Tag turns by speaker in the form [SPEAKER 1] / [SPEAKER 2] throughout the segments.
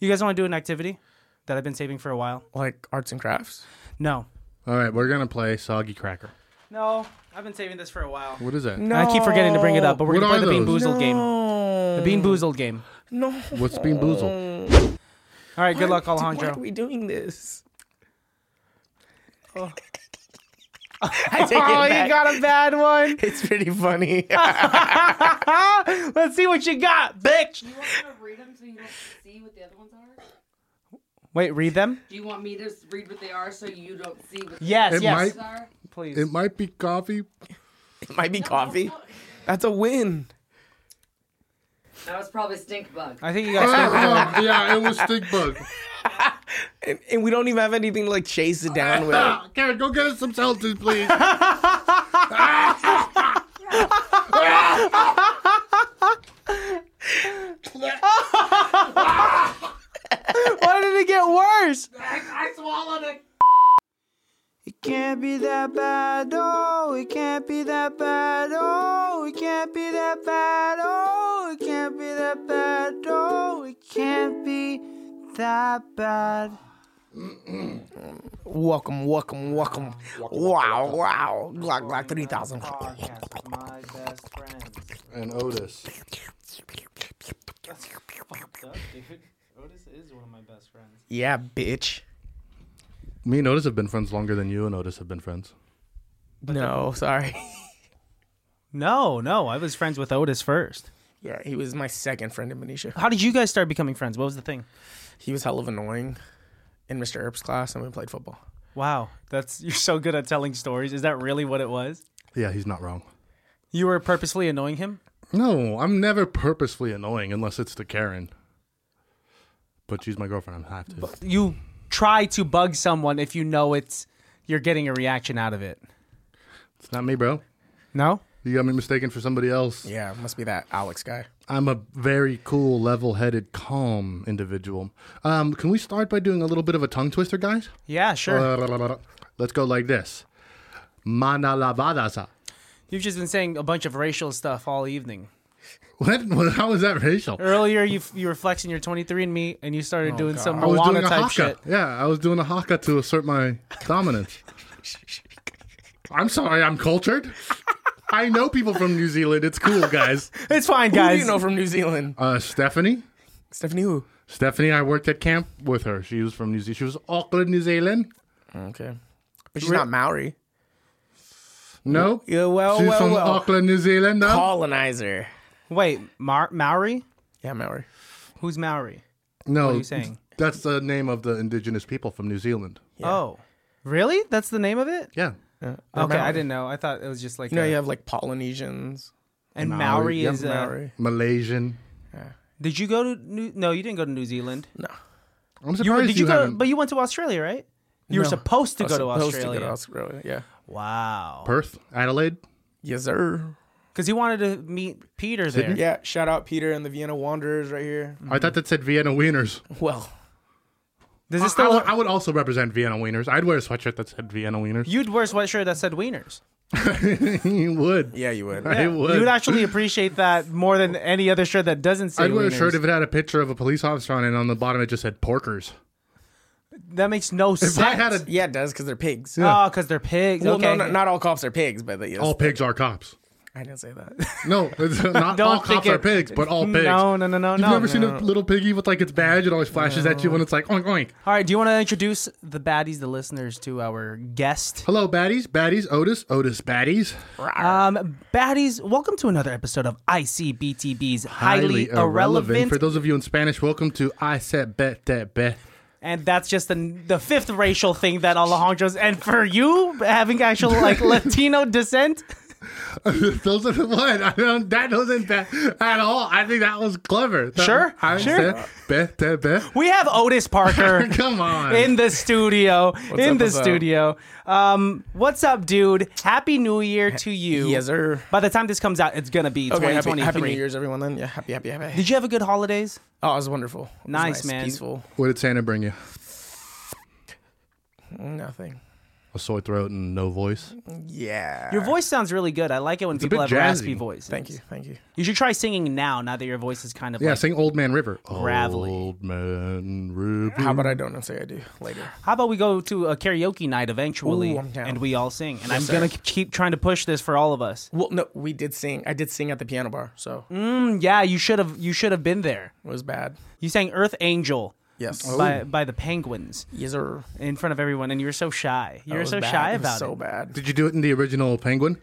[SPEAKER 1] You guys want to do an activity that I've been saving for a while?
[SPEAKER 2] Like arts and crafts.
[SPEAKER 1] No.
[SPEAKER 3] All right, we're gonna play Soggy Cracker.
[SPEAKER 1] No, I've been saving this for a while.
[SPEAKER 3] What is that?
[SPEAKER 1] I keep forgetting to bring it up, but we're
[SPEAKER 3] What
[SPEAKER 1] gonna play
[SPEAKER 3] are
[SPEAKER 1] the Bean
[SPEAKER 3] those?
[SPEAKER 1] Boozled game. The Bean Boozled game.
[SPEAKER 2] No.
[SPEAKER 3] What's Bean Boozled?
[SPEAKER 1] All right, good luck,
[SPEAKER 2] Why are
[SPEAKER 1] Alejandro.
[SPEAKER 2] we doing this? I take it
[SPEAKER 1] Oh,
[SPEAKER 2] back.
[SPEAKER 1] you got a bad one.
[SPEAKER 2] It's pretty funny.
[SPEAKER 1] Let's see what you got, bitch.
[SPEAKER 4] Do you want me to read them so you don't see what the other ones are?
[SPEAKER 1] Wait, read them.
[SPEAKER 4] Do you want me to s- read what they are so you don't see what the
[SPEAKER 1] Yes,
[SPEAKER 3] It
[SPEAKER 1] yes.
[SPEAKER 4] others
[SPEAKER 3] might-
[SPEAKER 4] are?
[SPEAKER 1] Please.
[SPEAKER 3] It might be coffee.
[SPEAKER 2] it might be coffee. That's a win.
[SPEAKER 4] That was probably stink bug.
[SPEAKER 1] I think you
[SPEAKER 3] Oh,
[SPEAKER 1] guys.
[SPEAKER 3] oh, yeah, it was stink bug.
[SPEAKER 2] And, and we don't even have anything to like chase it down with.
[SPEAKER 3] Ah, Karen, go get us some Celtics, please.
[SPEAKER 1] Why did it get worse?
[SPEAKER 4] I swallowed it.
[SPEAKER 1] It can't be that bad, oh, it can't be that bad, oh, it can't be that bad, oh, it can't be that bad, oh, it can't be that bad.
[SPEAKER 2] Welcome, welcome, welcome. Wow, wow. Glock, Glock 3000.
[SPEAKER 1] Podcast, my best friends.
[SPEAKER 3] and Otis.
[SPEAKER 1] Fucked up, dude. Otis is one of my best friends.
[SPEAKER 2] Yeah, bitch.
[SPEAKER 3] Me and Otis have been friends longer than you and Otis have been friends.
[SPEAKER 2] No, sorry.
[SPEAKER 1] No, no, I was friends with Otis first.
[SPEAKER 2] Yeah, he was my second friend in Manisha.
[SPEAKER 1] How did you guys start becoming friends? What was the thing?
[SPEAKER 2] He was hell of annoying in Mr. Earp's class, and we played football.
[SPEAKER 1] Wow, that's you're so good at telling stories. Is that really what it was?
[SPEAKER 3] Yeah, he's not wrong.
[SPEAKER 1] You were purposely annoying him?
[SPEAKER 3] No, I'm never purposefully annoying unless it's to Karen. But she's my girlfriend. I have to.
[SPEAKER 1] you try to bug someone if you know it's you're getting a reaction out of it.
[SPEAKER 3] It's not me, bro.
[SPEAKER 1] No?
[SPEAKER 3] You got me mistaken for somebody else.
[SPEAKER 2] Yeah, must be that Alex guy.
[SPEAKER 3] I'm a very cool, level-headed, calm individual. Um, can we start by doing a little bit of a tongue twister, guys?
[SPEAKER 1] Yeah, sure.
[SPEAKER 2] Uh,
[SPEAKER 3] Let's go like this. Manalavadasa.
[SPEAKER 1] You've just been saying a bunch of racial stuff all evening.
[SPEAKER 3] What? what? How is that racial?
[SPEAKER 1] Earlier, you you were flexing your 23andMe and you started doing some
[SPEAKER 3] I was doing
[SPEAKER 1] Moana
[SPEAKER 3] a
[SPEAKER 1] type
[SPEAKER 3] haka.
[SPEAKER 1] shit.
[SPEAKER 3] Yeah, I was doing a haka to assert my dominance. I'm sorry, I'm cultured. I know people from New Zealand. It's cool, guys.
[SPEAKER 1] It's fine,
[SPEAKER 2] Who do
[SPEAKER 1] guys.
[SPEAKER 2] you know from New Zealand?
[SPEAKER 3] Uh, Stephanie.
[SPEAKER 2] Stephanie who?
[SPEAKER 3] Stephanie, I worked at camp with her. She was from New Zealand. She was Auckland, New Zealand.
[SPEAKER 2] Okay. But she's not Maori.
[SPEAKER 3] No.
[SPEAKER 2] Yeah, well,
[SPEAKER 3] She's
[SPEAKER 2] well,
[SPEAKER 3] from
[SPEAKER 2] well.
[SPEAKER 3] Auckland, New Zealand. No.
[SPEAKER 2] Colonizer.
[SPEAKER 1] Wait, Mar- Maori?
[SPEAKER 2] Yeah, Maori.
[SPEAKER 1] Who's Maori?
[SPEAKER 3] no.
[SPEAKER 1] What are you saying?
[SPEAKER 3] That's the name of the indigenous people from New Zealand.
[SPEAKER 1] Oh, really? That's the name of it?
[SPEAKER 3] Yeah.
[SPEAKER 1] okay, I
[SPEAKER 2] Maori.
[SPEAKER 1] didn't know. I thought it was just like
[SPEAKER 2] You know,
[SPEAKER 1] a-
[SPEAKER 2] you have like Polynesians.
[SPEAKER 1] and Maori,
[SPEAKER 3] Maori, yeah,
[SPEAKER 1] is uh,
[SPEAKER 2] Maori.
[SPEAKER 3] Malaysian.
[SPEAKER 1] Did you go to New? No, you didn't go to New Zealand.
[SPEAKER 2] No.
[SPEAKER 3] I'm surprised
[SPEAKER 1] You
[SPEAKER 3] you,
[SPEAKER 1] were, did you, go?
[SPEAKER 3] haven't.
[SPEAKER 1] But you went to Australia, right? You were
[SPEAKER 2] No.
[SPEAKER 1] supposed to go to
[SPEAKER 2] Supposed
[SPEAKER 1] Australia.
[SPEAKER 2] to go to Australia. Yeah.
[SPEAKER 1] Wow.
[SPEAKER 3] Perth, Adelaide.
[SPEAKER 2] Yes, sir.
[SPEAKER 1] Because he wanted to meet Peter there.
[SPEAKER 3] Sydney?
[SPEAKER 2] Yeah, shout out Peter and the Vienna Wanderers right here.
[SPEAKER 3] I
[SPEAKER 1] Mm-hmm.
[SPEAKER 3] thought that said Vienna Wieners.
[SPEAKER 2] Well,
[SPEAKER 1] Does
[SPEAKER 3] I,
[SPEAKER 1] it still?
[SPEAKER 3] I would, I would also represent Vienna Wieners. I'd wear a sweatshirt that said Vienna Wieners.
[SPEAKER 1] you'd wear a sweatshirt that said wieners.
[SPEAKER 3] You would.
[SPEAKER 2] yeah, you would.
[SPEAKER 3] I would.
[SPEAKER 1] You'd actually appreciate that more than any other shirt that doesn't say
[SPEAKER 3] I'd wear a
[SPEAKER 1] wieners.
[SPEAKER 3] shirt if it had a picture of a police officer on it, and on the bottom it just said porkers.
[SPEAKER 1] that makes no sense.
[SPEAKER 3] If I had a,
[SPEAKER 2] Yeah, it does because they're pigs.
[SPEAKER 1] Oh, because they're pigs.
[SPEAKER 2] Well,
[SPEAKER 1] okay.
[SPEAKER 2] no, no, not all cops are pigs, but they,
[SPEAKER 3] all pigs are cops.
[SPEAKER 2] I didn't say that.
[SPEAKER 3] No, it's not
[SPEAKER 1] Don't
[SPEAKER 3] all
[SPEAKER 1] think
[SPEAKER 3] cops are
[SPEAKER 1] it-
[SPEAKER 3] pigs, but all pigs.
[SPEAKER 1] No, no, no, no,
[SPEAKER 3] You've
[SPEAKER 1] no.
[SPEAKER 3] never seen a little piggy with like its badge? It always flashes at you when it's like oink oink.
[SPEAKER 1] All right. Do you want to introduce the baddies, the listeners, to our guest?
[SPEAKER 3] Hello, baddies, baddies, Otis, Otis, baddies.
[SPEAKER 1] Um, baddies, welcome to another episode of ICBTB's Highly, Irrelevant.
[SPEAKER 3] For those of you in Spanish, welcome to I said bet that bet.
[SPEAKER 1] and that's just the, the fifth racial thing that Alejandro's. And for you, having actual like Latino descent.
[SPEAKER 3] Those are the one. I don't, that wasn't bad at all. I think that was clever. That-
[SPEAKER 1] Sure,
[SPEAKER 3] I
[SPEAKER 1] sure.
[SPEAKER 3] said bet that bet.
[SPEAKER 1] We have Otis Parker
[SPEAKER 3] Come on.
[SPEAKER 1] in the studio. in
[SPEAKER 2] up,
[SPEAKER 1] the
[SPEAKER 2] what's up?
[SPEAKER 1] studio. Um, what's up, dude? Happy New Year to you.
[SPEAKER 2] yes, sir.
[SPEAKER 1] By the time this comes out, it's gonna be
[SPEAKER 2] Okay, happy,
[SPEAKER 1] 2023.
[SPEAKER 2] happy New Year's, everyone. Then, yeah, happy, happy, happy.
[SPEAKER 1] Did you have a good holidays?
[SPEAKER 2] Oh, it was wonderful. It was
[SPEAKER 1] Nice, man.
[SPEAKER 2] peaceful.
[SPEAKER 3] what did Santa bring you?
[SPEAKER 2] Nothing.
[SPEAKER 3] a sore throat and no voice.
[SPEAKER 2] Yeah.
[SPEAKER 1] Your voice sounds really good. I like it when
[SPEAKER 3] a
[SPEAKER 1] people have
[SPEAKER 3] bit
[SPEAKER 1] raspy
[SPEAKER 3] jazzy.
[SPEAKER 1] voices.
[SPEAKER 2] Thank you. Thank you.
[SPEAKER 1] You should try singing now. Now that your voice is kind of
[SPEAKER 3] Yeah,
[SPEAKER 1] like.
[SPEAKER 3] sing Old Man River.
[SPEAKER 1] Gravelly.
[SPEAKER 3] Old Man River.
[SPEAKER 1] Mm-hmm.
[SPEAKER 2] How about I don't and say I do later?
[SPEAKER 1] How about we go to a karaoke night eventually,
[SPEAKER 2] Ooh, I'm down.
[SPEAKER 1] and we all sing? And I'm
[SPEAKER 2] sir.
[SPEAKER 1] gonna keep trying to push this for all of us.
[SPEAKER 2] Well, no, we did sing. I did sing at the piano bar, so
[SPEAKER 1] Mm, yeah, you should have. You should have been there.
[SPEAKER 2] it was bad.
[SPEAKER 1] You sang "Earth Angel"
[SPEAKER 2] Yes.
[SPEAKER 1] by by the Penguins
[SPEAKER 2] Yes, sir.
[SPEAKER 1] in front of everyone, and you were so shy. You
[SPEAKER 2] It
[SPEAKER 1] were
[SPEAKER 2] was
[SPEAKER 1] so
[SPEAKER 2] bad.
[SPEAKER 1] shy
[SPEAKER 2] It was
[SPEAKER 1] about
[SPEAKER 2] so
[SPEAKER 1] it.
[SPEAKER 2] bad.
[SPEAKER 3] Did you do it in the original Penguin?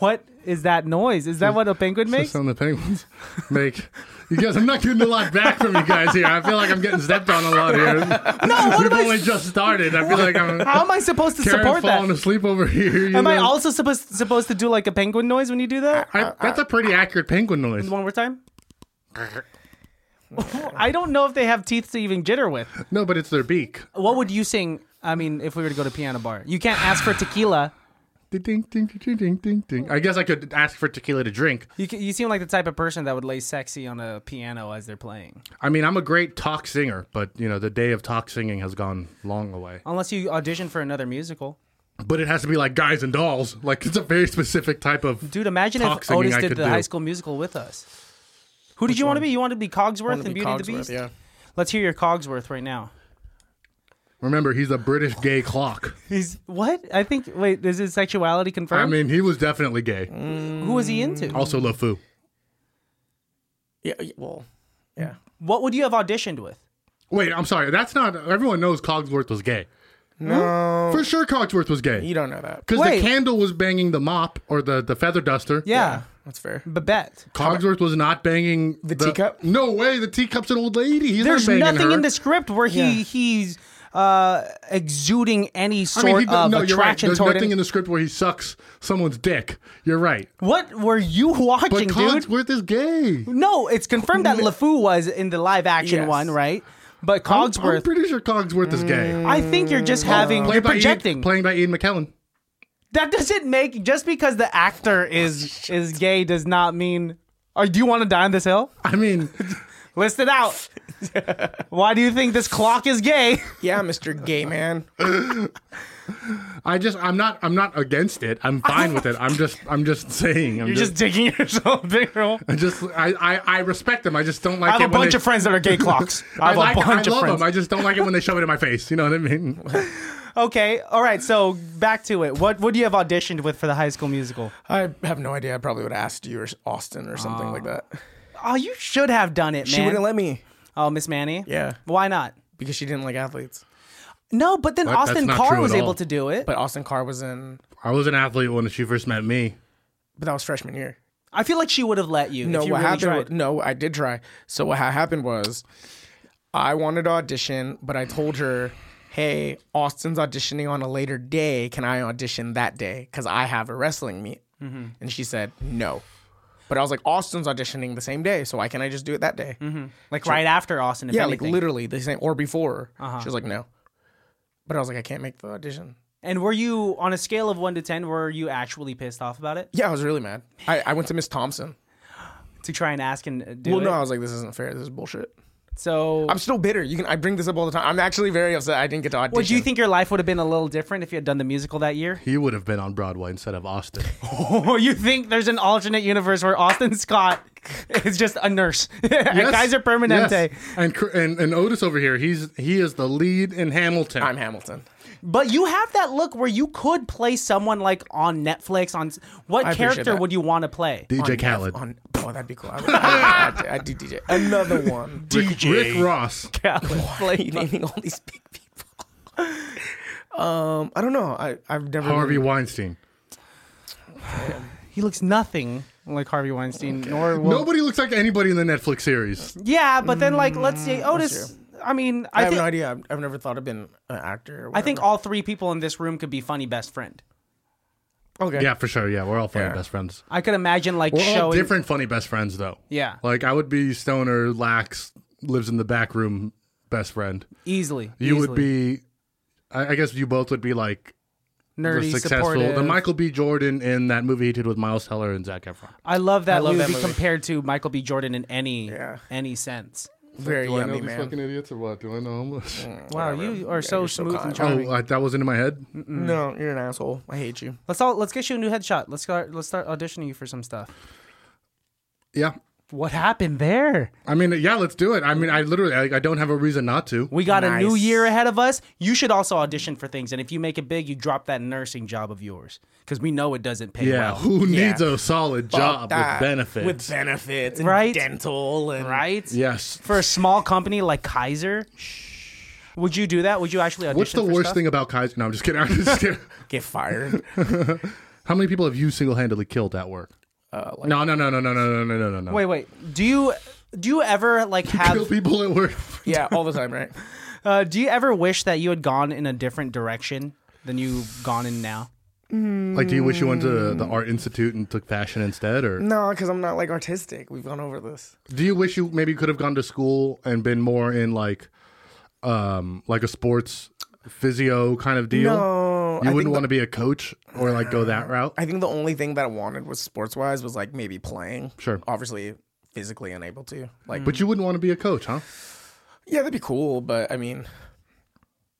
[SPEAKER 1] What is that noise? Is that what a penguin
[SPEAKER 3] That's
[SPEAKER 1] makes?
[SPEAKER 3] something the Penguins make. You guys, I'm not getting a lot back from you guys here. I feel like I'm getting stepped on a lot here. No, we've only just started. I feel like I'm
[SPEAKER 1] How am I supposed to
[SPEAKER 3] Karen
[SPEAKER 1] support
[SPEAKER 3] falling
[SPEAKER 1] that?
[SPEAKER 3] asleep over here. you
[SPEAKER 1] Am I
[SPEAKER 3] know?
[SPEAKER 1] also supposed supposed to do like a penguin noise when you do that?
[SPEAKER 3] I, that's a pretty accurate penguin noise.
[SPEAKER 1] One more time. I don't know if they have teeth to even jitter with.
[SPEAKER 3] No, but it's their beak.
[SPEAKER 1] What would you sing? I mean, if we were to go to piano bar, you can't ask for tequila.
[SPEAKER 3] Ding, ding, ding, ding, ding, ding, ding. I guess I could ask for tequila to drink.
[SPEAKER 1] You, ca- you seem like the type of person that would lay sexy on a piano as they're playing.
[SPEAKER 3] I mean, I'm a great talk singer, but you know, the day of talk singing has gone long away.
[SPEAKER 1] Unless you audition for another musical.
[SPEAKER 3] But it has to be like guys and dolls. Like it's a very specific type of.
[SPEAKER 1] Dude, imagine
[SPEAKER 3] Talk
[SPEAKER 1] if
[SPEAKER 3] singing
[SPEAKER 1] Otis
[SPEAKER 3] I
[SPEAKER 1] did
[SPEAKER 3] could
[SPEAKER 1] the
[SPEAKER 3] do.
[SPEAKER 1] high school musical with us. Who did you want to be? You wanted to be Cogsworth
[SPEAKER 2] Wanna
[SPEAKER 1] and
[SPEAKER 2] be
[SPEAKER 1] Beauty and the
[SPEAKER 2] Cogsworth,
[SPEAKER 1] Beast?
[SPEAKER 2] Yeah.
[SPEAKER 1] Let's hear your Cogsworth right now.
[SPEAKER 3] Remember, he's a British gay clock.
[SPEAKER 1] He's what? I think wait, is his sexuality
[SPEAKER 3] I
[SPEAKER 1] confirmed?
[SPEAKER 3] mean, he was definitely gay.
[SPEAKER 1] Who was he into?
[SPEAKER 3] Also, LeFou.
[SPEAKER 2] Yeah. yeah, Well. Yeah.
[SPEAKER 1] What would you have auditioned with?
[SPEAKER 3] Wait, I'm sorry. That's not. Everyone knows Cogsworth was gay.
[SPEAKER 2] No,
[SPEAKER 3] For sure, Cogsworth was gay.
[SPEAKER 2] you don't know that.
[SPEAKER 3] Because the
[SPEAKER 1] Wait.
[SPEAKER 3] candle was banging the mop or the, the feather duster.
[SPEAKER 1] Yeah.
[SPEAKER 2] That's fair.
[SPEAKER 1] Babette.
[SPEAKER 3] Cogsworth was not banging
[SPEAKER 2] The teacup?
[SPEAKER 3] No way, the teacup's an old lady. He's
[SPEAKER 1] There's
[SPEAKER 3] not banging
[SPEAKER 1] nothing
[SPEAKER 3] her.
[SPEAKER 1] in the script where he
[SPEAKER 2] Yeah.
[SPEAKER 1] he's uh, exuding any
[SPEAKER 3] I
[SPEAKER 1] sort
[SPEAKER 3] mean, he-
[SPEAKER 1] of
[SPEAKER 3] no, you're right.
[SPEAKER 1] attraction
[SPEAKER 3] There's
[SPEAKER 1] toward
[SPEAKER 3] nothing
[SPEAKER 1] any-
[SPEAKER 3] in the script where he sucks someone's dick. You're right.
[SPEAKER 1] What were you
[SPEAKER 3] But
[SPEAKER 1] watching, dude?
[SPEAKER 3] Cogsworth is gay.
[SPEAKER 1] No, it's confirmed that LeFou was in the live action
[SPEAKER 2] Yes.
[SPEAKER 1] one, right? But
[SPEAKER 3] I'm
[SPEAKER 1] Cogsworth, Mm,
[SPEAKER 3] pretty sure Cogsworth is gay.
[SPEAKER 1] I think you're just having you're
[SPEAKER 3] Played by
[SPEAKER 1] projecting.
[SPEAKER 3] Ian, playing by Ian McKellen.
[SPEAKER 1] that doesn't make just because the actor
[SPEAKER 3] Oh,
[SPEAKER 1] is is gay does not mean. Or do you want to die on this hill?
[SPEAKER 3] I mean,
[SPEAKER 1] List it out. Why do you think this clock is gay?
[SPEAKER 2] Yeah, Mr. Gay Man.
[SPEAKER 3] I just I'm not I'm not against it. I'm fine with it. I'm just I'm just saying. I'm
[SPEAKER 1] You're just digging yourself a bigger hole.
[SPEAKER 3] I just I, I I respect them. I just don't like
[SPEAKER 1] I have
[SPEAKER 3] it
[SPEAKER 1] a
[SPEAKER 3] when
[SPEAKER 1] bunch
[SPEAKER 3] they,
[SPEAKER 1] of friends that are gay clocks. I
[SPEAKER 3] I,
[SPEAKER 1] have a
[SPEAKER 3] like,
[SPEAKER 1] bunch
[SPEAKER 3] I
[SPEAKER 1] of
[SPEAKER 3] love
[SPEAKER 1] friends.
[SPEAKER 3] them. I just don't like it when they shove it in my face. You know what I mean?
[SPEAKER 1] Okay, all right. So back to it. What would you have auditioned with for the High School Musical?
[SPEAKER 2] I have no idea. I probably would have asked you or Austin or something like that.
[SPEAKER 1] Oh, you should have done it, man.
[SPEAKER 2] She wouldn't let me.
[SPEAKER 1] oh, Miss Manny.
[SPEAKER 2] Yeah,
[SPEAKER 1] Why not?
[SPEAKER 2] because she didn't like athletes.
[SPEAKER 1] No, but then
[SPEAKER 3] That- that's
[SPEAKER 1] Austin
[SPEAKER 3] not
[SPEAKER 1] Carr
[SPEAKER 3] true
[SPEAKER 1] was
[SPEAKER 3] at
[SPEAKER 1] able
[SPEAKER 3] all.
[SPEAKER 1] to do it.
[SPEAKER 2] But Austin Carr was in.
[SPEAKER 3] I was an athlete when she first met me.
[SPEAKER 2] But that was freshman year.
[SPEAKER 1] I feel like she would have let you.
[SPEAKER 2] No,
[SPEAKER 1] if you
[SPEAKER 2] what
[SPEAKER 1] really
[SPEAKER 2] happened?
[SPEAKER 1] Tried.
[SPEAKER 2] wa- No, I did try. So what ha- happened was, I wanted to audition, but I told her, "Hey, Austin's auditioning on a later day. Can I audition that day? Because I have a wrestling meet."
[SPEAKER 1] Mm-hmm.
[SPEAKER 2] And she said no. But I was like, Austin's auditioning the same day, so why can't I just do it that day?
[SPEAKER 1] like right after Austin. If
[SPEAKER 2] Yeah,
[SPEAKER 1] Mm-hmm. anything. Uh-huh.
[SPEAKER 2] like literally the same or before. She was like, no. But I was like, I can't make the audition.
[SPEAKER 1] And were you on a scale of one to ten? Were you actually pissed off about it
[SPEAKER 2] Yeah, I was really mad. I, I went to Miss Thompson.
[SPEAKER 1] to try and ask and uh, do
[SPEAKER 2] well,
[SPEAKER 1] it?
[SPEAKER 2] no, I was like, this isn't fair. This is bullshit.
[SPEAKER 1] So,
[SPEAKER 2] I'm still bitter. You can I bring this up all the time. I'm actually very upset. I didn't get to audition.
[SPEAKER 1] what do you think your life would have been a little different if you had done the musical that year?
[SPEAKER 3] He would have been on Broadway instead of Austin.
[SPEAKER 2] Oh,
[SPEAKER 1] Or you think there's an alternate universe where Austin Scott is just a nurse at
[SPEAKER 3] Yes.
[SPEAKER 1] Kaiser Permanente,
[SPEAKER 3] Yes. And, Cr- and and Otis over here, he's he is the lead in Hamilton.
[SPEAKER 2] I'm Hamilton.
[SPEAKER 1] but you have that look where you could play someone like on Netflix. On s- what
[SPEAKER 2] I appreciate
[SPEAKER 1] character
[SPEAKER 2] that.
[SPEAKER 1] would you want to play?
[SPEAKER 3] DJ
[SPEAKER 2] On-
[SPEAKER 3] Khaled,
[SPEAKER 2] On, oh, that'd be cool. I, would, I, would- I, do DJ. Another one.
[SPEAKER 3] Rick, Rick Ross.
[SPEAKER 2] Why are you naming all these big people? um, I don't know. I I've never.
[SPEAKER 3] Harvey Weinstein.
[SPEAKER 1] He looks nothing like Harvey Weinstein, nor will
[SPEAKER 3] Nobody looks like anybody in the Netflix series.
[SPEAKER 1] Yeah, but then like let's say Otis. I mean,
[SPEAKER 2] Mm, I
[SPEAKER 1] I
[SPEAKER 2] have
[SPEAKER 1] think
[SPEAKER 2] no idea. I've, I've never thought of being an actor. Or
[SPEAKER 1] I think
[SPEAKER 2] whatever.
[SPEAKER 1] all three people in this room could be funny best friend.
[SPEAKER 2] okay.
[SPEAKER 3] Yeah, for sure. Yeah, we're all funny
[SPEAKER 2] Yeah.
[SPEAKER 3] best friends.
[SPEAKER 1] I could imagine like
[SPEAKER 3] We're all
[SPEAKER 1] showing.
[SPEAKER 3] different funny best friends though.
[SPEAKER 1] Yeah,
[SPEAKER 3] Like I would be stoner, lax, lives in the back room best friend.
[SPEAKER 1] easily.
[SPEAKER 3] You
[SPEAKER 1] easily.
[SPEAKER 3] would be. I I guess you both would be like the
[SPEAKER 1] nerdy,
[SPEAKER 3] successful,
[SPEAKER 1] supportive.
[SPEAKER 3] the Michael B. Jordan in that movie he did with Miles Teller and Zach Efron.
[SPEAKER 1] I love that
[SPEAKER 2] love
[SPEAKER 1] movie
[SPEAKER 2] that movie.
[SPEAKER 1] compared to Michael B. Jordan in any
[SPEAKER 2] Yeah.
[SPEAKER 1] any sense.
[SPEAKER 2] Very
[SPEAKER 3] do I know
[SPEAKER 2] yummy,
[SPEAKER 3] these
[SPEAKER 2] man.
[SPEAKER 3] fucking idiots or what? Do I know them?
[SPEAKER 1] Wow, you are so
[SPEAKER 2] you're so
[SPEAKER 1] smooth and
[SPEAKER 2] kind.
[SPEAKER 1] charming.
[SPEAKER 3] oh, I, that wasn't in my head.
[SPEAKER 2] No, you're an asshole. I hate you.
[SPEAKER 1] Let's all let's get you a new headshot. Let's start let's start auditioning you for some stuff.
[SPEAKER 3] Yeah.
[SPEAKER 1] What happened there?
[SPEAKER 3] I mean, yeah, let's do it. I mean, I literally, I, I don't have a reason not to.
[SPEAKER 1] We got a new
[SPEAKER 2] Nice.
[SPEAKER 1] year ahead of us. You should also audition for things, and if you make it big, you drop that nursing job of yours because we know it doesn't pay
[SPEAKER 3] Yeah,
[SPEAKER 1] well,
[SPEAKER 3] who
[SPEAKER 2] Yeah.
[SPEAKER 3] needs a solid job Uh, with
[SPEAKER 2] that.
[SPEAKER 3] benefits?
[SPEAKER 2] With benefits and
[SPEAKER 1] Right?
[SPEAKER 2] dental and
[SPEAKER 1] right?
[SPEAKER 3] yes.
[SPEAKER 1] For a small company like Kaiser, would you do that? Would you actually audition?
[SPEAKER 3] What's the
[SPEAKER 1] for
[SPEAKER 3] worst
[SPEAKER 1] stuff?
[SPEAKER 3] thing about Kaiser? No, I'm just kidding. I'm just kidding.
[SPEAKER 2] get fired.
[SPEAKER 3] How many people have you single-handedly killed at work? no, no, no, no, no, no, no, no, no, no, no.
[SPEAKER 1] Uh, Wait, wait. Do you do you ever like have?
[SPEAKER 3] kill people at work.
[SPEAKER 2] yeah, all the time, right?
[SPEAKER 1] Uh, do you ever wish that you had gone in a different direction than you've gone in now?
[SPEAKER 3] like, do you wish you went to
[SPEAKER 1] Mm.
[SPEAKER 3] the art institute and took fashion instead, or
[SPEAKER 2] No, because I'm not like artistic. We've gone over this.
[SPEAKER 3] do you wish you maybe could have gone to school and been more in like, um, like a sports physio kind of deal?
[SPEAKER 2] No,
[SPEAKER 3] you
[SPEAKER 2] I
[SPEAKER 3] wouldn't
[SPEAKER 2] think
[SPEAKER 3] want to be a coach or like go that route.
[SPEAKER 2] I think the only thing that I wanted was sports wise was like maybe playing.
[SPEAKER 3] Sure.
[SPEAKER 2] Obviously, physically unable to. Like,
[SPEAKER 3] but you wouldn't want to be a coach, huh?
[SPEAKER 2] yeah, that'd be cool. But I mean,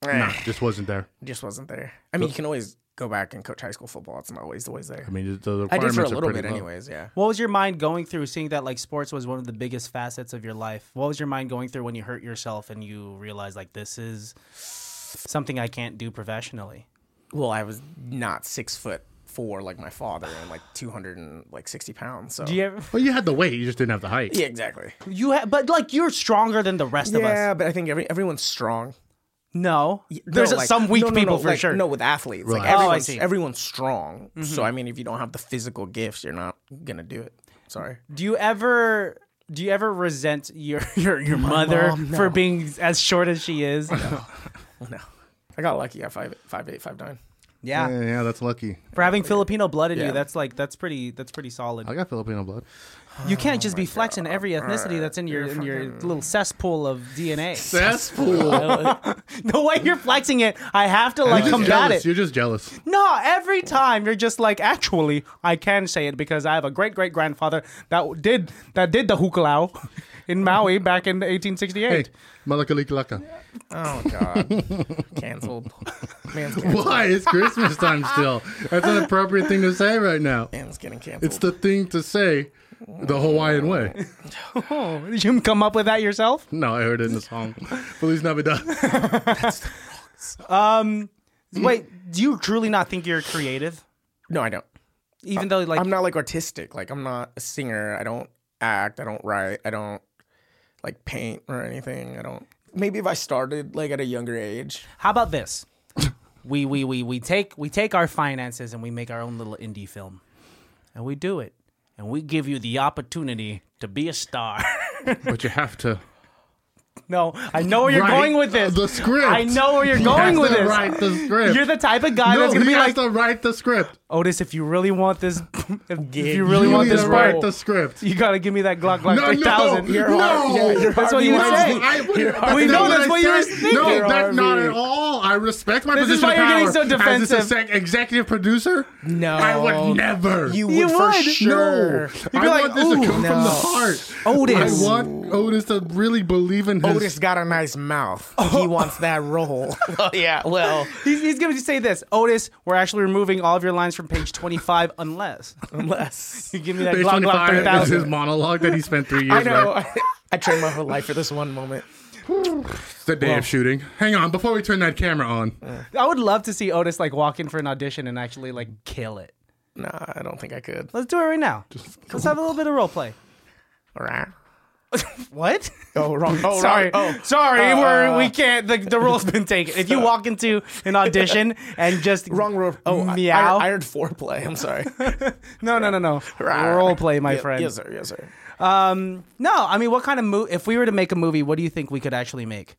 [SPEAKER 2] eh,
[SPEAKER 3] Nah, just wasn't there.
[SPEAKER 2] just wasn't there. I mean, you can always go back and coach high school football. It's not always always there.
[SPEAKER 3] I mean, the
[SPEAKER 2] I did
[SPEAKER 3] requirements
[SPEAKER 2] for a
[SPEAKER 3] are
[SPEAKER 2] little
[SPEAKER 3] pretty
[SPEAKER 2] bit,
[SPEAKER 3] low.
[SPEAKER 2] anyways. Yeah.
[SPEAKER 1] What was your mind going through seeing that like sports was one of the biggest facets of your life? What was your mind going through when you hurt yourself and you realized like this is something I can't do professionally?
[SPEAKER 2] Well, I was not six foot four like my father and like two hundred and like sixty pounds. So
[SPEAKER 1] Do you ever,
[SPEAKER 3] Well, you had the weight, you just didn't have the height.
[SPEAKER 2] yeah, exactly.
[SPEAKER 1] you ha- but like you're stronger than the rest of us.
[SPEAKER 2] Yeah, but I think every everyone's strong.
[SPEAKER 1] No,
[SPEAKER 2] No,
[SPEAKER 1] there's
[SPEAKER 2] like-
[SPEAKER 1] some weak
[SPEAKER 2] no, no, no,
[SPEAKER 1] people for
[SPEAKER 2] like,
[SPEAKER 1] sure.
[SPEAKER 2] No, with athletes,
[SPEAKER 3] Right.
[SPEAKER 2] like
[SPEAKER 3] Oh, I
[SPEAKER 2] everyone's,
[SPEAKER 1] see.
[SPEAKER 2] everyone's strong. So I mean, if you don't have the physical gifts, you're not gonna do it. Sorry.
[SPEAKER 1] Do you ever do you ever resent your your, your mother
[SPEAKER 2] mom, no.
[SPEAKER 1] for being as short as she is?
[SPEAKER 2] No, I got lucky at five five eight five nine.
[SPEAKER 1] yeah.
[SPEAKER 3] yeah, yeah, that's lucky.
[SPEAKER 1] for having Filipino blood in
[SPEAKER 2] Yeah.
[SPEAKER 1] you, that's like that's pretty that's pretty solid.
[SPEAKER 3] I got Filipino blood.
[SPEAKER 1] You can't just be flexing every ethnicity that's in your in your little cesspool of DNA.
[SPEAKER 3] Cesspool.
[SPEAKER 1] the way you're flexing it, I have to
[SPEAKER 2] Oh,
[SPEAKER 1] like
[SPEAKER 3] You're just
[SPEAKER 1] combat
[SPEAKER 3] jealous.
[SPEAKER 1] it.
[SPEAKER 3] You're just jealous.
[SPEAKER 1] No, every time you're just like, actually, I can say it because I have a great great grandfather that did that did the hukalau in Maui back in 1868.
[SPEAKER 3] Hey, malakalikilaka.
[SPEAKER 2] Oh God, canceled. Man's canceled.
[SPEAKER 3] Why? It's Christmas time still. That's an appropriate thing to say right now.
[SPEAKER 2] Man's getting canceled.
[SPEAKER 3] It's the thing to say the Hawaiian way.
[SPEAKER 1] Oh, did you come up with that yourself?
[SPEAKER 3] No, I heard it in the song. Feliz Navidad.
[SPEAKER 1] Wait, do you truly not think you're creative?
[SPEAKER 2] no, I don't.
[SPEAKER 1] Even though like
[SPEAKER 2] I'm not like artistic. Like I'm not a singer. I don't act. I don't write. I don't like paint or anything. I don't. Maybe if I started like at a younger age.
[SPEAKER 1] How about this? we, we we we take we take our finances and we make our own little indie film, and we do it, and we give you the opportunity to be a star.
[SPEAKER 3] But you have to.
[SPEAKER 1] no, I know where you're
[SPEAKER 3] write
[SPEAKER 1] going with this.
[SPEAKER 3] The script.
[SPEAKER 1] I know where you're
[SPEAKER 3] You
[SPEAKER 1] going
[SPEAKER 3] have
[SPEAKER 1] with
[SPEAKER 3] to
[SPEAKER 1] this.
[SPEAKER 3] Write the script.
[SPEAKER 1] You're the type of guy
[SPEAKER 3] no,
[SPEAKER 1] that's gonna
[SPEAKER 3] he
[SPEAKER 1] be
[SPEAKER 3] has
[SPEAKER 1] like
[SPEAKER 3] to write the script.
[SPEAKER 1] Otis. If you really want this, if, if you really
[SPEAKER 3] You
[SPEAKER 1] want
[SPEAKER 3] need
[SPEAKER 1] this
[SPEAKER 3] to write
[SPEAKER 1] part,
[SPEAKER 3] the script.
[SPEAKER 1] you gotta give me that Glock Glock
[SPEAKER 3] No, no,
[SPEAKER 1] 3000.
[SPEAKER 3] you're No. hard- yeah, you're
[SPEAKER 1] that's what
[SPEAKER 2] Harvey
[SPEAKER 1] you would
[SPEAKER 2] Weinstein.
[SPEAKER 1] say.
[SPEAKER 3] I would, that's
[SPEAKER 1] We
[SPEAKER 3] not
[SPEAKER 1] know that's
[SPEAKER 3] I
[SPEAKER 1] what you were
[SPEAKER 3] said.
[SPEAKER 1] thinking,
[SPEAKER 3] No, that's not
[SPEAKER 2] Harvey.
[SPEAKER 3] at all. I respect my
[SPEAKER 1] This is
[SPEAKER 3] position
[SPEAKER 1] why
[SPEAKER 3] of
[SPEAKER 1] you're
[SPEAKER 3] power.
[SPEAKER 1] getting so
[SPEAKER 3] As an
[SPEAKER 1] defensive.
[SPEAKER 3] exec- executive producer,
[SPEAKER 2] No.
[SPEAKER 3] I would never.
[SPEAKER 2] You would,
[SPEAKER 1] You
[SPEAKER 2] for
[SPEAKER 1] would. No.
[SPEAKER 2] sure.
[SPEAKER 3] I
[SPEAKER 1] be like,
[SPEAKER 3] want this to
[SPEAKER 1] "Ooh,
[SPEAKER 3] come from the
[SPEAKER 2] no."
[SPEAKER 3] heart.
[SPEAKER 1] Otis.
[SPEAKER 3] I want Otis to really believe in his.
[SPEAKER 2] Otis got a nice mouth. He wants that role. well, yeah, well,
[SPEAKER 1] He's, he's going to say this, Otis. We're actually removing all of your lines from page twenty-five, unless
[SPEAKER 2] unless
[SPEAKER 1] you give me that
[SPEAKER 3] Page
[SPEAKER 1] Glock Glock
[SPEAKER 3] 25 is his
[SPEAKER 1] 3000.
[SPEAKER 3] monologue that he spent three years
[SPEAKER 2] I know.
[SPEAKER 3] with.
[SPEAKER 2] I, trained my whole life for this one moment.
[SPEAKER 3] It's the day of shooting. Hang on, before we turn that camera on,
[SPEAKER 1] I would love to see Otis like walk in for an audition and actually like kill it.
[SPEAKER 2] Nah, I don't think I could.
[SPEAKER 1] Let's do it right now. Let's have a little bit of role play.
[SPEAKER 2] All right.
[SPEAKER 1] What?
[SPEAKER 2] Oh, wrong. Oh,
[SPEAKER 1] sorry,
[SPEAKER 2] wrong. Oh,
[SPEAKER 1] sorry,
[SPEAKER 2] Uh,
[SPEAKER 1] we're,
[SPEAKER 2] uh,
[SPEAKER 1] we can't. The, the rule's been taken. If you walk into an audition and just
[SPEAKER 2] wrong role. Oh, I-
[SPEAKER 1] meow.
[SPEAKER 2] I, I heard foreplay. I'm sorry.
[SPEAKER 1] no, no, no, no, role play, my
[SPEAKER 2] Yeah,
[SPEAKER 1] friend.
[SPEAKER 2] Yes, sir. Yes, sir.
[SPEAKER 1] Um, no, I mean, what kind of movie? If we were to make a movie, what do you think we could actually make?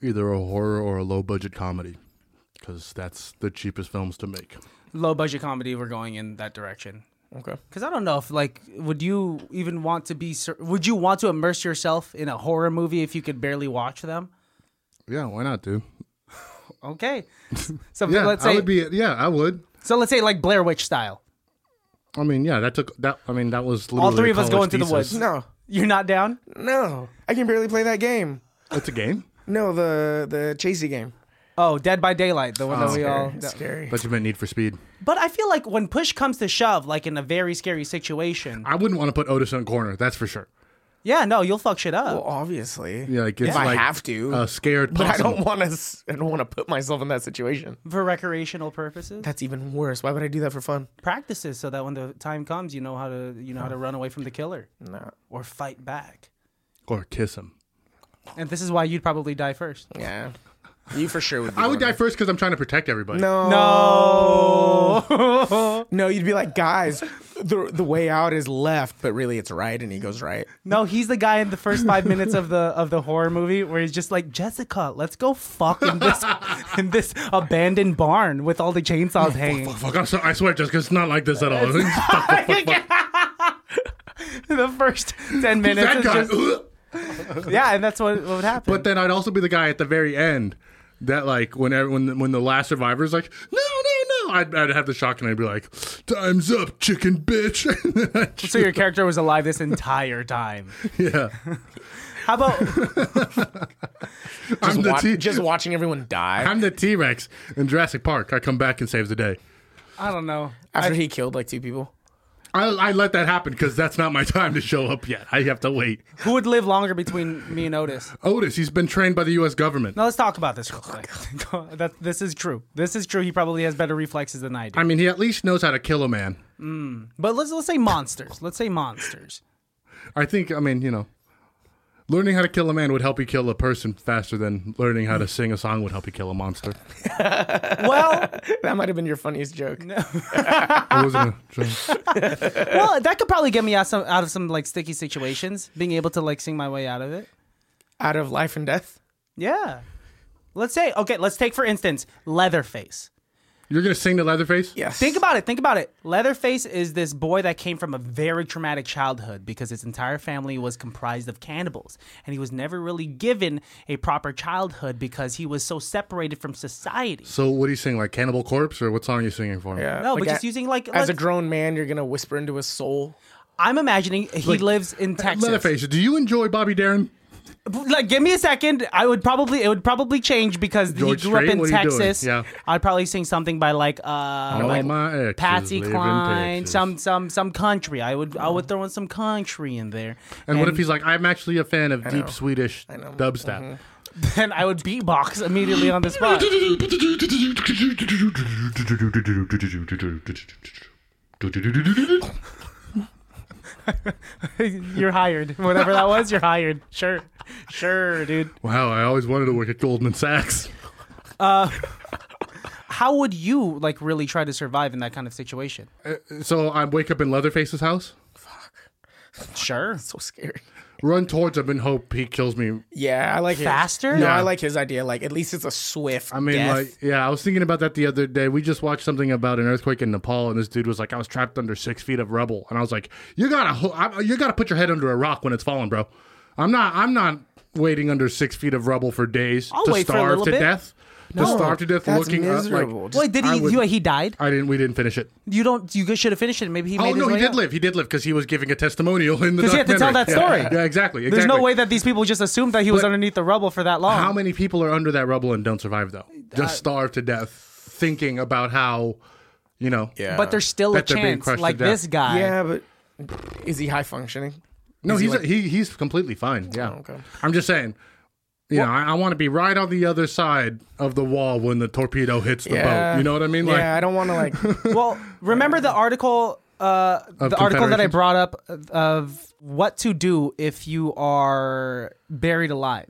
[SPEAKER 3] either a horror or a low budget comedy, because that's the cheapest films to make.
[SPEAKER 1] Low budget comedy. We're going in that direction.
[SPEAKER 2] Okay.
[SPEAKER 1] Because I don't know if like would you even want to be sur- would you want to immerse yourself in a horror movie if you could barely watch them?
[SPEAKER 3] Yeah, why not, dude?
[SPEAKER 1] Okay, so
[SPEAKER 3] Yeah,
[SPEAKER 1] let's
[SPEAKER 3] I
[SPEAKER 1] say
[SPEAKER 3] would be. Yeah, I would.
[SPEAKER 1] so let's say like Blair Witch style.
[SPEAKER 3] I mean, yeah, that took that. I mean, that was literally
[SPEAKER 1] All three of us
[SPEAKER 3] college
[SPEAKER 1] go into the
[SPEAKER 3] thesis.
[SPEAKER 1] woods.
[SPEAKER 2] No.
[SPEAKER 1] You're not down?
[SPEAKER 2] No, I can barely play that game.
[SPEAKER 3] It's a game.
[SPEAKER 2] No, the the chasey game.
[SPEAKER 1] Oh, Dead by Daylight, the one
[SPEAKER 3] Oh.
[SPEAKER 1] that we all.
[SPEAKER 2] It's scary.
[SPEAKER 3] But you meant Need for Speed.
[SPEAKER 1] But I feel like when push comes to shove, like in a very scary situation,
[SPEAKER 3] I wouldn't want to put Otis in a corner. That's for sure.
[SPEAKER 1] yeah, no, you'll fuck shit up.
[SPEAKER 2] Well, obviously,
[SPEAKER 3] Yeah, like it's
[SPEAKER 2] if
[SPEAKER 3] like uh,
[SPEAKER 2] I have to,
[SPEAKER 3] a scared.
[SPEAKER 2] but I
[SPEAKER 3] possum.
[SPEAKER 2] don't want to. I don't want to put myself in that situation.
[SPEAKER 1] for recreational purposes,
[SPEAKER 2] That's even worse. Why would I do that for fun?
[SPEAKER 1] practices so that when the time comes, you know how to you know how to run away from the killer
[SPEAKER 2] No.
[SPEAKER 1] or fight back.
[SPEAKER 3] Or kiss him.
[SPEAKER 1] And this is why you'd probably die first.
[SPEAKER 2] Yeah, you for sure would. Be
[SPEAKER 3] I would
[SPEAKER 2] the
[SPEAKER 3] die
[SPEAKER 2] one.
[SPEAKER 3] first because I'm trying to protect everybody.
[SPEAKER 2] No,
[SPEAKER 1] No,
[SPEAKER 2] no. You'd be like, guys, the the way out is left, but really it's right, and he goes right.
[SPEAKER 1] no, he's the guy in the first five minutes of the of the horror movie where he's just like Jessica, let's go fuck in this in this abandoned barn with all the chainsaws hanging.
[SPEAKER 3] Fuck, I'm so, I swear, Jessica, it's not like this at all. Fuck, fuck, fuck, fuck.
[SPEAKER 1] the first ten minutes,
[SPEAKER 3] that
[SPEAKER 1] is
[SPEAKER 3] guy.
[SPEAKER 1] just- yeah, and that's what what would happen.
[SPEAKER 3] But then I'd also be the guy at the very end that, like, when every- when the, when the last survivor's like, no, no, no, I'd, I'd have the shock and I'd be like, time's up, chicken bitch. And then I'd
[SPEAKER 1] so your character was alive this entire time.
[SPEAKER 3] Yeah.
[SPEAKER 1] How about
[SPEAKER 3] I'm the
[SPEAKER 2] Wa-
[SPEAKER 3] T.
[SPEAKER 2] just watching everyone die
[SPEAKER 3] I'm the T Rex in Jurassic Park. I come back and save the day.
[SPEAKER 1] I don't know.
[SPEAKER 2] after he killed like two people.
[SPEAKER 3] I, I let that happen because that's not my time to show up yet. I have to wait.
[SPEAKER 1] Who would live longer between me and Otis?
[SPEAKER 3] Otis, he's been trained by the U.S. government.
[SPEAKER 1] Now let's talk about this real quick. that, this is true. This is true. He probably has better reflexes than I do.
[SPEAKER 3] I mean, he at least knows how to kill a man.
[SPEAKER 1] But let's let's say monsters. Let's say monsters.
[SPEAKER 3] I think, I mean, you know, learning how to kill a man would help you kill a person faster than learning how to sing a song would help you kill a monster.
[SPEAKER 1] Well,
[SPEAKER 2] That might have been your funniest joke.
[SPEAKER 3] I wasn't a joke.
[SPEAKER 1] well, that could probably get me out some out of some like sticky situations. Being able to like sing my way out of it.
[SPEAKER 2] Out of life and death.
[SPEAKER 1] Yeah. Let's say okay. Let's take for instance Leatherface.
[SPEAKER 3] You're going to sing to Leatherface?
[SPEAKER 2] Yes.
[SPEAKER 1] Think about it. Think about it. Leatherface is this boy that came from a very traumatic childhood because his entire family was comprised of cannibals. And he was never really given a proper childhood because he was so separated from society.
[SPEAKER 3] So what do you sing, like Cannibal Corpse, or what song are you singing for him?
[SPEAKER 2] Yeah,
[SPEAKER 1] No,
[SPEAKER 2] like
[SPEAKER 1] but just
[SPEAKER 2] a-
[SPEAKER 1] using like.
[SPEAKER 2] As a
[SPEAKER 1] let's-
[SPEAKER 2] grown man, you're gonna whisper into his soul.
[SPEAKER 1] I'm imagining he
[SPEAKER 3] Like,
[SPEAKER 1] lives in
[SPEAKER 2] uh,
[SPEAKER 1] Texas.
[SPEAKER 3] Leatherface, do you enjoy Bobby Darin?
[SPEAKER 1] Like, give me a second. I would probably it would probably change because
[SPEAKER 3] George
[SPEAKER 1] he grew
[SPEAKER 3] Strait,
[SPEAKER 1] up in
[SPEAKER 3] what are you doing?
[SPEAKER 1] Texas.
[SPEAKER 3] Yeah.
[SPEAKER 1] I'd probably sing something by like uh,
[SPEAKER 3] All
[SPEAKER 1] like
[SPEAKER 3] my exes
[SPEAKER 1] Patsy
[SPEAKER 3] live in
[SPEAKER 1] Cline,
[SPEAKER 3] Texas.
[SPEAKER 1] some some some country. I would I would throw in some country in there.
[SPEAKER 3] And, what if he's like, I'm actually a fan of deep Swedish
[SPEAKER 2] know.
[SPEAKER 3] dubstep?
[SPEAKER 1] then I would beatbox immediately on the spot.
[SPEAKER 2] Mm-hmm.
[SPEAKER 1] you're hired. Whatever that was, you're hired. Sure. Sure, dude.
[SPEAKER 3] Wow, I always wanted to work at Goldman Sachs.
[SPEAKER 1] How would you like really try to survive in that kind of situation?
[SPEAKER 3] So I wake up in Leatherface's house,
[SPEAKER 1] Sure.
[SPEAKER 2] So scary.
[SPEAKER 3] run towards him, and hope he kills me.
[SPEAKER 2] Yeah, I like his.
[SPEAKER 1] Faster?
[SPEAKER 2] No,
[SPEAKER 1] Yeah.
[SPEAKER 2] I like his idea. Like at least it's a swift.
[SPEAKER 3] I mean,
[SPEAKER 2] death.
[SPEAKER 3] like, yeah, I was thinking about that the other day. We just watched something about an earthquake in Nepal, and this dude was like, "I was trapped under six feet of rubble," and I was like, "You gotta, ho- I- you gotta put your head under a rock when it's falling, bro. I'm not, I'm not waiting under six feet of rubble for days
[SPEAKER 1] I'll
[SPEAKER 3] to
[SPEAKER 1] wait for a
[SPEAKER 3] starve
[SPEAKER 1] little
[SPEAKER 3] to
[SPEAKER 1] bit.
[SPEAKER 3] death, to starve to death,
[SPEAKER 2] Oh, that's
[SPEAKER 3] looking
[SPEAKER 2] miserable.
[SPEAKER 3] up like."
[SPEAKER 2] Just-
[SPEAKER 1] Wait, did
[SPEAKER 3] I
[SPEAKER 1] he?
[SPEAKER 3] would-
[SPEAKER 1] you- he died.
[SPEAKER 3] I didn't. We didn't finish it.
[SPEAKER 1] You don't. You should have finished it. Maybe he.
[SPEAKER 3] Oh
[SPEAKER 1] made his
[SPEAKER 3] no, he
[SPEAKER 1] way
[SPEAKER 3] did
[SPEAKER 1] out.
[SPEAKER 3] live. He did live because he was giving a testimonial in the.
[SPEAKER 1] 'Cause he had to tell
[SPEAKER 3] documentary.
[SPEAKER 1] that
[SPEAKER 3] Yeah,
[SPEAKER 1] story.
[SPEAKER 3] Yeah, exactly.
[SPEAKER 1] There's
[SPEAKER 3] exactly.
[SPEAKER 1] no way that these people just assumed that he was
[SPEAKER 3] But-
[SPEAKER 1] underneath the rubble for that long.
[SPEAKER 3] How many people are under that rubble and don't survive though? Just starve to death, thinking about how, you know.
[SPEAKER 2] yeah.
[SPEAKER 1] but there's still a
[SPEAKER 3] That they're being
[SPEAKER 1] chance,
[SPEAKER 3] crushed to
[SPEAKER 1] like
[SPEAKER 3] death.
[SPEAKER 1] this guy.
[SPEAKER 2] Yeah, but is he high functioning?
[SPEAKER 3] No,
[SPEAKER 2] Is he
[SPEAKER 3] he's
[SPEAKER 2] like-
[SPEAKER 3] he, he's completely fine. Yeah.
[SPEAKER 1] Oh,
[SPEAKER 2] okay.
[SPEAKER 3] I'm just saying. You know, I, I want to be right on the other side of the wall when the torpedo hits the
[SPEAKER 2] Yeah.
[SPEAKER 3] boat. You know what I mean? Like,
[SPEAKER 2] yeah, I don't want to like.
[SPEAKER 1] Well, remember the article, uh, the article that I
[SPEAKER 3] Confederations?
[SPEAKER 1] brought up of what to do if you are buried alive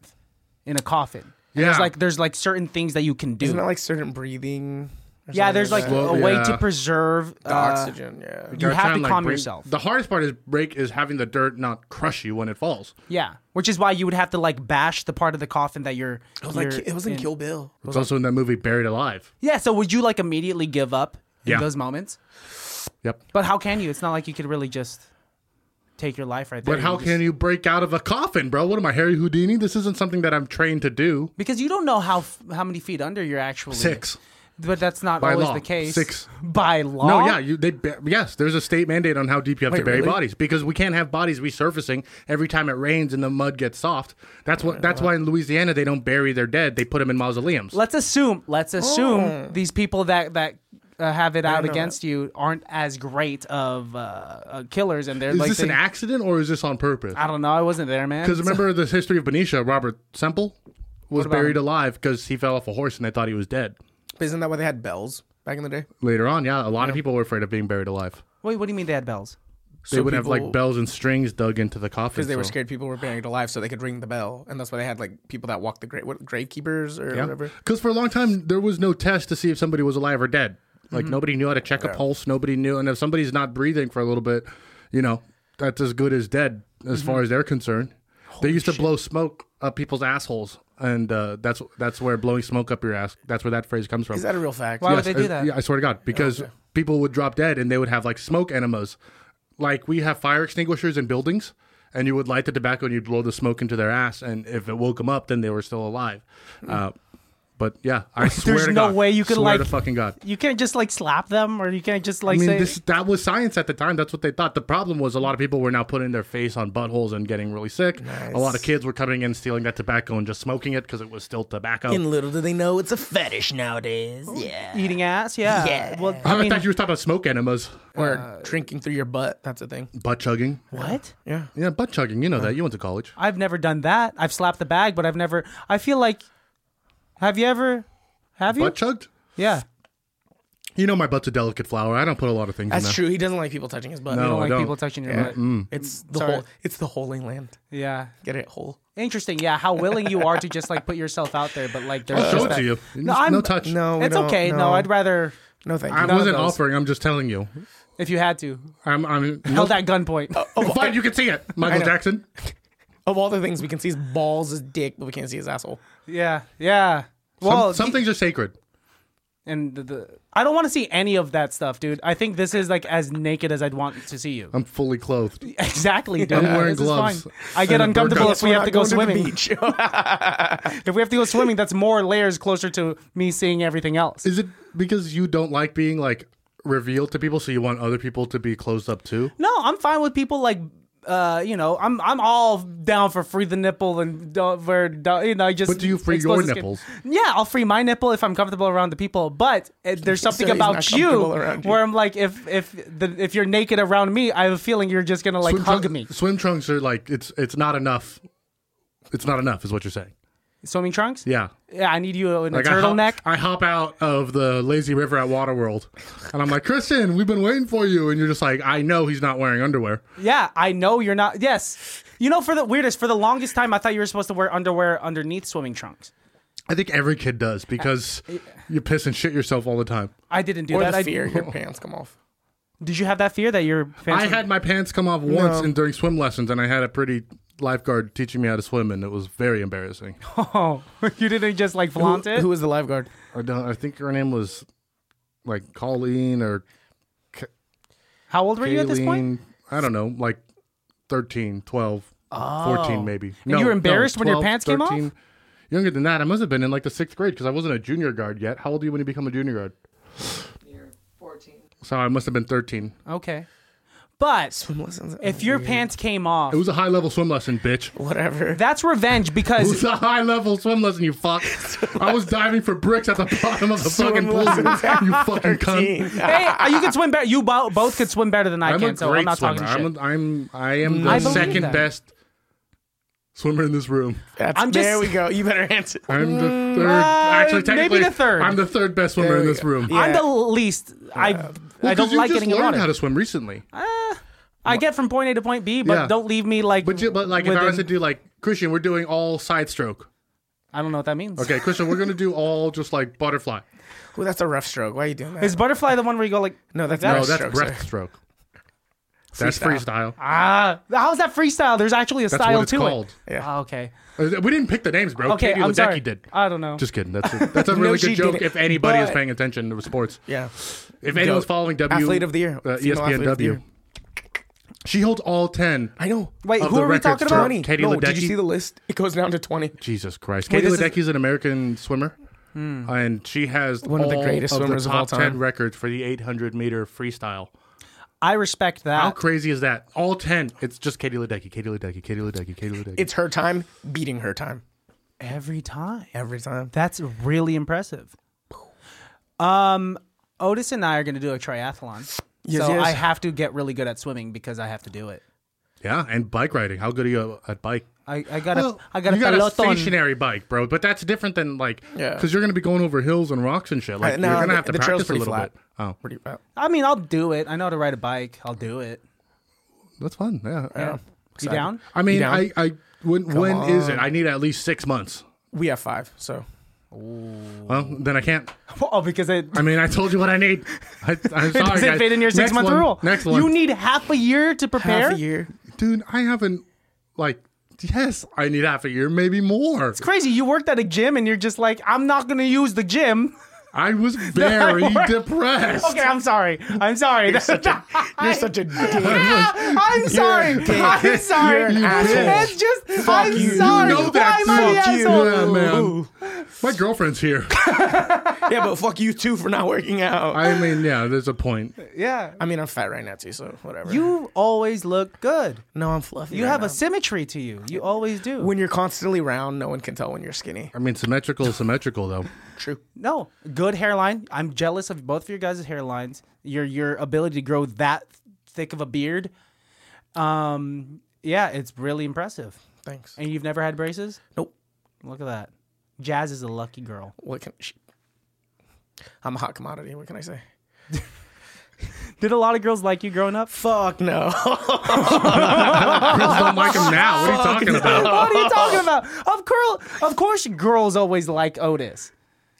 [SPEAKER 1] in a coffin. And There's
[SPEAKER 3] Yeah.
[SPEAKER 1] like there's like certain things that you can do.
[SPEAKER 2] Isn't that like certain breathing? or
[SPEAKER 1] yeah,
[SPEAKER 2] something
[SPEAKER 1] there's like
[SPEAKER 2] that?
[SPEAKER 3] Slow-
[SPEAKER 1] a way
[SPEAKER 3] yeah.
[SPEAKER 1] to preserve uh,
[SPEAKER 2] The oxygen. Yeah.
[SPEAKER 1] You
[SPEAKER 3] gotta
[SPEAKER 1] have to
[SPEAKER 3] try and, like,
[SPEAKER 1] calm
[SPEAKER 3] break-
[SPEAKER 1] yourself.
[SPEAKER 3] The hardest part is break is having the dirt not crush you when it falls.
[SPEAKER 1] Yeah, which is why you would have to like bash the part of the coffin that you're.
[SPEAKER 2] It was like
[SPEAKER 1] you're
[SPEAKER 2] it was in Kill Bill.
[SPEAKER 3] It's also in that movie Buried Alive.
[SPEAKER 1] Yeah, so would you like immediately give up in
[SPEAKER 3] Yeah.
[SPEAKER 1] those moments?
[SPEAKER 3] Yep.
[SPEAKER 1] But how can you? It's not like you could really just take your life right there.
[SPEAKER 3] But how
[SPEAKER 1] just-
[SPEAKER 3] can you break out of a coffin, bro? What am I, Harry Houdini? This isn't something that I'm trained to do.
[SPEAKER 1] Because you don't know how f- how many feet under you're actually.
[SPEAKER 3] Six.
[SPEAKER 1] but that's not
[SPEAKER 3] By
[SPEAKER 1] always
[SPEAKER 3] law,
[SPEAKER 1] the case.
[SPEAKER 3] six.
[SPEAKER 1] by law.
[SPEAKER 3] No, yeah, you, they ba- yes, there's a state mandate on how deep you have to
[SPEAKER 2] Wait,
[SPEAKER 3] bury
[SPEAKER 2] really?
[SPEAKER 3] bodies because we can't have bodies resurfacing every time it rains and the mud gets soft. That's what. That's why in Louisiana they don't bury their dead; they put them in mausoleums.
[SPEAKER 1] Let's assume. Let's assume these people that that. Uh, have it out
[SPEAKER 2] know
[SPEAKER 1] against you aren't as great of uh, uh, killers, and they're
[SPEAKER 3] is
[SPEAKER 1] like,
[SPEAKER 3] this an
[SPEAKER 1] they-
[SPEAKER 3] accident or is this on purpose?
[SPEAKER 1] I don't know, I wasn't there, man.
[SPEAKER 3] Because remember the history of Benicia, Robert Semple was
[SPEAKER 1] about
[SPEAKER 3] buried alive because he fell off a horse and they thought he was dead.
[SPEAKER 2] Isn't that why they had bells back in the day?
[SPEAKER 3] Later on, yeah, a lot of people were afraid of being buried alive.
[SPEAKER 1] Wait, what do you mean they had bells?
[SPEAKER 3] They would have like bells and strings dug into the coffin.
[SPEAKER 2] because they were
[SPEAKER 3] so-
[SPEAKER 2] scared people were buried alive, so they could ring the bell, and that's why they had like people that walked the grave, what gravekeepers or whatever.
[SPEAKER 3] Because for a long time, there was no test to see if somebody was alive or dead. Like
[SPEAKER 2] Mm-hmm.
[SPEAKER 3] nobody knew how to check a pulse. Nobody knew, and if somebody's not breathing for a little bit, you know, that's as good as dead as
[SPEAKER 2] Mm-hmm.
[SPEAKER 3] far as they're concerned. they used to blow smoke up people's assholes, and uh, that's that's where blowing smoke up your ass. That's where that phrase comes from.
[SPEAKER 2] Is that a real fact?
[SPEAKER 1] Why would they do
[SPEAKER 3] uh,
[SPEAKER 1] that? Oh,
[SPEAKER 3] Yeah, I swear to God, because people would drop dead and they would have like smoke enemas. Like we have fire extinguishers in buildings, and you would light the tobacco and you'd blow the smoke into their ass, and if it woke them up, then they were still alive. Uh, but yeah, I swear
[SPEAKER 1] Hmm. There's
[SPEAKER 3] to
[SPEAKER 1] no
[SPEAKER 3] God,
[SPEAKER 1] way you could,
[SPEAKER 3] swear to
[SPEAKER 1] like-
[SPEAKER 3] fucking God.
[SPEAKER 1] You can't just like slap them, or you can't just
[SPEAKER 3] I
[SPEAKER 1] like
[SPEAKER 3] mean,
[SPEAKER 1] say.
[SPEAKER 3] this, that was science at the time. That's what they thought. The problem was a lot of people were now putting their face on buttholes and getting really sick. A lot of kids were coming in, stealing that tobacco, and just smoking it because it was still tobacco.
[SPEAKER 2] And little do they know it's a fetish nowadays. Yeah.
[SPEAKER 1] Eating ass, yeah.
[SPEAKER 2] Yeah.
[SPEAKER 1] Well,
[SPEAKER 3] I,
[SPEAKER 1] I mean,
[SPEAKER 3] thought you were talking about smoke enemas,
[SPEAKER 2] Or drinking through your butt. That's a thing.
[SPEAKER 3] butt chugging.
[SPEAKER 1] what?
[SPEAKER 2] Yeah.
[SPEAKER 3] Yeah, butt chugging. You know that. You went to college.
[SPEAKER 1] I've never done that. I've slapped the bag, but I've never. I feel like. Have you ever? Have you?
[SPEAKER 3] Butt chugged?
[SPEAKER 1] yeah.
[SPEAKER 3] You know my butt's a delicate flower. I don't put a lot of things
[SPEAKER 2] That's
[SPEAKER 3] in there.
[SPEAKER 2] true. He doesn't like people touching his butt.
[SPEAKER 1] I
[SPEAKER 3] No.
[SPEAKER 1] don't
[SPEAKER 3] I
[SPEAKER 1] like
[SPEAKER 3] don't. mm.
[SPEAKER 1] people touching your butt.
[SPEAKER 2] It's the
[SPEAKER 1] Sorry.
[SPEAKER 2] whole. It's the holy land.
[SPEAKER 1] Yeah.
[SPEAKER 2] Get it whole.
[SPEAKER 1] Interesting. Yeah. How willing you are to just like put yourself out there, but like there's
[SPEAKER 3] I'll
[SPEAKER 1] just
[SPEAKER 3] show it to
[SPEAKER 1] that-
[SPEAKER 3] you.
[SPEAKER 1] No,
[SPEAKER 3] No,
[SPEAKER 1] I'm-
[SPEAKER 3] no touch.
[SPEAKER 2] No, we
[SPEAKER 1] It's
[SPEAKER 2] don't-
[SPEAKER 1] okay. No.
[SPEAKER 2] no.
[SPEAKER 1] I'd rather
[SPEAKER 2] No, thank
[SPEAKER 3] I
[SPEAKER 2] you.
[SPEAKER 3] wasn't
[SPEAKER 1] those.
[SPEAKER 3] offering. I'm just telling you.
[SPEAKER 1] if you had to
[SPEAKER 3] I'm. I'm. No,
[SPEAKER 1] held at gunpoint.
[SPEAKER 3] oh, fine. You can see it, Michael
[SPEAKER 2] know.
[SPEAKER 3] Jackson.
[SPEAKER 2] Of all the things we can see his balls, his dick, but we can't see his asshole.
[SPEAKER 1] yeah. Yeah.
[SPEAKER 3] Some,
[SPEAKER 1] Well,
[SPEAKER 3] some things are sacred.
[SPEAKER 1] and the, the I don't want to see any of that stuff, dude. I think this is like as naked as I'i'd want to see you.
[SPEAKER 3] I'm fully clothed.
[SPEAKER 1] Exactly, dude.
[SPEAKER 3] Um, I'm wearing
[SPEAKER 1] This is
[SPEAKER 3] gloves
[SPEAKER 1] fine. I get
[SPEAKER 3] and a
[SPEAKER 1] uncomfortable
[SPEAKER 3] burqa.
[SPEAKER 1] if we have to go swimming.
[SPEAKER 2] beach.
[SPEAKER 1] If we have to go swimming, that's more layers closer to me seeing everything else.
[SPEAKER 3] Is it because you don't like being like revealed to people, so you want other people to be closed up too?
[SPEAKER 1] No, I'm fine with people like. Uh, you know, I'm I'm all down for free the nipple and don't for don't- you know just.
[SPEAKER 3] But do you free
[SPEAKER 1] expose the
[SPEAKER 3] your
[SPEAKER 1] skin.
[SPEAKER 3] nipples?
[SPEAKER 1] Yeah, I'll free my nipple if I'm comfortable around the people. But uh, there's something
[SPEAKER 2] he's
[SPEAKER 1] about
[SPEAKER 2] not
[SPEAKER 1] you
[SPEAKER 2] comfortable around you.
[SPEAKER 1] where I'm like, if if the, if you're naked around me, I have a feeling you're just gonna like
[SPEAKER 3] swim
[SPEAKER 1] hug
[SPEAKER 3] trun-
[SPEAKER 1] me.
[SPEAKER 3] Swim trunks are like it's. It's not enough. It's not enough, is what you're saying.
[SPEAKER 1] Swimming trunks?
[SPEAKER 3] Yeah.
[SPEAKER 1] Yeah, I need you in
[SPEAKER 3] Like
[SPEAKER 1] a turtleneck.
[SPEAKER 3] I hop, I hop out of the lazy river at Waterworld, and I'm like, Kristen, we've been waiting for you, and you're just like, I know he's not wearing underwear.
[SPEAKER 1] Yeah, I know you're not. Yes. You know, for the weirdest, for the longest time, I thought you were supposed to wear underwear underneath swimming trunks.
[SPEAKER 3] I think every kid does because you piss and shit yourself all the time.
[SPEAKER 1] I didn't do
[SPEAKER 2] or
[SPEAKER 1] that.
[SPEAKER 2] the
[SPEAKER 1] I,
[SPEAKER 2] fear your pants come off.
[SPEAKER 1] Did you have that fear that your pants?
[SPEAKER 3] I
[SPEAKER 1] were-
[SPEAKER 3] had my pants come off once and during swim lessons, and I had a pretty lifeguard teaching me how to swim, and it was very embarrassing.
[SPEAKER 1] Oh, you didn't just like flaunt it.
[SPEAKER 2] Who was the lifeguard?
[SPEAKER 3] I don't. I think her name was like Colleen or
[SPEAKER 1] How old were you at this point?
[SPEAKER 3] Kayleen. I don't know, like 13, 12, 14 maybe.
[SPEAKER 1] Oh. And you were embarrassed when your pants came off?
[SPEAKER 3] Younger than that. I must have been in like the sixth grade because I wasn't a junior guard yet. How old are you when you become a junior guard?
[SPEAKER 4] You're 14.
[SPEAKER 3] So I must have been 13.
[SPEAKER 1] Okay, but if your pants came off,
[SPEAKER 3] It was a high level swim lesson, bitch.
[SPEAKER 2] Whatever.
[SPEAKER 1] that's revenge
[SPEAKER 3] It
[SPEAKER 1] because
[SPEAKER 3] was a high level swim lesson, you fuck. I was diving for bricks at the bottom of the fucking pool, you fucking cunt.
[SPEAKER 1] hey, you can swim better. You bo- both could swim better than I
[SPEAKER 3] I'm a
[SPEAKER 1] can, so I'm
[SPEAKER 3] great
[SPEAKER 1] not
[SPEAKER 3] swimmer.
[SPEAKER 1] talking shit.
[SPEAKER 3] I'm, a, I'm, I am
[SPEAKER 1] I
[SPEAKER 3] the
[SPEAKER 1] believe
[SPEAKER 3] second
[SPEAKER 1] that.
[SPEAKER 3] best swimmer in this room.
[SPEAKER 2] That's,
[SPEAKER 1] I'm just-
[SPEAKER 2] there we go. You better answer.
[SPEAKER 3] I'm the third. actually,
[SPEAKER 1] maybe
[SPEAKER 3] technically,
[SPEAKER 1] the third.
[SPEAKER 3] I'm the third best swimmer
[SPEAKER 2] There
[SPEAKER 3] in
[SPEAKER 2] we
[SPEAKER 3] this
[SPEAKER 2] go.
[SPEAKER 3] room.
[SPEAKER 1] I'm
[SPEAKER 2] Yeah.
[SPEAKER 1] the least. I
[SPEAKER 3] Well,
[SPEAKER 1] I
[SPEAKER 3] 'cause
[SPEAKER 1] don't like
[SPEAKER 3] you just
[SPEAKER 1] getting in
[SPEAKER 3] learned
[SPEAKER 1] water.
[SPEAKER 3] how to swim recently.
[SPEAKER 1] I get from point A to point B, but
[SPEAKER 3] Yeah.
[SPEAKER 1] don't leave me like.
[SPEAKER 3] But, you, but like, if I was to
[SPEAKER 1] within-
[SPEAKER 3] do like Christian, we're doing all side stroke.
[SPEAKER 1] I don't know what that means.
[SPEAKER 3] Okay, Christian, we're gonna do all just like butterfly.
[SPEAKER 2] Ooh, that's a rough stroke. Why are you doing that?
[SPEAKER 1] Is butterfly the one where you go like
[SPEAKER 2] no, that's
[SPEAKER 1] No,
[SPEAKER 3] No,
[SPEAKER 2] breaststroke,
[SPEAKER 3] that's
[SPEAKER 2] sir.
[SPEAKER 3] breaststroke. That's freestyle.
[SPEAKER 1] ah? How's that freestyle? There's actually a
[SPEAKER 3] That's
[SPEAKER 1] style
[SPEAKER 3] what it's
[SPEAKER 1] to
[SPEAKER 3] called.
[SPEAKER 1] it. Ah, okay.
[SPEAKER 3] Uh, We didn't pick the names, bro.
[SPEAKER 1] Okay,
[SPEAKER 3] Katie
[SPEAKER 1] I'm
[SPEAKER 3] Ledecky
[SPEAKER 1] sorry.
[SPEAKER 3] did.
[SPEAKER 1] I don't know.
[SPEAKER 3] Just kidding. That's a, that's a
[SPEAKER 2] No,
[SPEAKER 3] really
[SPEAKER 2] she
[SPEAKER 3] good joke.
[SPEAKER 2] didn't.
[SPEAKER 3] If anybody is
[SPEAKER 2] But-
[SPEAKER 3] paying attention to sports,
[SPEAKER 2] Yeah.
[SPEAKER 3] if anyone's
[SPEAKER 2] Goat.
[SPEAKER 3] following W,
[SPEAKER 2] Athlete of the year.
[SPEAKER 3] uh,
[SPEAKER 2] Female athlete of the
[SPEAKER 3] ESPNW,
[SPEAKER 2] year.
[SPEAKER 3] she holds all ten.
[SPEAKER 2] I know.
[SPEAKER 1] Wait,
[SPEAKER 3] of
[SPEAKER 1] who
[SPEAKER 3] the
[SPEAKER 1] are we
[SPEAKER 3] records
[SPEAKER 1] talking
[SPEAKER 3] for
[SPEAKER 1] about?
[SPEAKER 2] Twenty.
[SPEAKER 3] Katie
[SPEAKER 2] no, did
[SPEAKER 3] Ledecky.
[SPEAKER 2] you see the list? It goes down to twenty.
[SPEAKER 3] Jesus Christ.
[SPEAKER 1] Wait,
[SPEAKER 3] Katie
[SPEAKER 1] this is- Hmm.
[SPEAKER 3] Ledecky's an American swimmer. and she has
[SPEAKER 2] One of the greatest swimmers of
[SPEAKER 3] top
[SPEAKER 2] all
[SPEAKER 3] Ten
[SPEAKER 2] time.
[SPEAKER 3] records for the 800 meter freestyle.
[SPEAKER 1] I respect that.
[SPEAKER 3] How crazy is that? All ten. It's just Katie Ledecky, Katie Ledecky, Katie Ledecky, Katie Ledecky.
[SPEAKER 2] It's her time beating her time
[SPEAKER 1] Every time.
[SPEAKER 2] every time.
[SPEAKER 1] That's really impressive. Um, Otis and I are going to do a triathlon.
[SPEAKER 2] Yes,
[SPEAKER 1] so
[SPEAKER 2] yes.
[SPEAKER 1] I have to get really good at swimming because I have to do it.
[SPEAKER 3] yeah, and bike riding. How good are you at bike?
[SPEAKER 1] I, I got a, I got a
[SPEAKER 3] you got a
[SPEAKER 1] peloton.
[SPEAKER 3] stationary bike, bro, but that's different than like
[SPEAKER 2] Yeah.
[SPEAKER 3] because you're gonna be going over hills and rocks and shit. Like
[SPEAKER 2] Uh, no,
[SPEAKER 3] you're gonna
[SPEAKER 2] the-
[SPEAKER 3] have to
[SPEAKER 2] the trail's
[SPEAKER 3] practice a
[SPEAKER 2] pretty
[SPEAKER 3] little
[SPEAKER 2] flat.
[SPEAKER 3] bit. Oh,
[SPEAKER 2] Pretty bad.
[SPEAKER 1] I mean, I'll do it. I know how to ride a bike. I'll do it.
[SPEAKER 3] that's fun. Yeah.
[SPEAKER 1] You down?
[SPEAKER 3] I mean,
[SPEAKER 2] You down?
[SPEAKER 3] I, I when when is it? I need at least six months.
[SPEAKER 2] We have five, so
[SPEAKER 3] Well, then I can't.
[SPEAKER 1] Oh, because it,
[SPEAKER 3] I mean, I told you what I need. I, I'm sorry,
[SPEAKER 1] it doesn't
[SPEAKER 3] guys.
[SPEAKER 1] fit in your six
[SPEAKER 3] Next
[SPEAKER 1] month
[SPEAKER 3] one.
[SPEAKER 1] rule.
[SPEAKER 3] Next one.
[SPEAKER 1] You need half a year to prepare.
[SPEAKER 2] half a year.
[SPEAKER 3] dude. I haven't like. Yes, I need half a year, maybe more.
[SPEAKER 1] Crazy. You worked at a gym and you're just like, I'm not going to use the gym.
[SPEAKER 3] I was very
[SPEAKER 1] I worked-
[SPEAKER 3] depressed.
[SPEAKER 1] Okay, I'm sorry. I'm sorry.
[SPEAKER 2] You're such a dick.
[SPEAKER 1] I'm sorry.
[SPEAKER 2] You're a dick.
[SPEAKER 1] I'm sorry.
[SPEAKER 2] You're an asshole.
[SPEAKER 1] It's just I'm
[SPEAKER 2] you. You
[SPEAKER 1] sorry.
[SPEAKER 3] know that.
[SPEAKER 1] Why am I
[SPEAKER 2] Fuck
[SPEAKER 1] the
[SPEAKER 2] you.
[SPEAKER 1] asshole?
[SPEAKER 3] Yeah, man. My girlfriend's here.
[SPEAKER 2] yeah, but fuck you too for not working out. I,
[SPEAKER 3] I mean, yeah, there's a point.
[SPEAKER 1] Yeah.
[SPEAKER 2] mean, I'm fat right now too, so whatever.
[SPEAKER 1] You always look good.
[SPEAKER 2] no, I'm fluffy.
[SPEAKER 1] You
[SPEAKER 2] right
[SPEAKER 1] have
[SPEAKER 2] now.
[SPEAKER 1] a symmetry to you. You always do.
[SPEAKER 2] when you're constantly round, no one can tell when you're skinny.
[SPEAKER 3] I mean, symmetrical is symmetrical, though.
[SPEAKER 2] True.
[SPEAKER 1] no, good hairline. I'm jealous of both of your guys' hairlines. Your your ability to grow that thick of a beard. Um, yeah, it's really impressive.
[SPEAKER 2] Thanks.
[SPEAKER 1] And you've never had braces?
[SPEAKER 2] Nope.
[SPEAKER 1] Look at that. Jazz is a lucky girl.
[SPEAKER 2] What can? Sh- I'm a hot commodity. What can I say?
[SPEAKER 1] Did a lot of girls like you growing up?
[SPEAKER 2] Fuck no.
[SPEAKER 3] Girls don't like him now. What are you talking about?
[SPEAKER 1] what are you talking about? Of course, of course, girls always like Otis.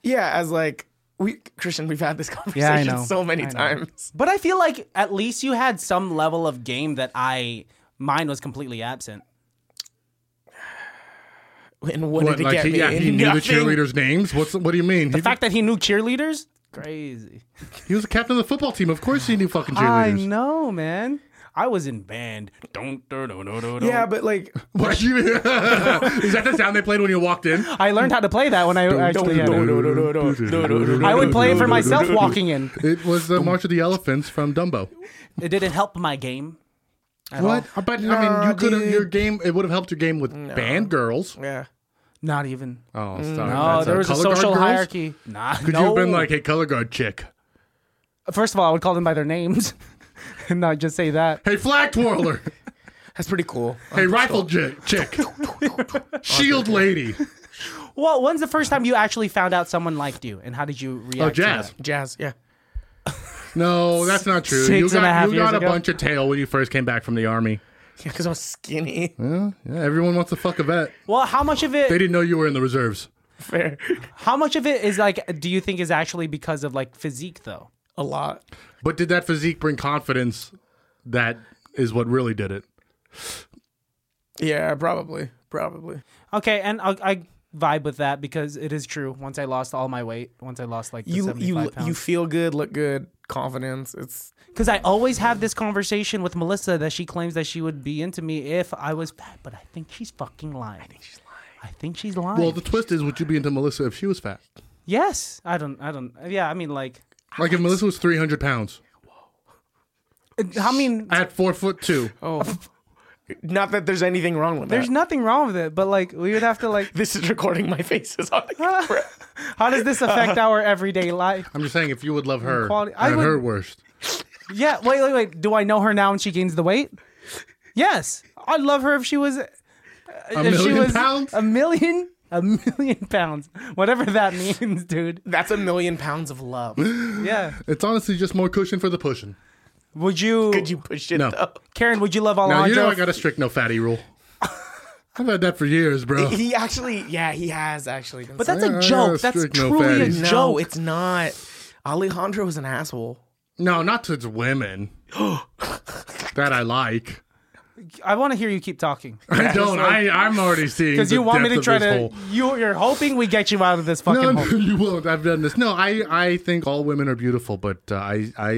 [SPEAKER 2] yeah, as like we Christian, we've had this conversation
[SPEAKER 1] Yeah, I know.
[SPEAKER 2] so many
[SPEAKER 1] I know.
[SPEAKER 2] times.
[SPEAKER 1] But I feel like at least you had some level of game that I mine was completely absent.
[SPEAKER 2] And what,
[SPEAKER 3] What,
[SPEAKER 2] did it
[SPEAKER 3] like
[SPEAKER 2] get
[SPEAKER 3] he,
[SPEAKER 2] me?
[SPEAKER 3] yeah, he knew the
[SPEAKER 2] Nothing.
[SPEAKER 3] cheerleaders' names. What's what do you mean?
[SPEAKER 1] The
[SPEAKER 3] He,
[SPEAKER 1] fact that he knew cheerleaders, crazy.
[SPEAKER 3] he was the captain of the football team. Of course, he knew fucking
[SPEAKER 1] I
[SPEAKER 3] cheerleaders.
[SPEAKER 1] know, man. I was in band. Don't, don't, don't, don't,
[SPEAKER 2] Yeah, but like
[SPEAKER 3] What are you? is that the sound they played when you walked in?
[SPEAKER 1] I learned how to play that when I actually. had it. I would play it for myself walking in.
[SPEAKER 3] It was the March of the Elephants from Dumbo.
[SPEAKER 1] It didn't help my game. at all.
[SPEAKER 3] What? But I mean, you could have your game. It would have helped your game with band girls.
[SPEAKER 2] yeah.
[SPEAKER 1] Not even.
[SPEAKER 3] Oh, sorry.
[SPEAKER 1] Oh,
[SPEAKER 3] that's
[SPEAKER 1] there was a
[SPEAKER 3] color guard
[SPEAKER 1] social
[SPEAKER 3] girls?
[SPEAKER 1] hierarchy. Nah,
[SPEAKER 3] Could you have been like, hey, color guard chick?
[SPEAKER 1] First of all, I would call them by their names, and not just say that.
[SPEAKER 3] Hey, flag twirler.
[SPEAKER 2] That's pretty cool.
[SPEAKER 3] hey, rifle chick. chick. Shield lady.
[SPEAKER 1] Well, when's the first time you actually found out someone liked you, and how did you react?
[SPEAKER 3] Oh,
[SPEAKER 1] to
[SPEAKER 3] jazz.
[SPEAKER 1] that?
[SPEAKER 2] Jazz, yeah.
[SPEAKER 3] No, that's not true.
[SPEAKER 1] Six
[SPEAKER 3] you got,
[SPEAKER 1] and a half
[SPEAKER 3] you
[SPEAKER 1] years
[SPEAKER 3] got a
[SPEAKER 1] ago.
[SPEAKER 3] bunch of tail when you first came back from the army.
[SPEAKER 2] Yeah, cuz I'm skinny.
[SPEAKER 3] Yeah, yeah, everyone wants to fuck a vet.
[SPEAKER 1] Well, how much of
[SPEAKER 3] They
[SPEAKER 1] it?
[SPEAKER 3] didn't know you were in the reserves.
[SPEAKER 2] Fair.
[SPEAKER 1] How much of it is like? Do you think is actually because of like physique though?
[SPEAKER 2] A lot.
[SPEAKER 3] But did that physique bring confidence? That is what really did it.
[SPEAKER 2] Yeah, probably. Probably.
[SPEAKER 1] Okay, and I, I vibe with that because it is true. Once I lost all my weight, once I lost like the
[SPEAKER 2] You you
[SPEAKER 1] 75
[SPEAKER 2] you
[SPEAKER 1] pounds,
[SPEAKER 2] feel good, look good, confidence. It's
[SPEAKER 1] because I always have this conversation with Melissa that she claims that she would be into me if I was fat, but I think she's fucking lying. I think she's lying. I think she's lying.
[SPEAKER 3] Well, the twist is, would you be into Melissa if she was fat?
[SPEAKER 1] yes, I don't, I don't. Yeah, I mean, like,
[SPEAKER 3] Like if Melissa was three hundred pounds
[SPEAKER 1] I mean,
[SPEAKER 3] at four foot two.
[SPEAKER 1] Oh.
[SPEAKER 2] not that there's anything wrong with
[SPEAKER 1] there's
[SPEAKER 2] that.
[SPEAKER 1] nothing wrong with it, but like, we would have to like.
[SPEAKER 2] this is recording my faces on the camera.
[SPEAKER 1] How does this affect our everyday life?
[SPEAKER 3] I'm just saying, if you would love her
[SPEAKER 1] Quality- I
[SPEAKER 3] at
[SPEAKER 1] would-
[SPEAKER 3] her worst,
[SPEAKER 1] Yeah, wait, wait, wait. Do I know her now and she gains the weight? Yes. I'd love her if she was uh, a
[SPEAKER 3] a million pounds.
[SPEAKER 1] A million? A million pounds. Whatever that means, dude.
[SPEAKER 2] That's a million pounds of love.
[SPEAKER 1] Yeah.
[SPEAKER 3] It's honestly just more cushion for the pushing.
[SPEAKER 1] Would you,
[SPEAKER 2] Could you push it
[SPEAKER 3] No.
[SPEAKER 2] though?
[SPEAKER 1] Karen, would you love
[SPEAKER 3] Now
[SPEAKER 1] Alonzo?
[SPEAKER 3] you know I got a strict no fatty rule. I've had that for years, bro.
[SPEAKER 2] He actually, yeah, he has actually. Been
[SPEAKER 1] but that's
[SPEAKER 3] Yeah,
[SPEAKER 1] a
[SPEAKER 3] I
[SPEAKER 1] joke.
[SPEAKER 3] got
[SPEAKER 1] That's
[SPEAKER 3] strict no
[SPEAKER 1] truly a
[SPEAKER 3] fatties.
[SPEAKER 2] no,
[SPEAKER 1] joke.
[SPEAKER 2] it's not. Alejandro is an asshole.
[SPEAKER 3] No, not towards women. that I like.
[SPEAKER 1] I want to hear you keep talking.
[SPEAKER 3] I don't. I, I'm already seeing.
[SPEAKER 1] Because
[SPEAKER 3] the
[SPEAKER 1] you want me
[SPEAKER 3] depth
[SPEAKER 1] to try
[SPEAKER 3] of this
[SPEAKER 1] to.
[SPEAKER 3] hole.
[SPEAKER 1] You, you're hoping we get you out of this fucking
[SPEAKER 3] No, no,
[SPEAKER 1] hole.
[SPEAKER 3] you won't. I've done this. No, I, I think all women are beautiful, but uh, I, I,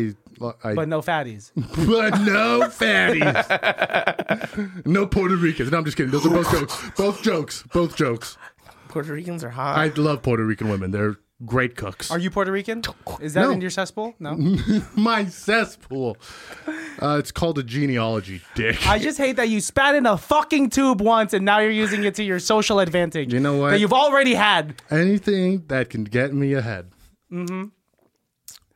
[SPEAKER 1] But
[SPEAKER 3] I, but,
[SPEAKER 1] no fatties.
[SPEAKER 3] no fatties, no Puerto Ricans. No, I'm just kidding. Those are both jokes. Both jokes. Both jokes.
[SPEAKER 2] Puerto Ricans are hot.
[SPEAKER 3] I love Puerto Rican women. They're great cooks.
[SPEAKER 1] Are you Puerto Rican? Is that
[SPEAKER 3] No. Mm-hmm.
[SPEAKER 1] in your cesspool? No.
[SPEAKER 3] My cesspool. Uh, it's called a genealogy, dick.
[SPEAKER 1] I just hate that you spat in a fucking tube once and now you're using it to your social advantage.
[SPEAKER 3] You know what?
[SPEAKER 1] That you've already had.
[SPEAKER 3] Anything that can get me ahead.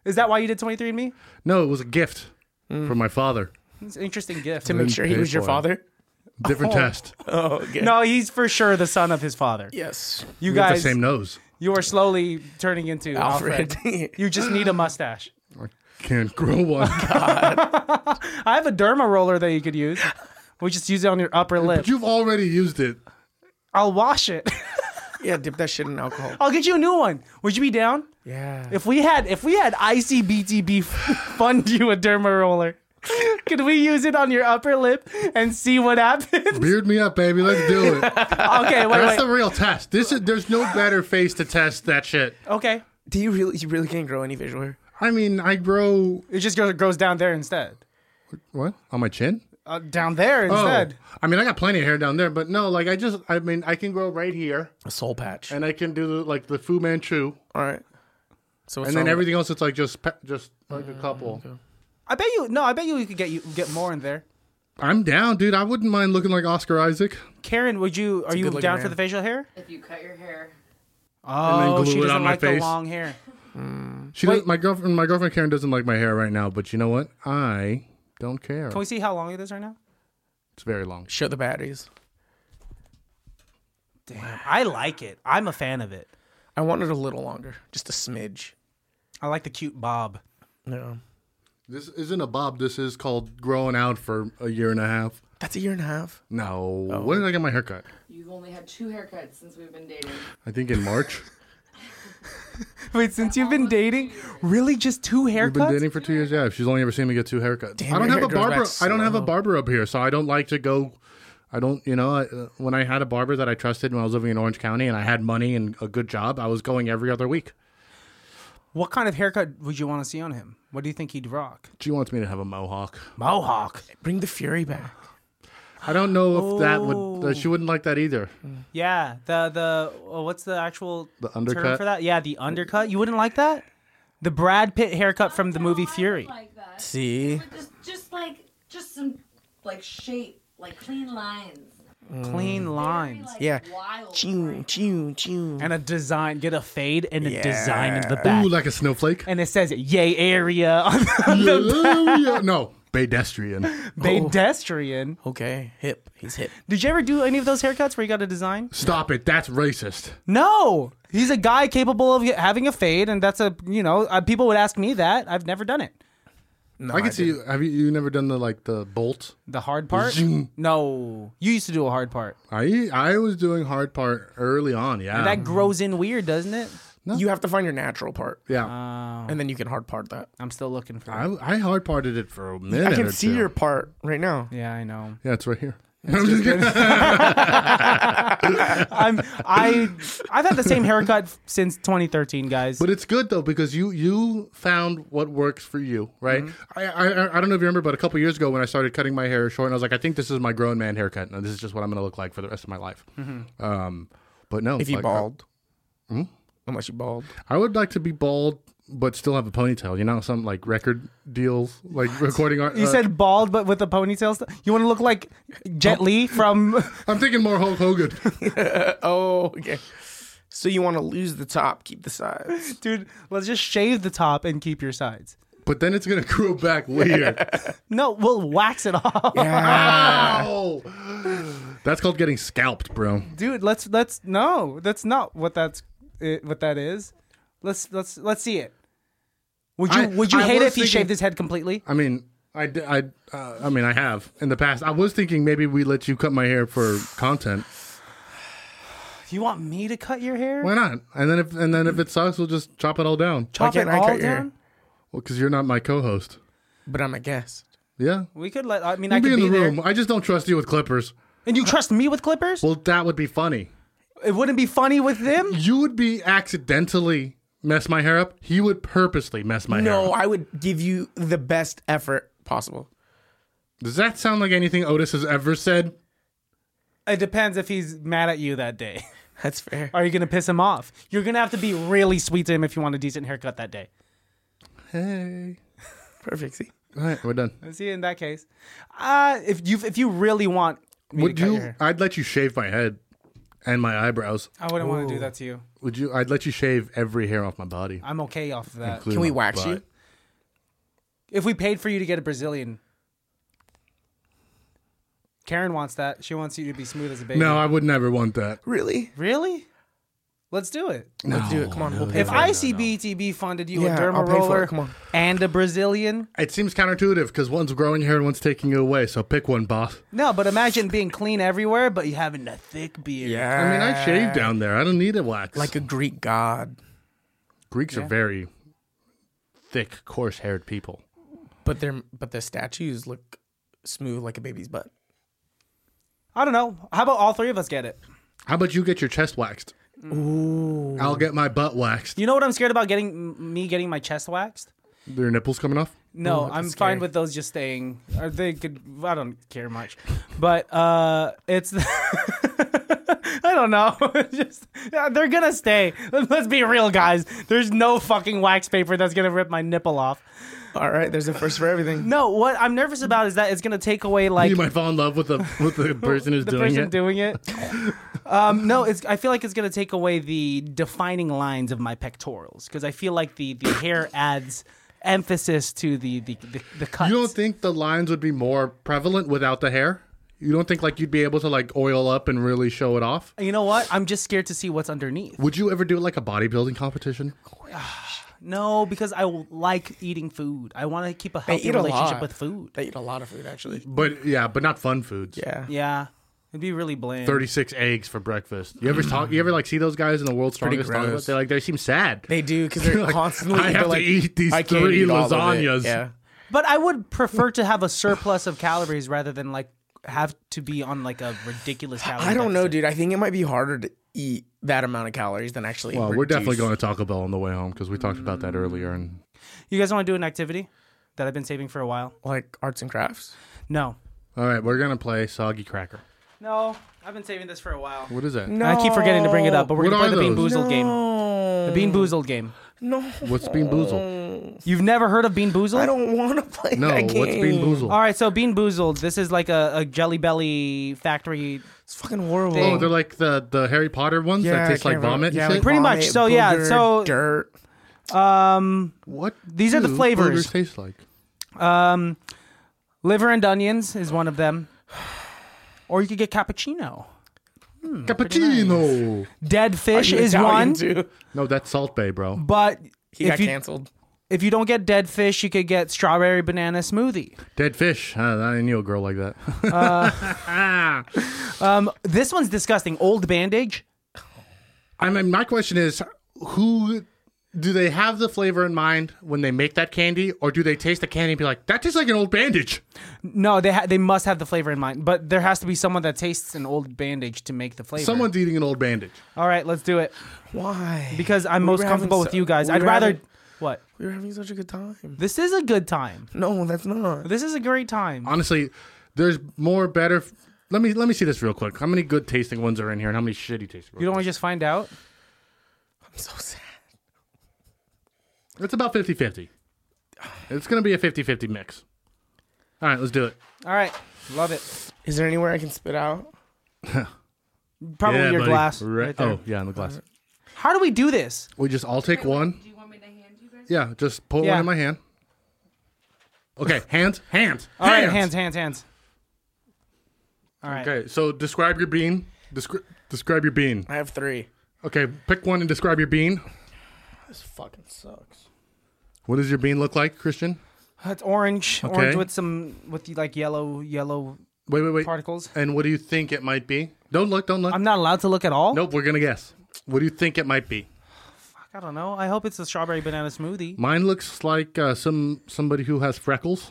[SPEAKER 1] Is that why you did 23andMe?
[SPEAKER 3] No, it was a gift
[SPEAKER 1] Mm.
[SPEAKER 3] from my father.
[SPEAKER 1] It's an interesting gift.
[SPEAKER 2] to make sure he
[SPEAKER 3] pay
[SPEAKER 2] was your
[SPEAKER 3] for it.
[SPEAKER 2] father.
[SPEAKER 3] Different test.
[SPEAKER 2] Oh, okay.
[SPEAKER 1] no, he's for sure the son of his father.
[SPEAKER 2] Yes,
[SPEAKER 1] You
[SPEAKER 3] We have the
[SPEAKER 1] guys,
[SPEAKER 3] same nose.
[SPEAKER 1] you are slowly turning into Alfred.
[SPEAKER 2] Alfred.
[SPEAKER 1] You just need a mustache.
[SPEAKER 3] Can't grow one.
[SPEAKER 1] I have a derma roller that you could use. We just use it on your upper lip.
[SPEAKER 3] but you've already used it.
[SPEAKER 1] I'll wash it.
[SPEAKER 2] yeah, dip that shit in alcohol.
[SPEAKER 1] I'll get you a new one. Would you be down?
[SPEAKER 2] Yeah.
[SPEAKER 1] If we had if we had ICBTB f- fund you a derma roller, could we use it on your upper lip and see what happens?
[SPEAKER 3] Beard me up, baby. Let's do it.
[SPEAKER 1] Okay,
[SPEAKER 3] That's
[SPEAKER 1] wait,
[SPEAKER 3] the
[SPEAKER 1] wait.
[SPEAKER 3] real test. This is there's no better face to test that shit.
[SPEAKER 1] Okay,
[SPEAKER 2] Do you really? You really can't grow any facial hair.
[SPEAKER 3] I mean, I grow
[SPEAKER 1] it just goes, goes down there instead.
[SPEAKER 3] what on my chin?
[SPEAKER 1] Uh, down there
[SPEAKER 3] Oh,
[SPEAKER 1] instead.
[SPEAKER 3] I mean, I got plenty of hair down there, but no, like I just, I mean, I can grow right here,
[SPEAKER 2] A soul patch.
[SPEAKER 3] and I can do the, like the Fu Manchu,
[SPEAKER 2] All right. So what's
[SPEAKER 3] and then
[SPEAKER 2] wrong with-
[SPEAKER 3] everything else, it's like just, pe- just like a couple.
[SPEAKER 1] I bet you. No, I bet you we could get you get more in there.
[SPEAKER 3] I'm down, dude. I wouldn't mind looking like Oscar Isaac.
[SPEAKER 1] Karen, would you? Are you
[SPEAKER 2] good-looking
[SPEAKER 1] down for
[SPEAKER 2] man.
[SPEAKER 1] the facial hair?
[SPEAKER 4] If you cut your hair,
[SPEAKER 3] then
[SPEAKER 1] Oh,
[SPEAKER 3] glue
[SPEAKER 1] she
[SPEAKER 3] it
[SPEAKER 1] doesn't
[SPEAKER 3] on my
[SPEAKER 1] like the
[SPEAKER 3] face.
[SPEAKER 1] long hair.
[SPEAKER 3] She, doesn't- my girlfriend, my girlfriend Karen doesn't like my hair right now, but you know what? I don't care.
[SPEAKER 1] Can we see how long it is right now?
[SPEAKER 3] It's very long.
[SPEAKER 2] Show the batteries.
[SPEAKER 1] Damn, I like it. I'm a fan of it.
[SPEAKER 2] I wanted a little longer, just a smidge.
[SPEAKER 1] I like the cute bob.
[SPEAKER 2] No,
[SPEAKER 3] This isn't a bob. This is called growing out for a year and a half.
[SPEAKER 2] that's a year and a half.
[SPEAKER 3] No,
[SPEAKER 2] Oh.
[SPEAKER 3] when did I get my haircut?
[SPEAKER 4] you've only had two haircuts since we've been dating.
[SPEAKER 3] I think in March.
[SPEAKER 1] Wait, since you've been dating, really just two
[SPEAKER 3] We've been
[SPEAKER 1] haircuts?
[SPEAKER 3] dating for two years. Yeah, she's only ever seen me get two haircuts.
[SPEAKER 2] Damn,
[SPEAKER 3] I don't
[SPEAKER 2] your
[SPEAKER 3] have a
[SPEAKER 2] hair grows
[SPEAKER 3] barber.
[SPEAKER 2] back
[SPEAKER 3] I don't have a
[SPEAKER 2] slow.
[SPEAKER 3] barber up here, so I don't like to go. I don't, you know, I, uh, when I had a barber that I trusted when I was living in Orange County and I had money and a good job, I was going every other week.
[SPEAKER 1] What kind of haircut would you want to see on him? What do you think he'd rock?
[SPEAKER 3] She wants me to have a mohawk.
[SPEAKER 1] Mohawk.
[SPEAKER 2] Bring the fury back.
[SPEAKER 3] I don't know if that
[SPEAKER 2] Oh.
[SPEAKER 3] would. Uh, she wouldn't like that either.
[SPEAKER 1] Yeah, the the uh, what's the actual
[SPEAKER 3] The
[SPEAKER 1] term
[SPEAKER 3] undercut?
[SPEAKER 1] for that? Yeah, the undercut. You wouldn't like that? The Brad Pitt haircut from the movie
[SPEAKER 5] No, I
[SPEAKER 1] Fury.
[SPEAKER 5] don't Like that.
[SPEAKER 2] See,
[SPEAKER 5] But just, just like, just some like shape, like clean lines.
[SPEAKER 1] Clean
[SPEAKER 5] Very,
[SPEAKER 1] lines.
[SPEAKER 5] like,
[SPEAKER 2] Yeah.
[SPEAKER 5] Wild.
[SPEAKER 2] chew, chew, chew.
[SPEAKER 1] And a design, get a fade and a design in the back.
[SPEAKER 3] Ooh, like a snowflake.
[SPEAKER 1] and it says yay area on the
[SPEAKER 3] Yeah, yeah. no, pedestrian.
[SPEAKER 1] pedestrian.
[SPEAKER 2] Okay, hip. He's hip.
[SPEAKER 1] Did you ever do any of those haircuts where you got a design?
[SPEAKER 3] Stop it. That's racist.
[SPEAKER 1] No, he's a guy capable of having a fade, and that's a you know uh, people would ask me that. I've never done it.
[SPEAKER 2] No,
[SPEAKER 3] I can see.
[SPEAKER 2] didn't.
[SPEAKER 3] You, have you? You never done the like the bolt?
[SPEAKER 1] The hard part?
[SPEAKER 3] Zoom.
[SPEAKER 1] No, you used to do a hard part.
[SPEAKER 3] I I was doing hard part early on. Yeah.
[SPEAKER 1] That grows in weird, doesn't it?
[SPEAKER 2] You have to find your natural part,
[SPEAKER 3] yeah.
[SPEAKER 2] and then you can hard part that.
[SPEAKER 1] I'm still looking for. it.
[SPEAKER 3] I, I hard parted it for a minute.
[SPEAKER 2] I
[SPEAKER 3] or
[SPEAKER 2] can see
[SPEAKER 3] two.
[SPEAKER 2] your part right now.
[SPEAKER 1] Yeah, I know.
[SPEAKER 3] Yeah, it's right here. I'm just kidding.
[SPEAKER 1] I'm I I've had the same haircut f- since 2013, guys.
[SPEAKER 3] But it's good though because you you found what works for you, right? Mm-hmm. I, I I- I don't know if you remember, but a couple years ago when I started cutting my hair short, and I was like, I think this is my grown man haircut, and this is just what I'm going to look like for the rest of my life. Um, but no,
[SPEAKER 2] If you
[SPEAKER 3] like,
[SPEAKER 2] bald, Hmm? unless you bald,
[SPEAKER 3] I, I would like to be bald, but still have a ponytail. You know, some like record deals, like recording art.
[SPEAKER 1] you
[SPEAKER 3] uh,
[SPEAKER 1] said bald, but with a ponytail. St- you want to look like Jet
[SPEAKER 3] Oh.
[SPEAKER 1] Li from?
[SPEAKER 3] I'm thinking more Hulk Hogan.
[SPEAKER 2] oh, okay. So you want to lose the top, keep the sides.
[SPEAKER 1] Dude, let's just shave the top and keep your sides.
[SPEAKER 3] but then it's gonna grow back weird.
[SPEAKER 1] No, we'll wax it off.
[SPEAKER 3] Ow! That's called getting scalped, bro.
[SPEAKER 1] dude let's let's no that's not what that's uh, what that is let's let's let's see it would you
[SPEAKER 3] I-
[SPEAKER 1] would you
[SPEAKER 3] I
[SPEAKER 1] hate it
[SPEAKER 3] was
[SPEAKER 1] if he
[SPEAKER 3] thinking-
[SPEAKER 1] shaved his head completely
[SPEAKER 3] I mean, I, d- I, uh, I mean, I have in the past. I was thinking maybe we let you cut my hair for content.
[SPEAKER 1] you want me to cut your hair
[SPEAKER 3] Why not? And then if and then if it sucks, we'll just chop it all down.
[SPEAKER 1] chop
[SPEAKER 2] can't
[SPEAKER 1] it
[SPEAKER 2] I
[SPEAKER 1] all down
[SPEAKER 2] cut your hair?
[SPEAKER 3] Well, because you're not my co-host.
[SPEAKER 2] But I'm a guest.
[SPEAKER 3] Yeah,
[SPEAKER 1] we could let i mean i
[SPEAKER 3] you'd
[SPEAKER 1] could
[SPEAKER 3] be
[SPEAKER 1] be,
[SPEAKER 3] in the
[SPEAKER 1] there
[SPEAKER 3] room. I just don't trust you with clippers.
[SPEAKER 1] and you trust me with clippers
[SPEAKER 3] Well, that would be funny.
[SPEAKER 1] it wouldn't be funny with them
[SPEAKER 3] You would be accidentally mess my hair up. He would purposely mess my hair.
[SPEAKER 2] No,
[SPEAKER 3] up.
[SPEAKER 2] I would give you the best effort possible.
[SPEAKER 3] Does that sound like anything Otis has ever said?
[SPEAKER 1] it depends if he's mad at you that day
[SPEAKER 2] That's fair.
[SPEAKER 1] Are you gonna piss him off? You're gonna have to be really sweet to him if you want a decent haircut that day.
[SPEAKER 3] Hey.
[SPEAKER 2] Perfect. See?
[SPEAKER 3] All right, we're done.
[SPEAKER 1] See, in that case, uh, if you if you really want, me
[SPEAKER 3] Would
[SPEAKER 1] to cut your
[SPEAKER 3] you?
[SPEAKER 1] hair-
[SPEAKER 3] I'd let you shave my head and my eyebrows.
[SPEAKER 1] I wouldn't want to do that to you.
[SPEAKER 3] Would you? I'd let you shave every hair off my body.
[SPEAKER 1] I'm okay off of that.
[SPEAKER 3] including
[SPEAKER 2] Can we
[SPEAKER 3] my
[SPEAKER 2] wax you?
[SPEAKER 3] butt.
[SPEAKER 1] If we paid for you to get a Brazilian, Karen wants that. She wants you to be smooth as a baby.
[SPEAKER 3] No, I would never want that.
[SPEAKER 2] Really?
[SPEAKER 1] really. Let's do it.
[SPEAKER 2] Let's do it. Come on. we'll pay
[SPEAKER 1] If
[SPEAKER 2] for it.
[SPEAKER 1] ICBTB E funded you
[SPEAKER 2] Yeah,
[SPEAKER 1] a
[SPEAKER 2] I'll
[SPEAKER 1] derma
[SPEAKER 2] pay for it.
[SPEAKER 1] roller
[SPEAKER 2] Come on.
[SPEAKER 1] and a Brazilian,
[SPEAKER 3] It seems counterintuitive because one's growing hair and one's taking it away. So pick one, boss.
[SPEAKER 1] no, but imagine being clean everywhere, but you having a thick beard.
[SPEAKER 2] Yeah.
[SPEAKER 3] I mean, I shave down there. I don't need a wax.
[SPEAKER 2] like
[SPEAKER 3] Like
[SPEAKER 2] a Greek god.
[SPEAKER 3] Greeks are very thick, coarse-haired people.
[SPEAKER 2] But their but their statues look smooth like a baby's butt.
[SPEAKER 1] I don't know. How about all three of us get it?
[SPEAKER 3] How about you get your chest waxed? Ooh. I'll get my butt waxed.
[SPEAKER 1] You know what I'm scared about getting m- me getting my chest waxed?
[SPEAKER 3] Your nipples coming off?
[SPEAKER 1] No, I'm
[SPEAKER 2] scary.
[SPEAKER 1] fine with those just staying. Or they could. I don't care much, but uh, it's. I don't know. It's just yeah, they're gonna stay. Let's be real, guys. There's no fucking wax paper that's gonna rip my nipple off.
[SPEAKER 2] All right, there's a first for everything.
[SPEAKER 1] No, what I'm nervous about is that it's gonna take away like
[SPEAKER 3] you might fall in love with the with the person who's
[SPEAKER 1] the
[SPEAKER 3] doing
[SPEAKER 1] person
[SPEAKER 3] it.
[SPEAKER 1] doing it. um, no, it's. I feel like it's gonna take away the defining lines of my pectorals because I feel like the the hair adds emphasis to the the the, the cuts.
[SPEAKER 3] you don't think the lines would be more prevalent without the hair? You don't think like you'd be able to like oil up and really show it off?
[SPEAKER 1] You know what? I'm just scared to see what's underneath.
[SPEAKER 3] Would you ever do like a bodybuilding competition?
[SPEAKER 1] No, because I will like eating food. I want to keep a healthy
[SPEAKER 2] eat a
[SPEAKER 1] relationship
[SPEAKER 2] lot.
[SPEAKER 1] with food.
[SPEAKER 2] They eat a lot of food actually.
[SPEAKER 3] But yeah, but not fun foods.
[SPEAKER 2] Yeah.
[SPEAKER 1] Yeah, it'd be really bland.
[SPEAKER 3] Thirty-six eggs for breakfast. You ever talk? You ever like see those guys in the world's
[SPEAKER 2] pretty
[SPEAKER 3] strongest? talk about-
[SPEAKER 2] gross.
[SPEAKER 3] They're like they seem sad.
[SPEAKER 2] They do because they're
[SPEAKER 3] Like,
[SPEAKER 2] constantly.
[SPEAKER 3] I
[SPEAKER 2] they're
[SPEAKER 3] have to
[SPEAKER 2] like,
[SPEAKER 3] eat these
[SPEAKER 2] "I can't
[SPEAKER 3] three
[SPEAKER 2] eat all of it."
[SPEAKER 3] lasagnas.
[SPEAKER 2] Yeah.
[SPEAKER 1] But I would prefer to have a surplus of calories rather than like have to be on like a ridiculous calorie.
[SPEAKER 2] I don't know,
[SPEAKER 1] deficit.
[SPEAKER 2] dude. I think it might be harder to eat that amount of calories than actually.
[SPEAKER 3] well, we're
[SPEAKER 2] reduce.
[SPEAKER 3] definitely going to Taco Bell on the way home because we talked about that earlier. And
[SPEAKER 1] You guys want to do an activity that I've been saving for a while?
[SPEAKER 2] like arts and crafts.
[SPEAKER 1] No,
[SPEAKER 3] all right, we're gonna play soggy cracker.
[SPEAKER 1] no, I've been saving this for a while.
[SPEAKER 3] What is that?
[SPEAKER 1] I keep forgetting to bring it up, but we're
[SPEAKER 3] What
[SPEAKER 1] gonna play
[SPEAKER 3] are
[SPEAKER 1] the Bean
[SPEAKER 3] those?
[SPEAKER 1] Boozled game.
[SPEAKER 2] No.
[SPEAKER 1] The Bean Boozled game.
[SPEAKER 2] No,
[SPEAKER 3] What's Bean Boozled?
[SPEAKER 1] You've never heard of Bean Boozled?
[SPEAKER 2] I don't want to play
[SPEAKER 3] No,
[SPEAKER 2] that
[SPEAKER 3] what's
[SPEAKER 2] game.
[SPEAKER 3] Bean Boozled?
[SPEAKER 1] All right, so Bean Boozled. This is like a, a Jelly Belly factory
[SPEAKER 2] It's fucking horrible.
[SPEAKER 3] Oh, they're like the, the Harry Potter ones
[SPEAKER 2] Yeah, I
[SPEAKER 3] that taste like
[SPEAKER 2] can't remember.
[SPEAKER 3] vomit. and
[SPEAKER 2] Yeah,
[SPEAKER 3] shit?
[SPEAKER 2] like
[SPEAKER 1] Pretty much.
[SPEAKER 2] vomit,
[SPEAKER 1] So, yeah,
[SPEAKER 2] booger,
[SPEAKER 1] so-
[SPEAKER 2] dirt.
[SPEAKER 3] what?
[SPEAKER 1] These are the
[SPEAKER 3] do
[SPEAKER 1] flavors.
[SPEAKER 3] Boogers taste like.
[SPEAKER 1] Um, liver and onions is one of them. Or you could get cappuccino.
[SPEAKER 2] Mm,
[SPEAKER 3] Cappuccino.
[SPEAKER 1] Dead fish
[SPEAKER 2] You
[SPEAKER 1] is
[SPEAKER 2] Italian
[SPEAKER 1] one,
[SPEAKER 2] Too.
[SPEAKER 3] No, that's Salt Bay, bro.
[SPEAKER 1] but
[SPEAKER 2] He
[SPEAKER 1] if
[SPEAKER 2] got
[SPEAKER 1] you,
[SPEAKER 2] canceled.
[SPEAKER 1] if you don't get dead fish, you could get strawberry banana smoothie.
[SPEAKER 3] Dead fish. Uh, I knew a girl like that.
[SPEAKER 1] Um, This one's disgusting. Old bandage.
[SPEAKER 3] I mean, my question is, who do they have the flavor in mind when they make that candy, or do they taste the candy and be like, that tastes like an old bandage?
[SPEAKER 1] No, they ha- they must have the flavor in mind, but there has to be someone that tastes an old bandage to make the flavor.
[SPEAKER 3] Someone's eating an old bandage.
[SPEAKER 1] All right, let's do it
[SPEAKER 2] Why?
[SPEAKER 1] because I'm
[SPEAKER 2] We
[SPEAKER 1] most
[SPEAKER 2] were having
[SPEAKER 1] comfortable
[SPEAKER 2] so-
[SPEAKER 1] with you guys.
[SPEAKER 2] we
[SPEAKER 1] I'd
[SPEAKER 2] were
[SPEAKER 1] rather.
[SPEAKER 2] having-
[SPEAKER 1] What?
[SPEAKER 2] we were having such a good time.
[SPEAKER 1] This is a good time.
[SPEAKER 2] No, that's not.
[SPEAKER 1] This is a great time.
[SPEAKER 3] Honestly, there's more better. f- Let me let me see this real quick. How many good tasting ones are in here, and how many shitty tasting?
[SPEAKER 1] You don't
[SPEAKER 3] ones?
[SPEAKER 1] want to just find out.
[SPEAKER 2] I'm so sad.
[SPEAKER 3] It's about 50-50. It's gonna be a 50-50 mix. All right, let's do it.
[SPEAKER 1] All right, love it.
[SPEAKER 2] Is there anywhere I can spit out?
[SPEAKER 1] Probably
[SPEAKER 3] Yeah,
[SPEAKER 1] your
[SPEAKER 3] buddy.
[SPEAKER 1] glass.
[SPEAKER 3] Right-
[SPEAKER 1] Right, there.
[SPEAKER 3] Oh yeah, in the glass.
[SPEAKER 1] How do we do this?
[SPEAKER 3] We just all take one.
[SPEAKER 5] Do you want me to hand you guys?
[SPEAKER 3] Yeah, just put one
[SPEAKER 1] Yeah.
[SPEAKER 3] in my hand. Okay, hands, hands,
[SPEAKER 1] All right, hands, hands, hands. All right.
[SPEAKER 3] Okay, so describe your bean. Descri- describe your bean.
[SPEAKER 2] I have three.
[SPEAKER 3] Okay, pick one and describe your bean.
[SPEAKER 2] This fucking sucks.
[SPEAKER 3] What does your bean look like, Christian?
[SPEAKER 1] It's orange,
[SPEAKER 3] Okay.
[SPEAKER 1] orange with some with the, like yellow, yellow
[SPEAKER 3] Wait, wait, wait.
[SPEAKER 1] particles.
[SPEAKER 3] And what do you think it might be? Don't look, don't look.
[SPEAKER 1] I'm not allowed to look at all.
[SPEAKER 3] nope, we're gonna guess. What do you think it might be?
[SPEAKER 1] I don't know. I hope it's a strawberry banana smoothie.
[SPEAKER 3] Mine looks like uh, some somebody who has freckles.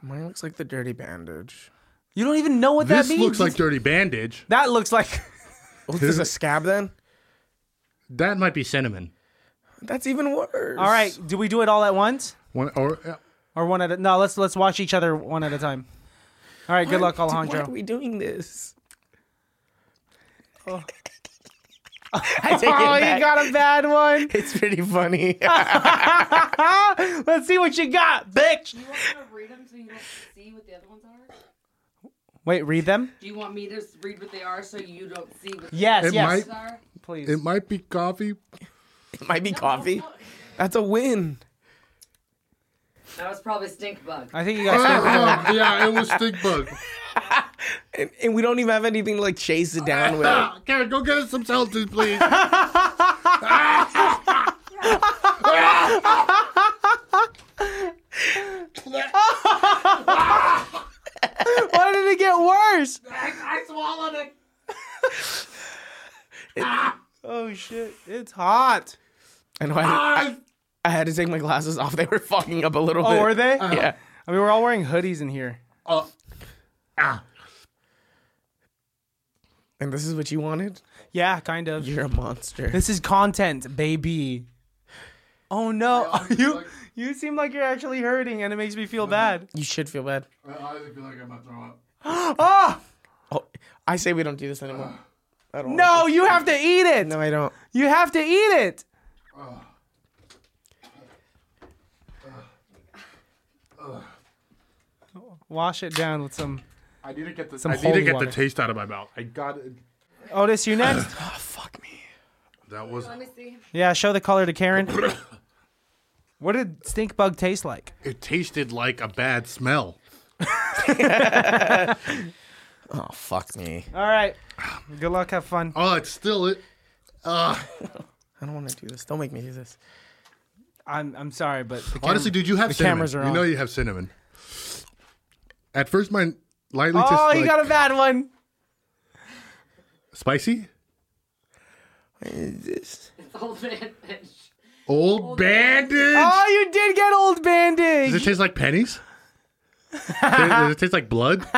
[SPEAKER 2] Mine looks like the dirty bandage.
[SPEAKER 1] You don't even know what
[SPEAKER 3] This
[SPEAKER 1] that means.
[SPEAKER 3] looks like dirty bandage.
[SPEAKER 1] that looks like.
[SPEAKER 2] Oh, this is a scab then?
[SPEAKER 3] That might be cinnamon.
[SPEAKER 2] That's even worse.
[SPEAKER 1] All right, do we do it all at once
[SPEAKER 3] One or uh,
[SPEAKER 1] or one at a? No, let's let's watch each other one at a time. All right, good luck,
[SPEAKER 2] Why- Why
[SPEAKER 1] Alejandro. Oh.
[SPEAKER 2] are we doing this?
[SPEAKER 1] I take it
[SPEAKER 2] Oh, you
[SPEAKER 1] back.
[SPEAKER 2] got a bad one. It's pretty funny.
[SPEAKER 1] Let's see what you got, bitch.
[SPEAKER 4] Do you want me to read them so you don't see what the other ones are?
[SPEAKER 1] Wait, read them.
[SPEAKER 4] Do you want me to s- read what they are so you don't see what the
[SPEAKER 1] Yes,
[SPEAKER 3] It
[SPEAKER 1] yes,
[SPEAKER 3] might-
[SPEAKER 4] others are?
[SPEAKER 1] please.
[SPEAKER 3] It might be coffee.
[SPEAKER 2] it might be coffee. That's a win.
[SPEAKER 4] That was probably stink bug.
[SPEAKER 1] I think you
[SPEAKER 3] Oh,
[SPEAKER 1] got.
[SPEAKER 3] yeah, it was stink bug.
[SPEAKER 2] And, and we don't even have anything to like chase it down with.
[SPEAKER 3] Ah, Karen, go get us some seltzers, please.
[SPEAKER 1] Why did it get worse?
[SPEAKER 4] I swallowed it.
[SPEAKER 1] Oh shit! It's hot.
[SPEAKER 2] I know I, I, I had to take my glasses off. They were fogging up a little bit.
[SPEAKER 1] Oh, were they?
[SPEAKER 2] Yeah.
[SPEAKER 1] I mean, we're all wearing hoodies in here.
[SPEAKER 3] Oh. Ah.
[SPEAKER 2] And this is what you wanted?
[SPEAKER 1] Yeah, kind of.
[SPEAKER 2] You're a monster.
[SPEAKER 1] This is content, baby. Oh no, you you seem like you're actually hurting, and it makes me feel bad.
[SPEAKER 2] You should feel bad.
[SPEAKER 3] I feel like I'm about to throw up.
[SPEAKER 1] Oh
[SPEAKER 2] Oh, I say we don't do this anymore. I don't want
[SPEAKER 1] no, you have to eat
[SPEAKER 2] to.
[SPEAKER 1] it.
[SPEAKER 2] No, I don't.
[SPEAKER 1] You have to eat it. Wash it down with some.
[SPEAKER 3] I need to get the,
[SPEAKER 1] Some
[SPEAKER 3] I need to
[SPEAKER 1] holy
[SPEAKER 3] get
[SPEAKER 1] water.
[SPEAKER 3] the taste out of my mouth. I got it.
[SPEAKER 1] Otis, you next.
[SPEAKER 2] Oh, fuck me.
[SPEAKER 3] That was.
[SPEAKER 4] Let me see.
[SPEAKER 1] Yeah, show the color to Karen. What did stink bug taste like?
[SPEAKER 3] It tasted like a bad smell.
[SPEAKER 2] Oh, fuck me.
[SPEAKER 1] All right. Good luck. Have fun.
[SPEAKER 3] Oh, it's still it.
[SPEAKER 2] I don't want to do this. Don't make me do this.
[SPEAKER 1] I'm I'm sorry, but the cam-
[SPEAKER 3] Honestly, dude, you have
[SPEAKER 1] the
[SPEAKER 3] cinnamon.
[SPEAKER 1] cameras are
[SPEAKER 3] you
[SPEAKER 1] on.
[SPEAKER 3] know you have cinnamon. At first, mine lightly tastes
[SPEAKER 1] oh,
[SPEAKER 3] like
[SPEAKER 1] you got a bad one.
[SPEAKER 3] spicy.
[SPEAKER 2] This-
[SPEAKER 4] It's old man fish.
[SPEAKER 3] Old, bandage.
[SPEAKER 1] Oh, you did get old
[SPEAKER 3] Does it
[SPEAKER 1] bandage.
[SPEAKER 3] taste like pennies? Does it taste like blood?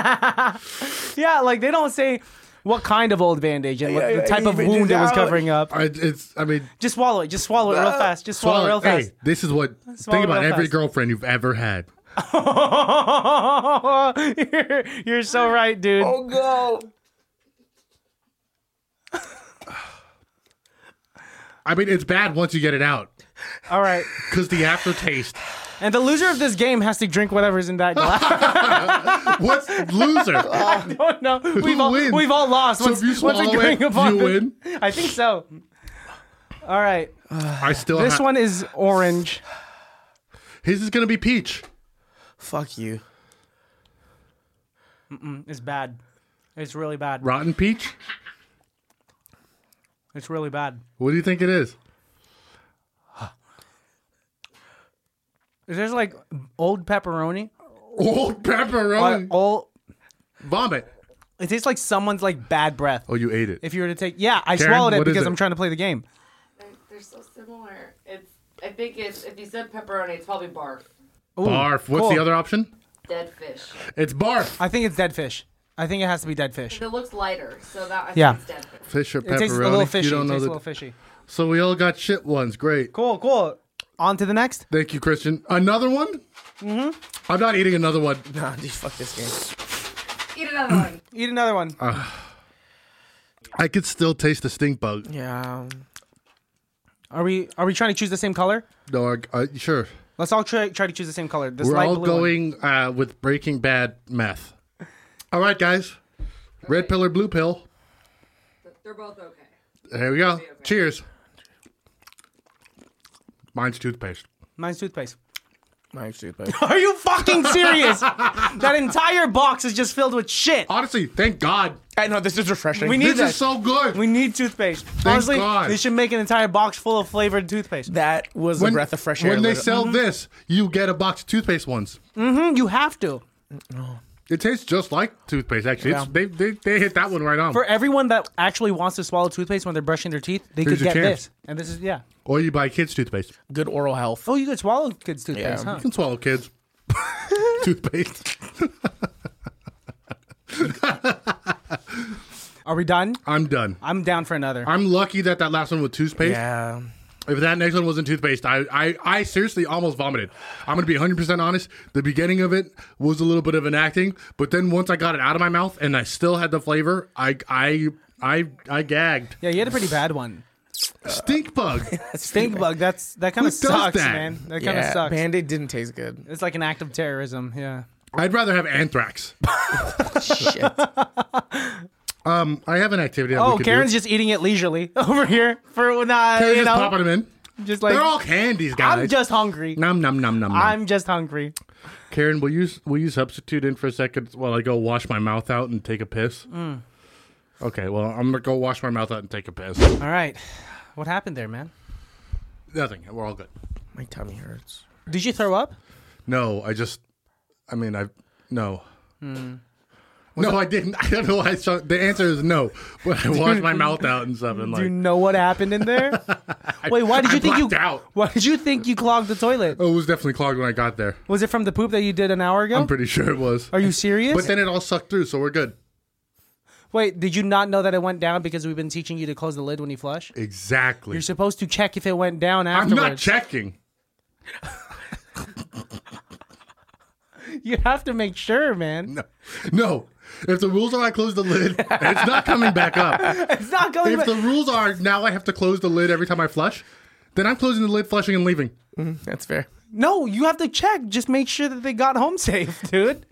[SPEAKER 1] Yeah, like they don't say what kind of old bandage and what
[SPEAKER 2] Yeah,
[SPEAKER 1] the type of
[SPEAKER 2] yeah, Uh,
[SPEAKER 1] wound it was
[SPEAKER 2] yeah.
[SPEAKER 1] covering up.
[SPEAKER 3] I, it's. I mean,
[SPEAKER 1] Just swallow it. Just swallow it real fast. Just swallow it real
[SPEAKER 3] hey,
[SPEAKER 1] fast.
[SPEAKER 3] this is what.
[SPEAKER 1] Swallow
[SPEAKER 3] think about
[SPEAKER 1] real
[SPEAKER 3] every
[SPEAKER 1] fast.
[SPEAKER 3] girlfriend you've ever had.
[SPEAKER 1] you're, you're so right, dude.
[SPEAKER 2] Oh, go.
[SPEAKER 3] I mean, it's bad once you get it out
[SPEAKER 1] All right.
[SPEAKER 3] because the aftertaste.
[SPEAKER 1] And the loser of this game has to drink whatever's in that glass.
[SPEAKER 3] What's loser?
[SPEAKER 1] oh, no. We've all,
[SPEAKER 3] wins?
[SPEAKER 1] we've all lost.
[SPEAKER 3] so
[SPEAKER 1] once,
[SPEAKER 3] if you
[SPEAKER 1] once we
[SPEAKER 3] swallow
[SPEAKER 1] drink
[SPEAKER 3] it,
[SPEAKER 1] upon
[SPEAKER 3] you
[SPEAKER 1] the-
[SPEAKER 3] win.
[SPEAKER 1] I think so. All right.
[SPEAKER 3] I still.
[SPEAKER 1] This
[SPEAKER 3] ha-
[SPEAKER 1] one is orange.
[SPEAKER 3] His is gonna be peach.
[SPEAKER 2] Fuck you.
[SPEAKER 1] It's bad. It's really bad.
[SPEAKER 3] Rotten peach.
[SPEAKER 1] It's really bad.
[SPEAKER 3] What do you think it is?
[SPEAKER 1] There's like old pepperoni. Or
[SPEAKER 3] Old Oh, pepperoni.
[SPEAKER 1] old.
[SPEAKER 3] Vomit.
[SPEAKER 1] It tastes like someone's like bad breath.
[SPEAKER 3] Oh, you ate it.
[SPEAKER 1] If you were to take, yeah, I
[SPEAKER 3] Karen,
[SPEAKER 1] swallowed it
[SPEAKER 3] what is
[SPEAKER 1] because
[SPEAKER 3] it?
[SPEAKER 1] I'm trying to play the game.
[SPEAKER 4] They're, they're so similar. It's. I think it's. If you said pepperoni, it's probably barf.
[SPEAKER 1] Ooh,
[SPEAKER 3] barf. What's
[SPEAKER 1] cool.
[SPEAKER 3] the other option?
[SPEAKER 4] Dead fish.
[SPEAKER 3] It's barf.
[SPEAKER 1] I think it's dead fish. I think it has to be dead fish.
[SPEAKER 4] It looks lighter, so that I
[SPEAKER 1] Yeah.
[SPEAKER 4] think it's dead fish.
[SPEAKER 3] Fish or pepperoni.
[SPEAKER 1] It tastes a little fishy.
[SPEAKER 3] You don't
[SPEAKER 1] it
[SPEAKER 3] know
[SPEAKER 1] tastes
[SPEAKER 3] the-
[SPEAKER 1] a little fishy.
[SPEAKER 3] So we all got shit ones. Great.
[SPEAKER 1] Cool, cool. On to the next.
[SPEAKER 3] Thank you, Christian. Another one? Mm-hmm. I'm not eating another one.
[SPEAKER 2] Nah, dude, fuck this game.
[SPEAKER 4] Eat another one.
[SPEAKER 1] Eat another one.
[SPEAKER 3] Uh, I could still taste the stink bug.
[SPEAKER 2] Yeah. um,
[SPEAKER 1] Are we are we trying to choose the same color?
[SPEAKER 3] No, I, I- sure.
[SPEAKER 1] Let's all try try to choose the same color. This
[SPEAKER 3] We're
[SPEAKER 1] light
[SPEAKER 3] all
[SPEAKER 1] blue one.
[SPEAKER 3] going uh, with Breaking Bad meth. All right, guys. Red pill or blue pill?
[SPEAKER 4] They're both okay.
[SPEAKER 3] Here we go. Cheers. Mine's toothpaste.
[SPEAKER 1] Mine's toothpaste.
[SPEAKER 2] My stupid.
[SPEAKER 1] Are you fucking serious? that entire box is just filled with shit.
[SPEAKER 3] Honestly, thank God.
[SPEAKER 2] I know, this is refreshing.
[SPEAKER 1] We need
[SPEAKER 3] This
[SPEAKER 1] that.
[SPEAKER 3] is so good.
[SPEAKER 1] we need toothpaste. Honestly,
[SPEAKER 3] God.
[SPEAKER 1] they should make an entire box full of flavored toothpaste.
[SPEAKER 2] that was a breath of fresh air. Mm-hmm.
[SPEAKER 3] When they
[SPEAKER 2] literally.
[SPEAKER 3] sell this, you get a box of toothpaste ones.
[SPEAKER 1] Mm, you have to.
[SPEAKER 3] It tastes just like toothpaste. Actually, it's, they, they they hit that one right on.
[SPEAKER 1] For everyone that actually wants to swallow toothpaste when they're brushing their teeth, they
[SPEAKER 3] Here's
[SPEAKER 1] could
[SPEAKER 3] your
[SPEAKER 1] get
[SPEAKER 3] chance.
[SPEAKER 1] this. And this is yeah.
[SPEAKER 3] or you buy kids toothpaste.
[SPEAKER 2] good oral health.
[SPEAKER 1] Oh, you could swallow kids' toothpaste,
[SPEAKER 2] Yeah.
[SPEAKER 1] huh?
[SPEAKER 3] You can swallow kids toothpaste.
[SPEAKER 1] Are we done?
[SPEAKER 3] I'm done.
[SPEAKER 1] I'm down for another.
[SPEAKER 3] I'm lucky that that last one was toothpaste.
[SPEAKER 2] Yeah.
[SPEAKER 3] If that next one wasn't toothpaste, I, I, I seriously almost vomited. I'm going to be 100% honest. The beginning of it was a little bit of an acting, but then once I got it out of my mouth and I still had the flavor, I I I I gagged.
[SPEAKER 1] Yeah, you had a pretty bad one.
[SPEAKER 3] Stink bug.
[SPEAKER 1] Stink bug. That's that kind
[SPEAKER 3] Who
[SPEAKER 1] of
[SPEAKER 3] does
[SPEAKER 1] sucks,
[SPEAKER 3] that?
[SPEAKER 1] man. That kind of
[SPEAKER 2] Yeah,
[SPEAKER 1] sucks.
[SPEAKER 2] Band Aid didn't taste good.
[SPEAKER 1] It's like an act of terrorism. Yeah.
[SPEAKER 3] I'd rather have anthrax.
[SPEAKER 2] Shit.
[SPEAKER 3] Um, I have an activity. That we
[SPEAKER 1] Oh,
[SPEAKER 3] could
[SPEAKER 1] Karen's
[SPEAKER 3] do.
[SPEAKER 1] just eating it leisurely over here for not
[SPEAKER 3] Karen's
[SPEAKER 1] you
[SPEAKER 3] just
[SPEAKER 1] know
[SPEAKER 3] popping them in.
[SPEAKER 1] just like
[SPEAKER 3] They're all candies, guys.
[SPEAKER 1] I'm just hungry.
[SPEAKER 3] Nom nom nom nom. nom.
[SPEAKER 1] I'm just hungry.
[SPEAKER 3] Karen, will you will you substitute in for a second while I go wash my mouth out and take a piss?
[SPEAKER 1] Mm.
[SPEAKER 3] Okay, well I'm gonna go wash my mouth out and take a piss.
[SPEAKER 1] All right. What happened there, man?
[SPEAKER 3] Nothing. We're all good.
[SPEAKER 2] My tummy hurts.
[SPEAKER 1] Did you throw up?
[SPEAKER 3] No, I just, I mean, I no.
[SPEAKER 1] Hmm.
[SPEAKER 3] No, I didn't. I don't know why. I saw, the answer is no. But I washed my mouth out and stuff, and
[SPEAKER 1] Do you
[SPEAKER 3] like
[SPEAKER 1] know what happened in there? Wait, why did
[SPEAKER 3] I
[SPEAKER 1] you think you
[SPEAKER 3] blacked out.
[SPEAKER 1] why did you think you clogged the toilet?
[SPEAKER 3] oh, it was definitely clogged when I got there.
[SPEAKER 1] Was it from the poop that you did an hour ago?
[SPEAKER 3] I'm pretty sure it was.
[SPEAKER 1] Are you serious?
[SPEAKER 3] But then it all sucked through, so we're good.
[SPEAKER 1] Wait, did you not know that it went down because we've been teaching you to close the lid when you flush?
[SPEAKER 3] Exactly.
[SPEAKER 1] You're supposed to check if it went down
[SPEAKER 3] I'm
[SPEAKER 1] afterwards.
[SPEAKER 3] not checking.
[SPEAKER 1] you have to make sure, man.
[SPEAKER 3] No, no. If the rules are I close the lid, it's not coming back up.
[SPEAKER 1] It's not going.
[SPEAKER 3] If
[SPEAKER 1] back.
[SPEAKER 3] the rules are now I have to close the lid every time I flush, then I'm closing the lid, flushing, and leaving.
[SPEAKER 2] That's fair.
[SPEAKER 1] No, you have to check. Just make sure that they got home safe, dude.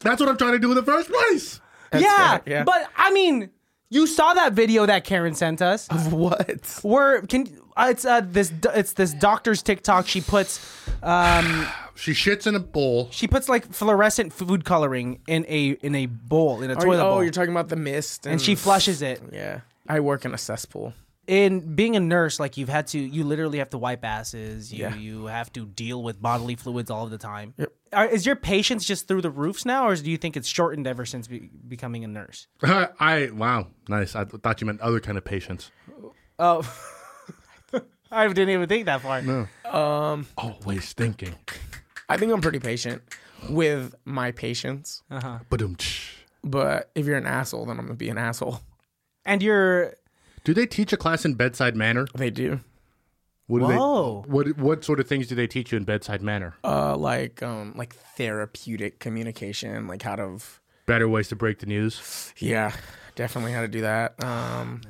[SPEAKER 3] That's what I'm trying to do in the first place.
[SPEAKER 1] yeah,
[SPEAKER 2] fair, yeah.
[SPEAKER 1] but I mean, you saw that video that Karen sent us.
[SPEAKER 2] Uh-huh. What?
[SPEAKER 1] Where can uh, it's uh, this do- it's this doctor's TikTok. She puts
[SPEAKER 3] She shits in a bowl.
[SPEAKER 1] she puts like fluorescent food coloring in a in a bowl in a
[SPEAKER 2] Are you,
[SPEAKER 1] toilet
[SPEAKER 2] oh,
[SPEAKER 1] bowl,
[SPEAKER 2] you're talking about the mist. And,
[SPEAKER 1] and she flushes it.
[SPEAKER 2] Yeah. I work in a cesspool.
[SPEAKER 1] in being a nurse, like you've had to, you literally have to wipe asses. You
[SPEAKER 2] Yeah.
[SPEAKER 1] you have to deal with bodily fluids all of the time. Are, is your patience just through the roofs now, or do you think it's shortened ever since be, becoming a nurse?
[SPEAKER 3] I wow, nice. I thought you meant other kind of patients.
[SPEAKER 1] Oh, I didn't even think that far.
[SPEAKER 3] Always thinking.
[SPEAKER 2] I think I'm pretty patient with my patients.
[SPEAKER 3] Ba-dum.
[SPEAKER 2] But if you're an asshole, then I'm going to be an asshole.
[SPEAKER 1] And you're
[SPEAKER 3] Do they teach a class in bedside manner?
[SPEAKER 2] They do.
[SPEAKER 3] What do
[SPEAKER 1] Whoa.
[SPEAKER 3] they? What what sort of things do they teach you in bedside manner?
[SPEAKER 2] Uh, like, um, like therapeutic communication, like how to, v-
[SPEAKER 3] Better ways to break the news.
[SPEAKER 2] yeah, definitely how to do that. Um,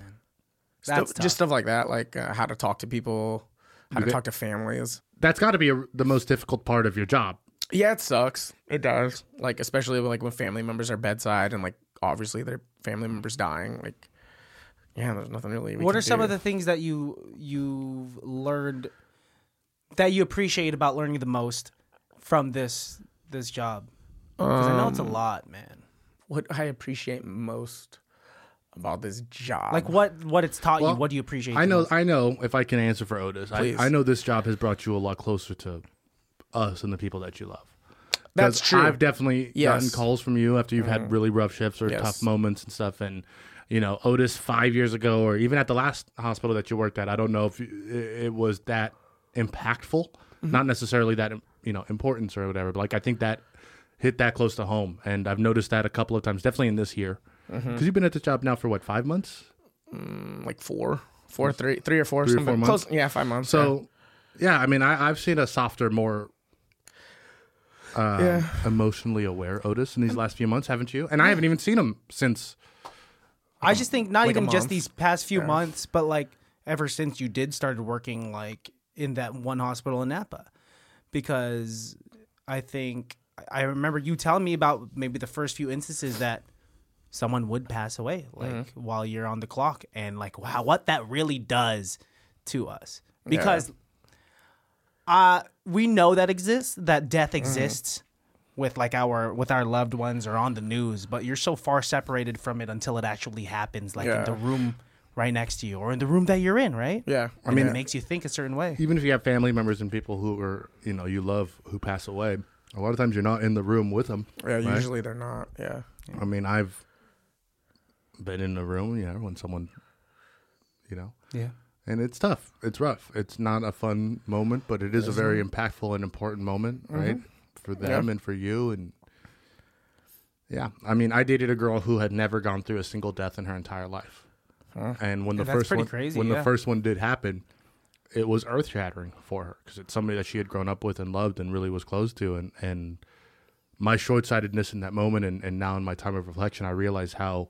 [SPEAKER 2] stuff-
[SPEAKER 1] that's tough.
[SPEAKER 2] just stuff like that, like uh, how to talk to people, how to
[SPEAKER 3] Okay.
[SPEAKER 2] talk to families.
[SPEAKER 3] That's got to be a, the most difficult part of your job.
[SPEAKER 2] Yeah, it sucks. It does. Like especially like when family members are bedside and like obviously their family members dying. Like, yeah, there's nothing really. We
[SPEAKER 1] what
[SPEAKER 2] can
[SPEAKER 1] are some
[SPEAKER 2] do.
[SPEAKER 1] of the things that you you've learned that you appreciate about learning the most from this this job? 'Cause I know
[SPEAKER 3] Um,
[SPEAKER 1] it's a lot, man.
[SPEAKER 2] what I appreciate most about this job?
[SPEAKER 1] Like what what it's taught
[SPEAKER 3] Well,
[SPEAKER 1] you? What do you appreciate?
[SPEAKER 3] I
[SPEAKER 1] the
[SPEAKER 3] know.
[SPEAKER 1] most?
[SPEAKER 3] I know. If I can answer for Otis, I,
[SPEAKER 2] Please.
[SPEAKER 3] I know this job has brought you a lot closer to us and the people that you love. 'Cause
[SPEAKER 2] that's true.
[SPEAKER 3] I've definitely gotten
[SPEAKER 2] Yes. Mm-hmm.
[SPEAKER 3] calls from you after you've had really rough shifts or
[SPEAKER 2] Yes.
[SPEAKER 3] tough moments and stuff. And you know, Otis five years ago, or even at the last hospital that you worked at, I don't know if you, it, it was that impactful.
[SPEAKER 2] Mm-hmm.
[SPEAKER 3] Not necessarily that you know importance or whatever, but like I think that hit that close to home, and I've noticed that a couple of times, definitely in this year, because
[SPEAKER 2] Mm-hmm.
[SPEAKER 3] you've been at this job now for what five months.
[SPEAKER 2] like four, four, three, three or four,
[SPEAKER 3] Three or
[SPEAKER 2] something.
[SPEAKER 3] four
[SPEAKER 2] Close,
[SPEAKER 3] months?
[SPEAKER 2] yeah, five months.
[SPEAKER 3] So, yeah, I mean, I, I've seen a softer, more uh,
[SPEAKER 2] Yeah. Um,
[SPEAKER 3] emotionally aware Otis in these last few months, haven't you? And I haven't even seen him since.
[SPEAKER 1] I just think not
[SPEAKER 2] like a
[SPEAKER 1] even just
[SPEAKER 2] month.
[SPEAKER 1] these past few months, but like ever since you did started working like in that one hospital in Napa, because I think I remember you telling me about maybe the first few instances that someone would pass away like
[SPEAKER 2] Mm-hmm.
[SPEAKER 1] while you're on the clock and like wow what that really does to us because uh we know that exists that
[SPEAKER 2] Mm-hmm.
[SPEAKER 1] death exists with like our with our loved ones or on the news, but you're so far separated from it until it actually happens, like in
[SPEAKER 2] Yeah.
[SPEAKER 1] the room right next to you or in the room that you're in, right?
[SPEAKER 2] Yeah.
[SPEAKER 1] I
[SPEAKER 2] uh,
[SPEAKER 1] mean, it makes you think a certain way.
[SPEAKER 3] Even if you have family members and people who are, you know, you love who pass away, a lot of times you're not in the room with them.
[SPEAKER 2] yeah,
[SPEAKER 3] right?
[SPEAKER 2] usually they're not. Yeah,
[SPEAKER 3] I mean, I've been in a room, you know, when someone, you know,
[SPEAKER 1] Yeah.
[SPEAKER 3] and it's tough. It's rough. It's not a fun moment, but it is a very impactful and important moment,
[SPEAKER 1] Mm-hmm.
[SPEAKER 3] right? For them and for you and yeah, I mean, I dated a girl who had never gone through a single death in her entire life, and when the
[SPEAKER 1] that's
[SPEAKER 3] first
[SPEAKER 1] pretty
[SPEAKER 3] one,
[SPEAKER 1] crazy,
[SPEAKER 3] when
[SPEAKER 1] yeah.
[SPEAKER 3] the first one did happen, it was earth shattering for her because it's somebody that she had grown up with and loved and really was close to, and and my short sightedness in that moment, and and now in my time of reflection, I realize how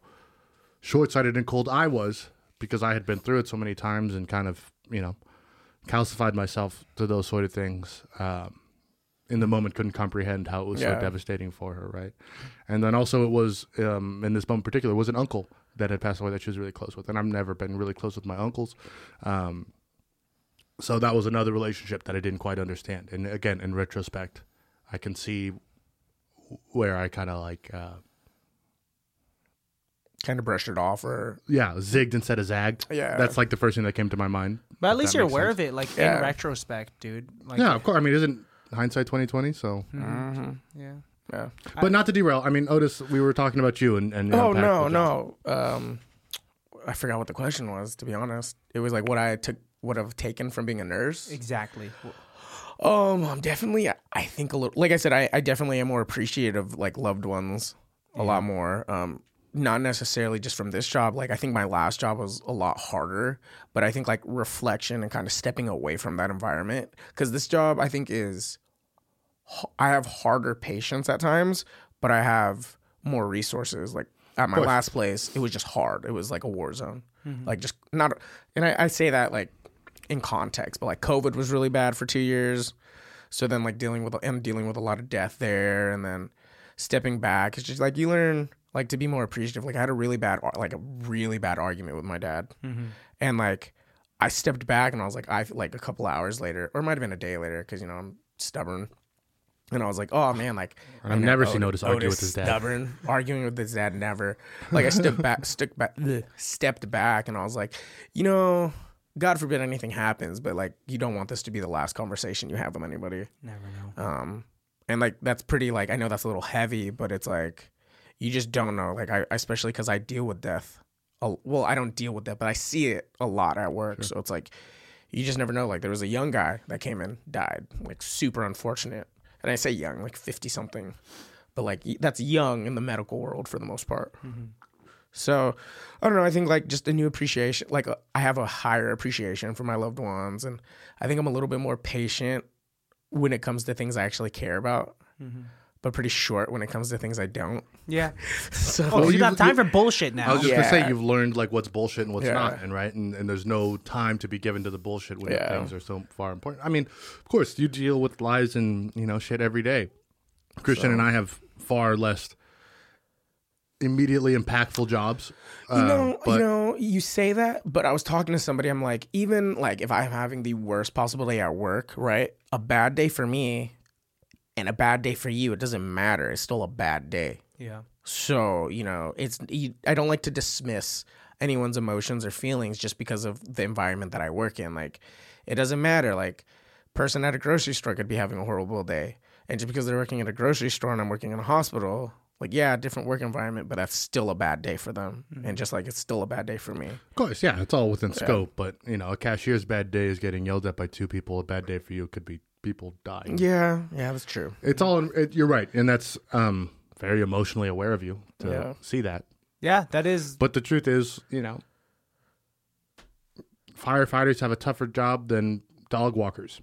[SPEAKER 3] short sighted and cold I was because I had been through it so many times and kind of, you know, calcified myself to those sort of things. Um, in the moment, couldn't comprehend how it was
[SPEAKER 2] Yeah.
[SPEAKER 3] so devastating for her, right? And then also, it was um, in this moment in particular was an uncle that had passed away that she was really close with, and I've never been really close with my uncles. Um, so that was another relationship that I didn't quite understand. And again, in retrospect, I can see where I kind of like, uh,
[SPEAKER 2] kind of brushed it off or
[SPEAKER 3] yeah, zigged instead of zagged.
[SPEAKER 2] Yeah.
[SPEAKER 3] that's like the first thing that came to my mind.
[SPEAKER 1] But at
[SPEAKER 3] if
[SPEAKER 1] least
[SPEAKER 3] that
[SPEAKER 1] you're
[SPEAKER 3] makes
[SPEAKER 1] aware
[SPEAKER 3] sense.
[SPEAKER 1] of it, like
[SPEAKER 2] Yeah.
[SPEAKER 1] in retrospect, dude. Like,
[SPEAKER 3] Yeah, of course. I mean, isn't hindsight twenty twenty? So,
[SPEAKER 1] yeah.
[SPEAKER 2] Mm-hmm. yeah.
[SPEAKER 3] but not to derail. I mean, Otis, we were talking about you and and
[SPEAKER 2] Oh
[SPEAKER 3] how
[SPEAKER 2] no,
[SPEAKER 3] impactful that-
[SPEAKER 2] no. Um, I forgot what the question was. To be honest, it was like what I took, what I've taken from being a nurse.
[SPEAKER 1] Exactly. W-
[SPEAKER 2] Um, I'm definitely, I think a little, like I said, I, I definitely am more appreciative, of, like loved ones a lot more. Um, not necessarily just from this job. Like I think my last job was a lot harder, but I think like reflection and kind of stepping away from that environment because this job I think is, h- I have harder patients at times, but I have more resources. Like at my last place, it was just hard. It was like a war zone. Like just not, and I, I say that like in context, but like COVID was really bad for two years. So then like dealing with and dealing with a lot of death there, and then stepping back. It's just like you learn like to be more appreciative. Like I had a really bad ar- like a really bad argument with my dad, and like I stepped back and I was like I like a couple hours later, or it might have been a day later because you know I'm stubborn. And I was like, oh man, like
[SPEAKER 3] I've never
[SPEAKER 2] oh,
[SPEAKER 3] seen Otis argue with his dad.
[SPEAKER 2] Stubborn, arguing with his dad, never. Like I stepped back, stuck back, bleh, stepped back, and I was like, you know, God forbid anything happens, but like you don't want this to be the last conversation you have with anybody.
[SPEAKER 1] Never know.
[SPEAKER 2] Um, and like that's pretty like I know that's a little heavy, but it's like you just don't know. Like I especially because I deal with death. A, well, I don't deal with that, but I see it a lot at work. So it's like you just never know. Like there was a young guy that came in, died, like super unfortunate. And I say young, like fifty something, but like y- that's young in the medical world for the most part. So I don't know. I think like just a new appreciation. Like uh, I have a higher appreciation for my loved ones, and I think I'm a little bit more patient when it comes to things I actually care about, but pretty short when it comes to things I don't.
[SPEAKER 1] Yeah.
[SPEAKER 2] So
[SPEAKER 1] Oh, you
[SPEAKER 3] you-
[SPEAKER 1] don't have time
[SPEAKER 3] you-
[SPEAKER 1] for bullshit now.
[SPEAKER 3] I was just gonna
[SPEAKER 2] Yeah.
[SPEAKER 3] say you've learned like what's bullshit and what's
[SPEAKER 2] Yeah.
[SPEAKER 3] not, and right, and, and there's no time to be given to the bullshit when
[SPEAKER 2] Yeah.
[SPEAKER 3] things are so far important. I mean, of course, you deal with lies and you know shit every day. Christian and I have far less immediately impactful jobs. uh,
[SPEAKER 2] you
[SPEAKER 3] Um,
[SPEAKER 2] know, you know, you say that, but I was talking to somebody. I'm like, even like if I'm having the worst possible day at work, right? A bad day for me, and a bad day for you, it doesn't matter. It's still a bad day.
[SPEAKER 1] yeah.
[SPEAKER 2] So you know, it's you, I don't like to dismiss anyone's emotions or feelings just because of the environment that I work in. Like, it doesn't matter. Like, person at a grocery store could be having a horrible day, and just because they're working at a grocery store and I'm working in a hospital, like, yeah, different work environment, but that's still a bad day for them, and just like it's still a bad day for me.
[SPEAKER 3] Of course, yeah, it's all within scope, but you know, a cashier's bad day is getting yelled at by two people. A bad day for you could be people dying.
[SPEAKER 2] Yeah, yeah, that's true.
[SPEAKER 3] It's all in, it, you're right, and that's um, very emotionally aware of you to
[SPEAKER 2] Yeah.
[SPEAKER 3] see that.
[SPEAKER 1] Yeah, that is.
[SPEAKER 3] But the truth is, you know, firefighters have a tougher job than dog walkers.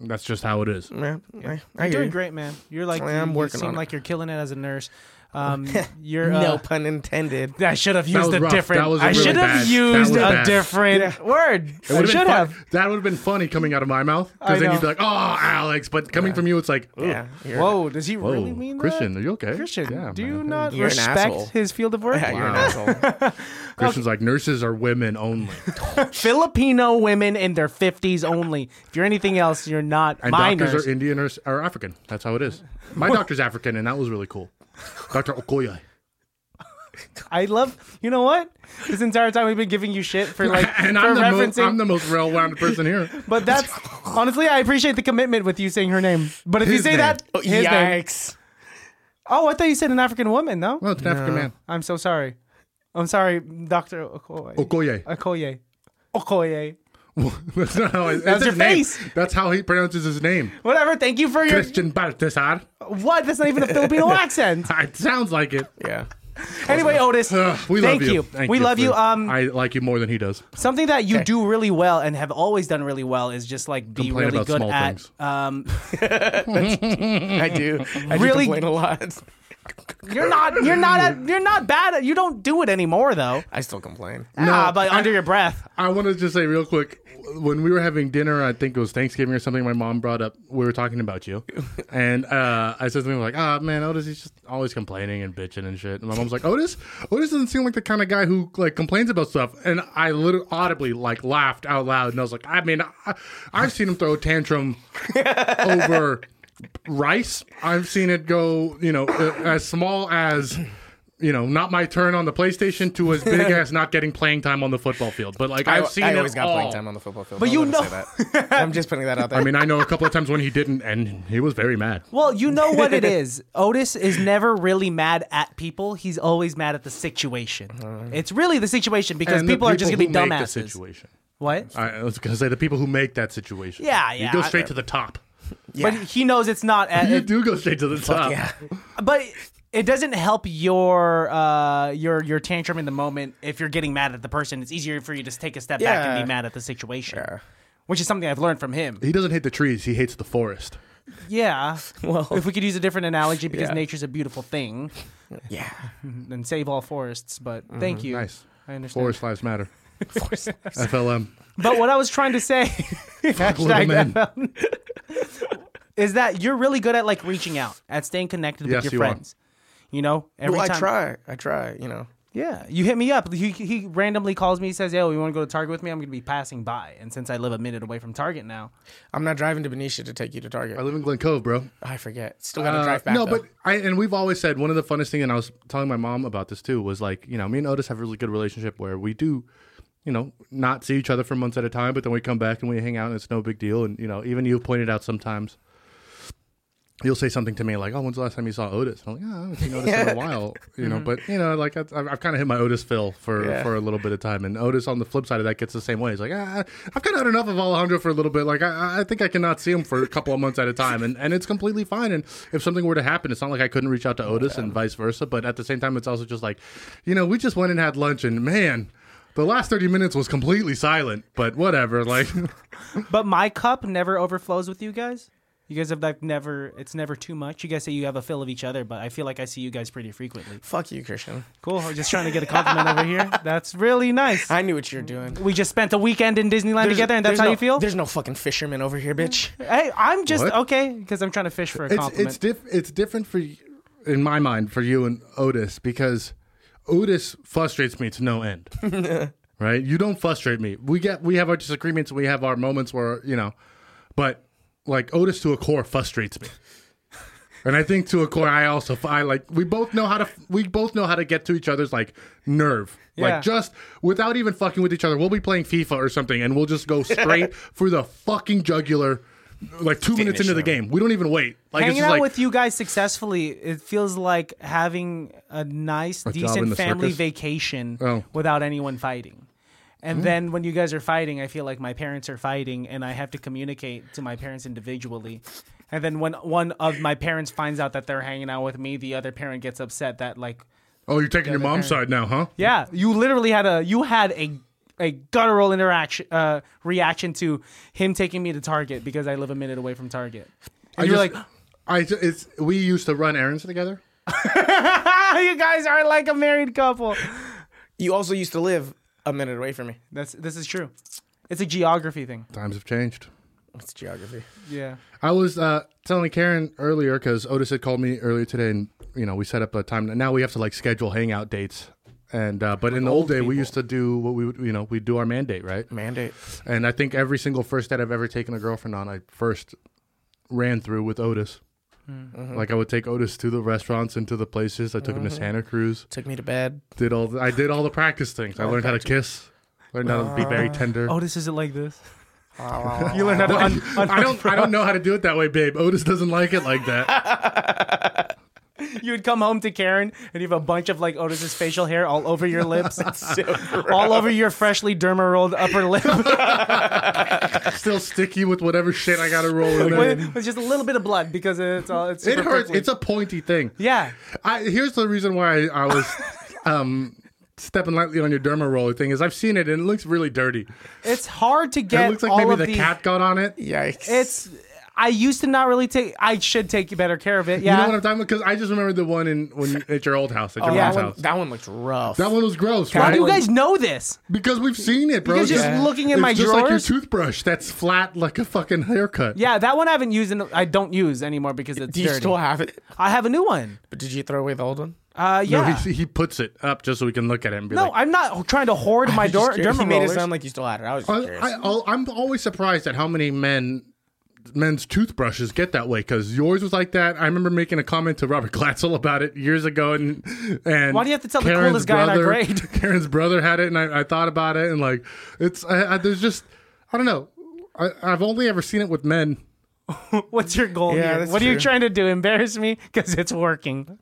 [SPEAKER 3] That's just how it
[SPEAKER 1] Mm.
[SPEAKER 3] is.
[SPEAKER 2] Yeah, I, I
[SPEAKER 1] You're
[SPEAKER 2] hear
[SPEAKER 1] doing
[SPEAKER 2] you.
[SPEAKER 1] great, man. You're like,
[SPEAKER 2] I am
[SPEAKER 1] you, you
[SPEAKER 2] working
[SPEAKER 1] seem
[SPEAKER 2] on it.
[SPEAKER 1] like you're killing it as a nurse. Um, you're uh,
[SPEAKER 2] No pun intended.
[SPEAKER 1] I should have used
[SPEAKER 3] was
[SPEAKER 1] a
[SPEAKER 3] rough.
[SPEAKER 1] different.
[SPEAKER 3] That was
[SPEAKER 1] I
[SPEAKER 3] really
[SPEAKER 1] should have
[SPEAKER 3] bad. That was
[SPEAKER 1] used a
[SPEAKER 3] bad.
[SPEAKER 1] different word.
[SPEAKER 3] It
[SPEAKER 1] I
[SPEAKER 3] would've been
[SPEAKER 1] should
[SPEAKER 3] fun-
[SPEAKER 1] have.
[SPEAKER 3] That would have been funny coming out of my mouth
[SPEAKER 1] I
[SPEAKER 3] because then
[SPEAKER 1] know.
[SPEAKER 3] you'd be like, "Oh, Alex," but coming from you, it's like, "Ugh."
[SPEAKER 2] Yeah, you're-
[SPEAKER 1] Whoa, does he
[SPEAKER 3] "Whoa,
[SPEAKER 1] really mean
[SPEAKER 3] Christian, are you okay?"
[SPEAKER 1] that? Christian,
[SPEAKER 3] Yeah,
[SPEAKER 1] do you
[SPEAKER 3] man.
[SPEAKER 1] not
[SPEAKER 2] You're an asshole.
[SPEAKER 1] respect his field of work?
[SPEAKER 2] Yeah, you're an
[SPEAKER 3] Wow.
[SPEAKER 2] asshole.
[SPEAKER 3] Christian's like nurses are women only,
[SPEAKER 1] Filipino women in their 50s only. If you're anything else, you're not
[SPEAKER 3] and
[SPEAKER 1] my
[SPEAKER 3] doctors
[SPEAKER 1] nurse.
[SPEAKER 3] are Indian or, or African. That's how it is. My doctor's African, and that was really cool. Doctor Okoye.
[SPEAKER 1] I love, you know what? This entire time we've been giving you shit for like
[SPEAKER 3] and
[SPEAKER 1] for
[SPEAKER 3] I'm the, most,
[SPEAKER 1] referencing.
[SPEAKER 3] I'm the most well-rounded person here.
[SPEAKER 1] but that's honestly, I appreciate the commitment with you saying her name. But if you
[SPEAKER 3] His
[SPEAKER 1] say
[SPEAKER 3] name.
[SPEAKER 1] that,
[SPEAKER 2] Oh,
[SPEAKER 1] his name.
[SPEAKER 2] Yikes.
[SPEAKER 1] Oh, I thought you said an African woman. No,
[SPEAKER 3] Well, it's an African man.
[SPEAKER 1] I'm so sorry. I'm sorry, Doctor Okoye.
[SPEAKER 3] Okoye.
[SPEAKER 1] Okoye. Okoye.
[SPEAKER 3] That's not how I, that's
[SPEAKER 1] your
[SPEAKER 3] his name.
[SPEAKER 1] face.
[SPEAKER 3] That's how he pronounces his name.
[SPEAKER 1] Whatever. Thank you for your
[SPEAKER 3] Christian Baltasar.
[SPEAKER 1] what? That's not even a Filipino accent.
[SPEAKER 3] It sounds like it.
[SPEAKER 2] Yeah.
[SPEAKER 1] Anyway, Otis,
[SPEAKER 3] Ugh, we
[SPEAKER 1] thank
[SPEAKER 3] love you.
[SPEAKER 1] you.
[SPEAKER 3] Thank
[SPEAKER 1] we love you.
[SPEAKER 3] for-
[SPEAKER 1] Um,
[SPEAKER 3] I like you more than he does.
[SPEAKER 1] Something that you do really well and have always done really well is just like be
[SPEAKER 3] Complain
[SPEAKER 1] really
[SPEAKER 3] about
[SPEAKER 1] good
[SPEAKER 3] small
[SPEAKER 1] at
[SPEAKER 3] things.
[SPEAKER 1] um,
[SPEAKER 2] I do. I do
[SPEAKER 1] Really-
[SPEAKER 2] complain a lot.
[SPEAKER 1] You're not. You're not. At, you're not bad. At, you don't do it anymore though.
[SPEAKER 2] I still complain.
[SPEAKER 1] No, but under your breath.
[SPEAKER 3] I want to just say real quick when we were having dinner, I think it was Thanksgiving or something, my mom brought up, we were talking about you. And uh, I said something like, ah, man, Otis, he's just always complaining and bitching and shit. And my mom's like, Otis? Otis doesn't seem like the kind of guy who like complains about stuff. And I literally audibly like laughed out loud. And I was like, I mean, I, I've seen him throw a tantrum over rice. I've seen it go, you know, uh, as small as, you know, not my turn on the PlayStation to as big as not getting playing time on the football field. But like, I've
[SPEAKER 2] I-
[SPEAKER 3] seen
[SPEAKER 2] I
[SPEAKER 3] it
[SPEAKER 2] always got
[SPEAKER 3] all.
[SPEAKER 2] playing time on the football field.
[SPEAKER 1] But
[SPEAKER 2] Don't
[SPEAKER 1] you
[SPEAKER 2] let him say that. I'm just putting that out there.
[SPEAKER 3] I mean, I know a couple of times when he didn't, and he was very mad.
[SPEAKER 1] Well, you know what it is. Otis is never really mad at people. He's always mad at the situation. It's really Uh-huh. the situation because
[SPEAKER 3] And the
[SPEAKER 1] people, are just gonna be
[SPEAKER 3] who make The
[SPEAKER 1] dumbasses.
[SPEAKER 3] situation.
[SPEAKER 1] What?
[SPEAKER 3] I I was gonna say the people who make that situation.
[SPEAKER 1] Yeah,
[SPEAKER 3] You
[SPEAKER 1] yeah,
[SPEAKER 3] go
[SPEAKER 1] I-
[SPEAKER 3] straight to the top.
[SPEAKER 1] But he knows it's not. At,
[SPEAKER 3] You do go straight to the top.
[SPEAKER 2] yeah.
[SPEAKER 1] but it doesn't help your uh your your tantrum in the moment if you're getting mad at the person it's easier for you to take a step back and
[SPEAKER 2] Yeah.
[SPEAKER 1] be mad at the situation which is something i've learned from him
[SPEAKER 3] He doesn't hate the trees. He hates the forest.
[SPEAKER 1] yeah well if we could use a different analogy because
[SPEAKER 2] Yeah.
[SPEAKER 1] nature's a beautiful thing
[SPEAKER 2] yeah. Mm-hmm.
[SPEAKER 1] and save all forests but thank you
[SPEAKER 3] Nice.
[SPEAKER 1] i understand
[SPEAKER 3] Forest lives matter. FLM.
[SPEAKER 1] but what i was trying to say
[SPEAKER 3] Little man.
[SPEAKER 1] is that you're really good at like reaching out at staying connected
[SPEAKER 3] Yes,
[SPEAKER 1] with your
[SPEAKER 3] you are.
[SPEAKER 1] friends you know every
[SPEAKER 2] Well, I
[SPEAKER 1] time
[SPEAKER 2] try. I try. You know.
[SPEAKER 1] Yeah, you hit me up. He, he randomly calls me. He says, "Yo, you want to go to Target with me? I'm going to be passing by, and since I live a minute away from Target now,
[SPEAKER 2] I'm not driving to Benicia to take you to Target.
[SPEAKER 3] I live in Glen Cove, bro.
[SPEAKER 2] I forget. Still gotta
[SPEAKER 3] Uh,
[SPEAKER 2] drive back.
[SPEAKER 3] No,
[SPEAKER 2] though.
[SPEAKER 3] but I and we've always said one of the funnest thing, and I was telling my mom about this too, was like you know me and Otis have a really good relationship where we do, you know, not see each other for months at a time, but then we come back and we hang out, and it's no big deal. And you know, even you pointed out sometimes. You'll say something to me like, "Oh, when's the last time you saw Otis?" And I'm like, "Oh, I haven't seen Otis in a while," you know. But you know, like I've, I've kind of hit my Otis fill for
[SPEAKER 2] Yeah.
[SPEAKER 3] for a little bit of time, and Otis on the flip side of that gets the same way. He's like, ah, "I've kind of had enough of Alejandro for a little bit. Like, I, I think I cannot see him for a couple of months at a time, and and it's completely fine. And if something were to happen, it's not like I couldn't reach out to Otis and vice versa. But at the same time, it's also just like, you know, we just went and had lunch, and man. The last thirty minutes was completely silent, but whatever. Like,
[SPEAKER 1] but my cup never overflows with you guys. You guys have like never. It's never too much. You guys say you have a fill of each other, but I feel like I see you guys pretty frequently.
[SPEAKER 2] fuck you, Christian.
[SPEAKER 1] Cool. I'm just trying to get a compliment over here. That's really nice.
[SPEAKER 2] I knew what you were doing.
[SPEAKER 1] we just spent a weekend in Disneyland
[SPEAKER 2] There's-
[SPEAKER 1] together, and that's
[SPEAKER 2] there's
[SPEAKER 1] how
[SPEAKER 2] no-
[SPEAKER 1] you feel.
[SPEAKER 2] There's no fucking fisherman over here, bitch.
[SPEAKER 1] Hey, I'm just
[SPEAKER 3] What?
[SPEAKER 1] okay because I'm trying to fish for a
[SPEAKER 3] it's
[SPEAKER 1] compliment.
[SPEAKER 3] it's diff- it's different for, y- in my mind, for you and Otis because Otis frustrates me to no end. right? You don't frustrate me. We get we have our disagreements. We have our moments where you know, but like Otis to a core frustrates me. And I think to a core, I also I like we both know how to we both know how to get to each other's like nerve,
[SPEAKER 1] Yeah.
[SPEAKER 3] like just without even fucking with each other. We'll be playing FIFA or something, and we'll just go straight for the fucking jugular, like two minutes into the game. We don't even wait. Like it's
[SPEAKER 1] Hanging
[SPEAKER 3] just
[SPEAKER 1] out
[SPEAKER 3] like
[SPEAKER 1] with you guys successfully, it feels like having a nice,
[SPEAKER 3] job in
[SPEAKER 1] decent
[SPEAKER 3] the
[SPEAKER 1] family
[SPEAKER 3] circus?
[SPEAKER 1] vacation
[SPEAKER 3] Oh. Hmm.
[SPEAKER 1] without anyone fighting. And then when you guys are fighting, I feel like my parents are fighting, and I have to communicate to my parents individually. And then when one of my parents finds out that they're hanging out with me, the other parent gets upset that like,
[SPEAKER 3] oh, you're taking your mom's side now, huh?
[SPEAKER 1] yeah, you literally had a you had a a guttural interaction uh, reaction to him taking me to Target because I live a minute away from Target. And you're like,
[SPEAKER 3] I ju- it's we used to run errands together.
[SPEAKER 1] you guys are like a married couple.
[SPEAKER 2] You also used to live a minute away from me.
[SPEAKER 1] That's this is true. It's a geography thing.
[SPEAKER 3] Times have changed.
[SPEAKER 2] It's geography.
[SPEAKER 1] Yeah.
[SPEAKER 3] I was uh, telling Karen earlier because Otis had called me earlier today, and you know we set up a time. Now we have to like schedule hangout dates, and uh, but in the old day we used to do what we would you know we do our mandate right,
[SPEAKER 2] Mandate.
[SPEAKER 3] and I think every single first date I've ever taken a girlfriend on, I first ran through with Otis.
[SPEAKER 1] Hmm.
[SPEAKER 3] Like I would take Otis to the restaurants and to the places. I took
[SPEAKER 1] Oh.
[SPEAKER 3] him to Santa Cruz.
[SPEAKER 2] Took me to bed.
[SPEAKER 3] Did all the, I did all the practice things.
[SPEAKER 1] Oh,
[SPEAKER 3] I learned how to kiss. Learned how to be very
[SPEAKER 1] Uh,
[SPEAKER 3] tender.
[SPEAKER 1] Otis isn't like Oh, this. you learn how to. Un- un-
[SPEAKER 3] I don't. I don't know how to do it that way, babe. Otis doesn't like it like that.
[SPEAKER 1] you would come home to Karen and you have a bunch of like Otis's facial hair all over your lips, all over your freshly derma rolled upper lip,
[SPEAKER 3] Still sticky with whatever shit I got to roll in there.
[SPEAKER 1] with, with just a little bit of blood because it's all. It's
[SPEAKER 3] It
[SPEAKER 1] super
[SPEAKER 3] hurts.
[SPEAKER 1] prickly.
[SPEAKER 3] It's a pointy thing.
[SPEAKER 1] yeah.
[SPEAKER 3] I, here's the reason why I was um, stepping lightly on your derma roller thing is I've seen it and it looks really dirty.
[SPEAKER 1] It's hard to
[SPEAKER 3] It
[SPEAKER 1] get
[SPEAKER 3] looks like
[SPEAKER 1] all
[SPEAKER 3] maybe
[SPEAKER 1] of
[SPEAKER 3] the
[SPEAKER 1] these.
[SPEAKER 3] cat got on it.
[SPEAKER 2] Yikes.
[SPEAKER 1] it's I used to not really take. I should take better care of it. Yeah.
[SPEAKER 3] You know what I'm talking about? Because I just remember the one in when at your old house, at your
[SPEAKER 2] Oh, that
[SPEAKER 3] mom's
[SPEAKER 2] one,
[SPEAKER 3] house.
[SPEAKER 2] that one looked rough.
[SPEAKER 3] That one was gross,
[SPEAKER 1] How
[SPEAKER 3] right?
[SPEAKER 1] do you guys know this?
[SPEAKER 3] Because we've seen it, bro.
[SPEAKER 1] Because just
[SPEAKER 3] It's-
[SPEAKER 1] looking in
[SPEAKER 3] it's
[SPEAKER 1] my
[SPEAKER 3] just like your
[SPEAKER 1] drawers?
[SPEAKER 3] toothbrush that's flat like a fucking haircut.
[SPEAKER 1] Yeah, that one I haven't used. In, I don't use anymore because it's
[SPEAKER 2] Do you
[SPEAKER 1] dirty.
[SPEAKER 2] still have it?
[SPEAKER 1] I have a new one.
[SPEAKER 2] But did you throw away the old one?
[SPEAKER 1] Uh,
[SPEAKER 3] No,
[SPEAKER 1] yeah.
[SPEAKER 3] he, he puts it up just so we can look at it and be
[SPEAKER 1] No,
[SPEAKER 3] like,
[SPEAKER 1] I'm not trying to hoard my
[SPEAKER 2] I'm just
[SPEAKER 1] door.
[SPEAKER 2] curious. He
[SPEAKER 1] derma
[SPEAKER 2] made
[SPEAKER 1] rollers. Oh,
[SPEAKER 2] it sound like you still had it. I was just
[SPEAKER 3] "Uh, I,
[SPEAKER 2] curious.
[SPEAKER 3] I, I'll- I'm always surprised at how many men men's toothbrushes get that way because yours was like that. I remember making a comment to Robert Glatzel about it years ago, and and
[SPEAKER 1] Why do you have to tell the coolest guy in our grade?
[SPEAKER 3] Karen's brother had it, and I, I thought about it, and like it's I, I, there's just I don't know. I, I've only ever seen it with men.
[SPEAKER 1] What's your goal
[SPEAKER 2] Yeah,
[SPEAKER 1] here?
[SPEAKER 2] that's
[SPEAKER 1] What are you
[SPEAKER 2] true.
[SPEAKER 1] trying to do? Embarrass me? Because it's working.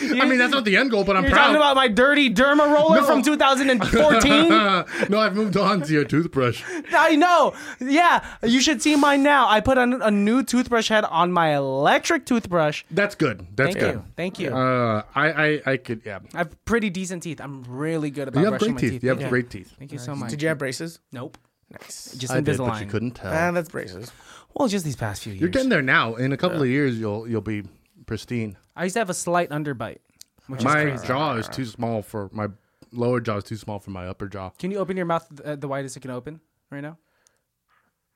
[SPEAKER 3] I mean, that's not the end goal, but I'm
[SPEAKER 1] You're
[SPEAKER 3] proud.
[SPEAKER 1] talking about my dirty derma roller
[SPEAKER 3] No.
[SPEAKER 1] from 2014?
[SPEAKER 3] no, I've moved on to your toothbrush.
[SPEAKER 1] I know. Yeah, you should see mine now. I put on a new toothbrush head on my electric toothbrush.
[SPEAKER 3] That's good. That's
[SPEAKER 1] Thank
[SPEAKER 3] good.
[SPEAKER 1] you. Thank you.
[SPEAKER 3] Uh, I, I I could yeah.
[SPEAKER 1] I have pretty decent teeth. I'm really good about
[SPEAKER 3] You have
[SPEAKER 1] brushing
[SPEAKER 3] great
[SPEAKER 1] my
[SPEAKER 3] teeth.
[SPEAKER 1] teeth.
[SPEAKER 3] You have
[SPEAKER 1] Thank
[SPEAKER 3] great teeth.
[SPEAKER 1] Thank you so much.
[SPEAKER 2] did you have braces?
[SPEAKER 1] Nope.
[SPEAKER 2] Nice.
[SPEAKER 1] Just
[SPEAKER 3] I
[SPEAKER 1] Invisalign.
[SPEAKER 3] did, but you couldn't tell.
[SPEAKER 2] Ah, that's braces.
[SPEAKER 1] Well, just these past few years.
[SPEAKER 3] You're getting there now. In a couple of years, you'll you'll be pristine.
[SPEAKER 1] I used to have a slight underbite. Which
[SPEAKER 3] my
[SPEAKER 1] is crazy.
[SPEAKER 3] jaw is too small for my lower jaw is too small for my upper jaw.
[SPEAKER 1] Can you open your mouth uh, the widest it can open right now?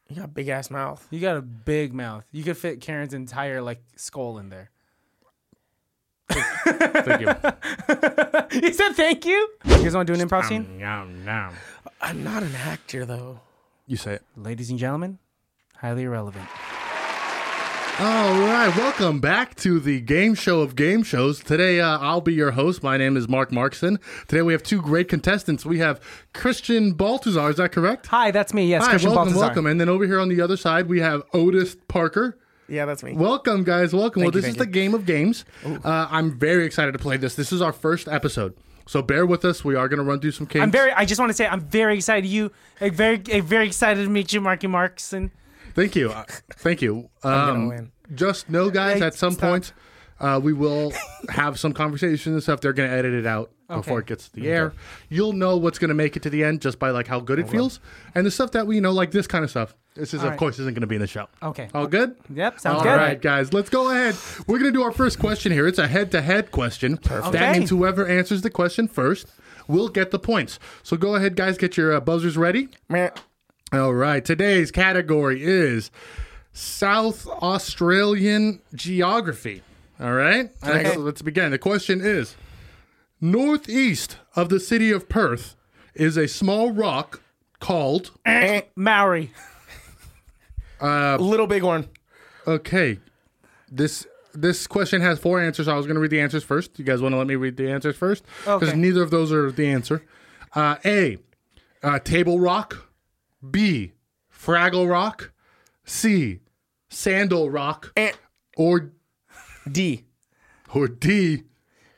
[SPEAKER 2] You got a big ass mouth.
[SPEAKER 1] You got a big mouth. You could fit Karen's entire like skull in there.
[SPEAKER 3] Thank you.
[SPEAKER 1] he said thank you. You guys want to do an improv scene?
[SPEAKER 3] Nom, nom, nom.
[SPEAKER 2] I'm not an actor though.
[SPEAKER 3] You say it.
[SPEAKER 1] Ladies and gentlemen, highly irrelevant.
[SPEAKER 3] All right, welcome back to the game show of game shows. Today, uh, I'll be your host. My name is Mark Markson. Today, we have two great contestants. We have Christian Baltazar. Is that correct?
[SPEAKER 1] Hi, that's me. Yes,
[SPEAKER 3] Hi,
[SPEAKER 1] Christian
[SPEAKER 3] welcome,
[SPEAKER 1] Baltazar.
[SPEAKER 3] welcome. And then over here on the other side, we have Otis Parker.
[SPEAKER 2] Yeah, that's me.
[SPEAKER 3] Welcome, guys. Welcome.
[SPEAKER 2] Thank
[SPEAKER 3] well,
[SPEAKER 2] you,
[SPEAKER 3] this is
[SPEAKER 2] thank
[SPEAKER 3] the game of games. Uh, I'm very excited to play this. This is our first episode. So bear with us. We are going to run through some kinks.
[SPEAKER 1] I'm very. I just want to say I'm very excited. You, I'm very, I'm very excited to meet you, Marky Marks. And
[SPEAKER 3] Thank you. Uh, Thank you. Um,
[SPEAKER 2] win.
[SPEAKER 3] Just know, guys,
[SPEAKER 1] Hey,
[SPEAKER 3] at some
[SPEAKER 1] stop.
[SPEAKER 3] point, uh, we will have some conversations and stuff. They're going to edit it out before it
[SPEAKER 1] Okay.
[SPEAKER 3] gets to the air. You'll know what's going to make it to the end just by like how good it feels and the stuff that we you know, like this kind of stuff. This is, of
[SPEAKER 1] right.
[SPEAKER 3] course, isn't going to be in the show.
[SPEAKER 1] Okay.
[SPEAKER 3] All good.
[SPEAKER 1] Yep, sounds
[SPEAKER 3] Oh. All
[SPEAKER 1] good.
[SPEAKER 3] right, guys, let's go ahead. We're going to do our first question here. It's a head-to-head question. Perfect. That
[SPEAKER 1] Okay.
[SPEAKER 3] means whoever answers the question first will get the points. So go ahead, guys, get your uh, buzzers ready.
[SPEAKER 2] Meh.
[SPEAKER 3] All right. Today's category is South Australian geography. All right. Let's, let's begin. The question is Northeast of the city of Perth is a small rock called.
[SPEAKER 1] Maori.
[SPEAKER 2] Little big one.
[SPEAKER 3] Okay. This. This question has four answers. I was going to read the answers first. You guys want to let me read the answers first? Because
[SPEAKER 1] Okay.
[SPEAKER 3] neither of those are the answer. Uh, A, uh, Table Rock. B, Fraggle Rock. C, Sandal Rock.
[SPEAKER 2] Eh.
[SPEAKER 3] or
[SPEAKER 2] D.
[SPEAKER 3] or D.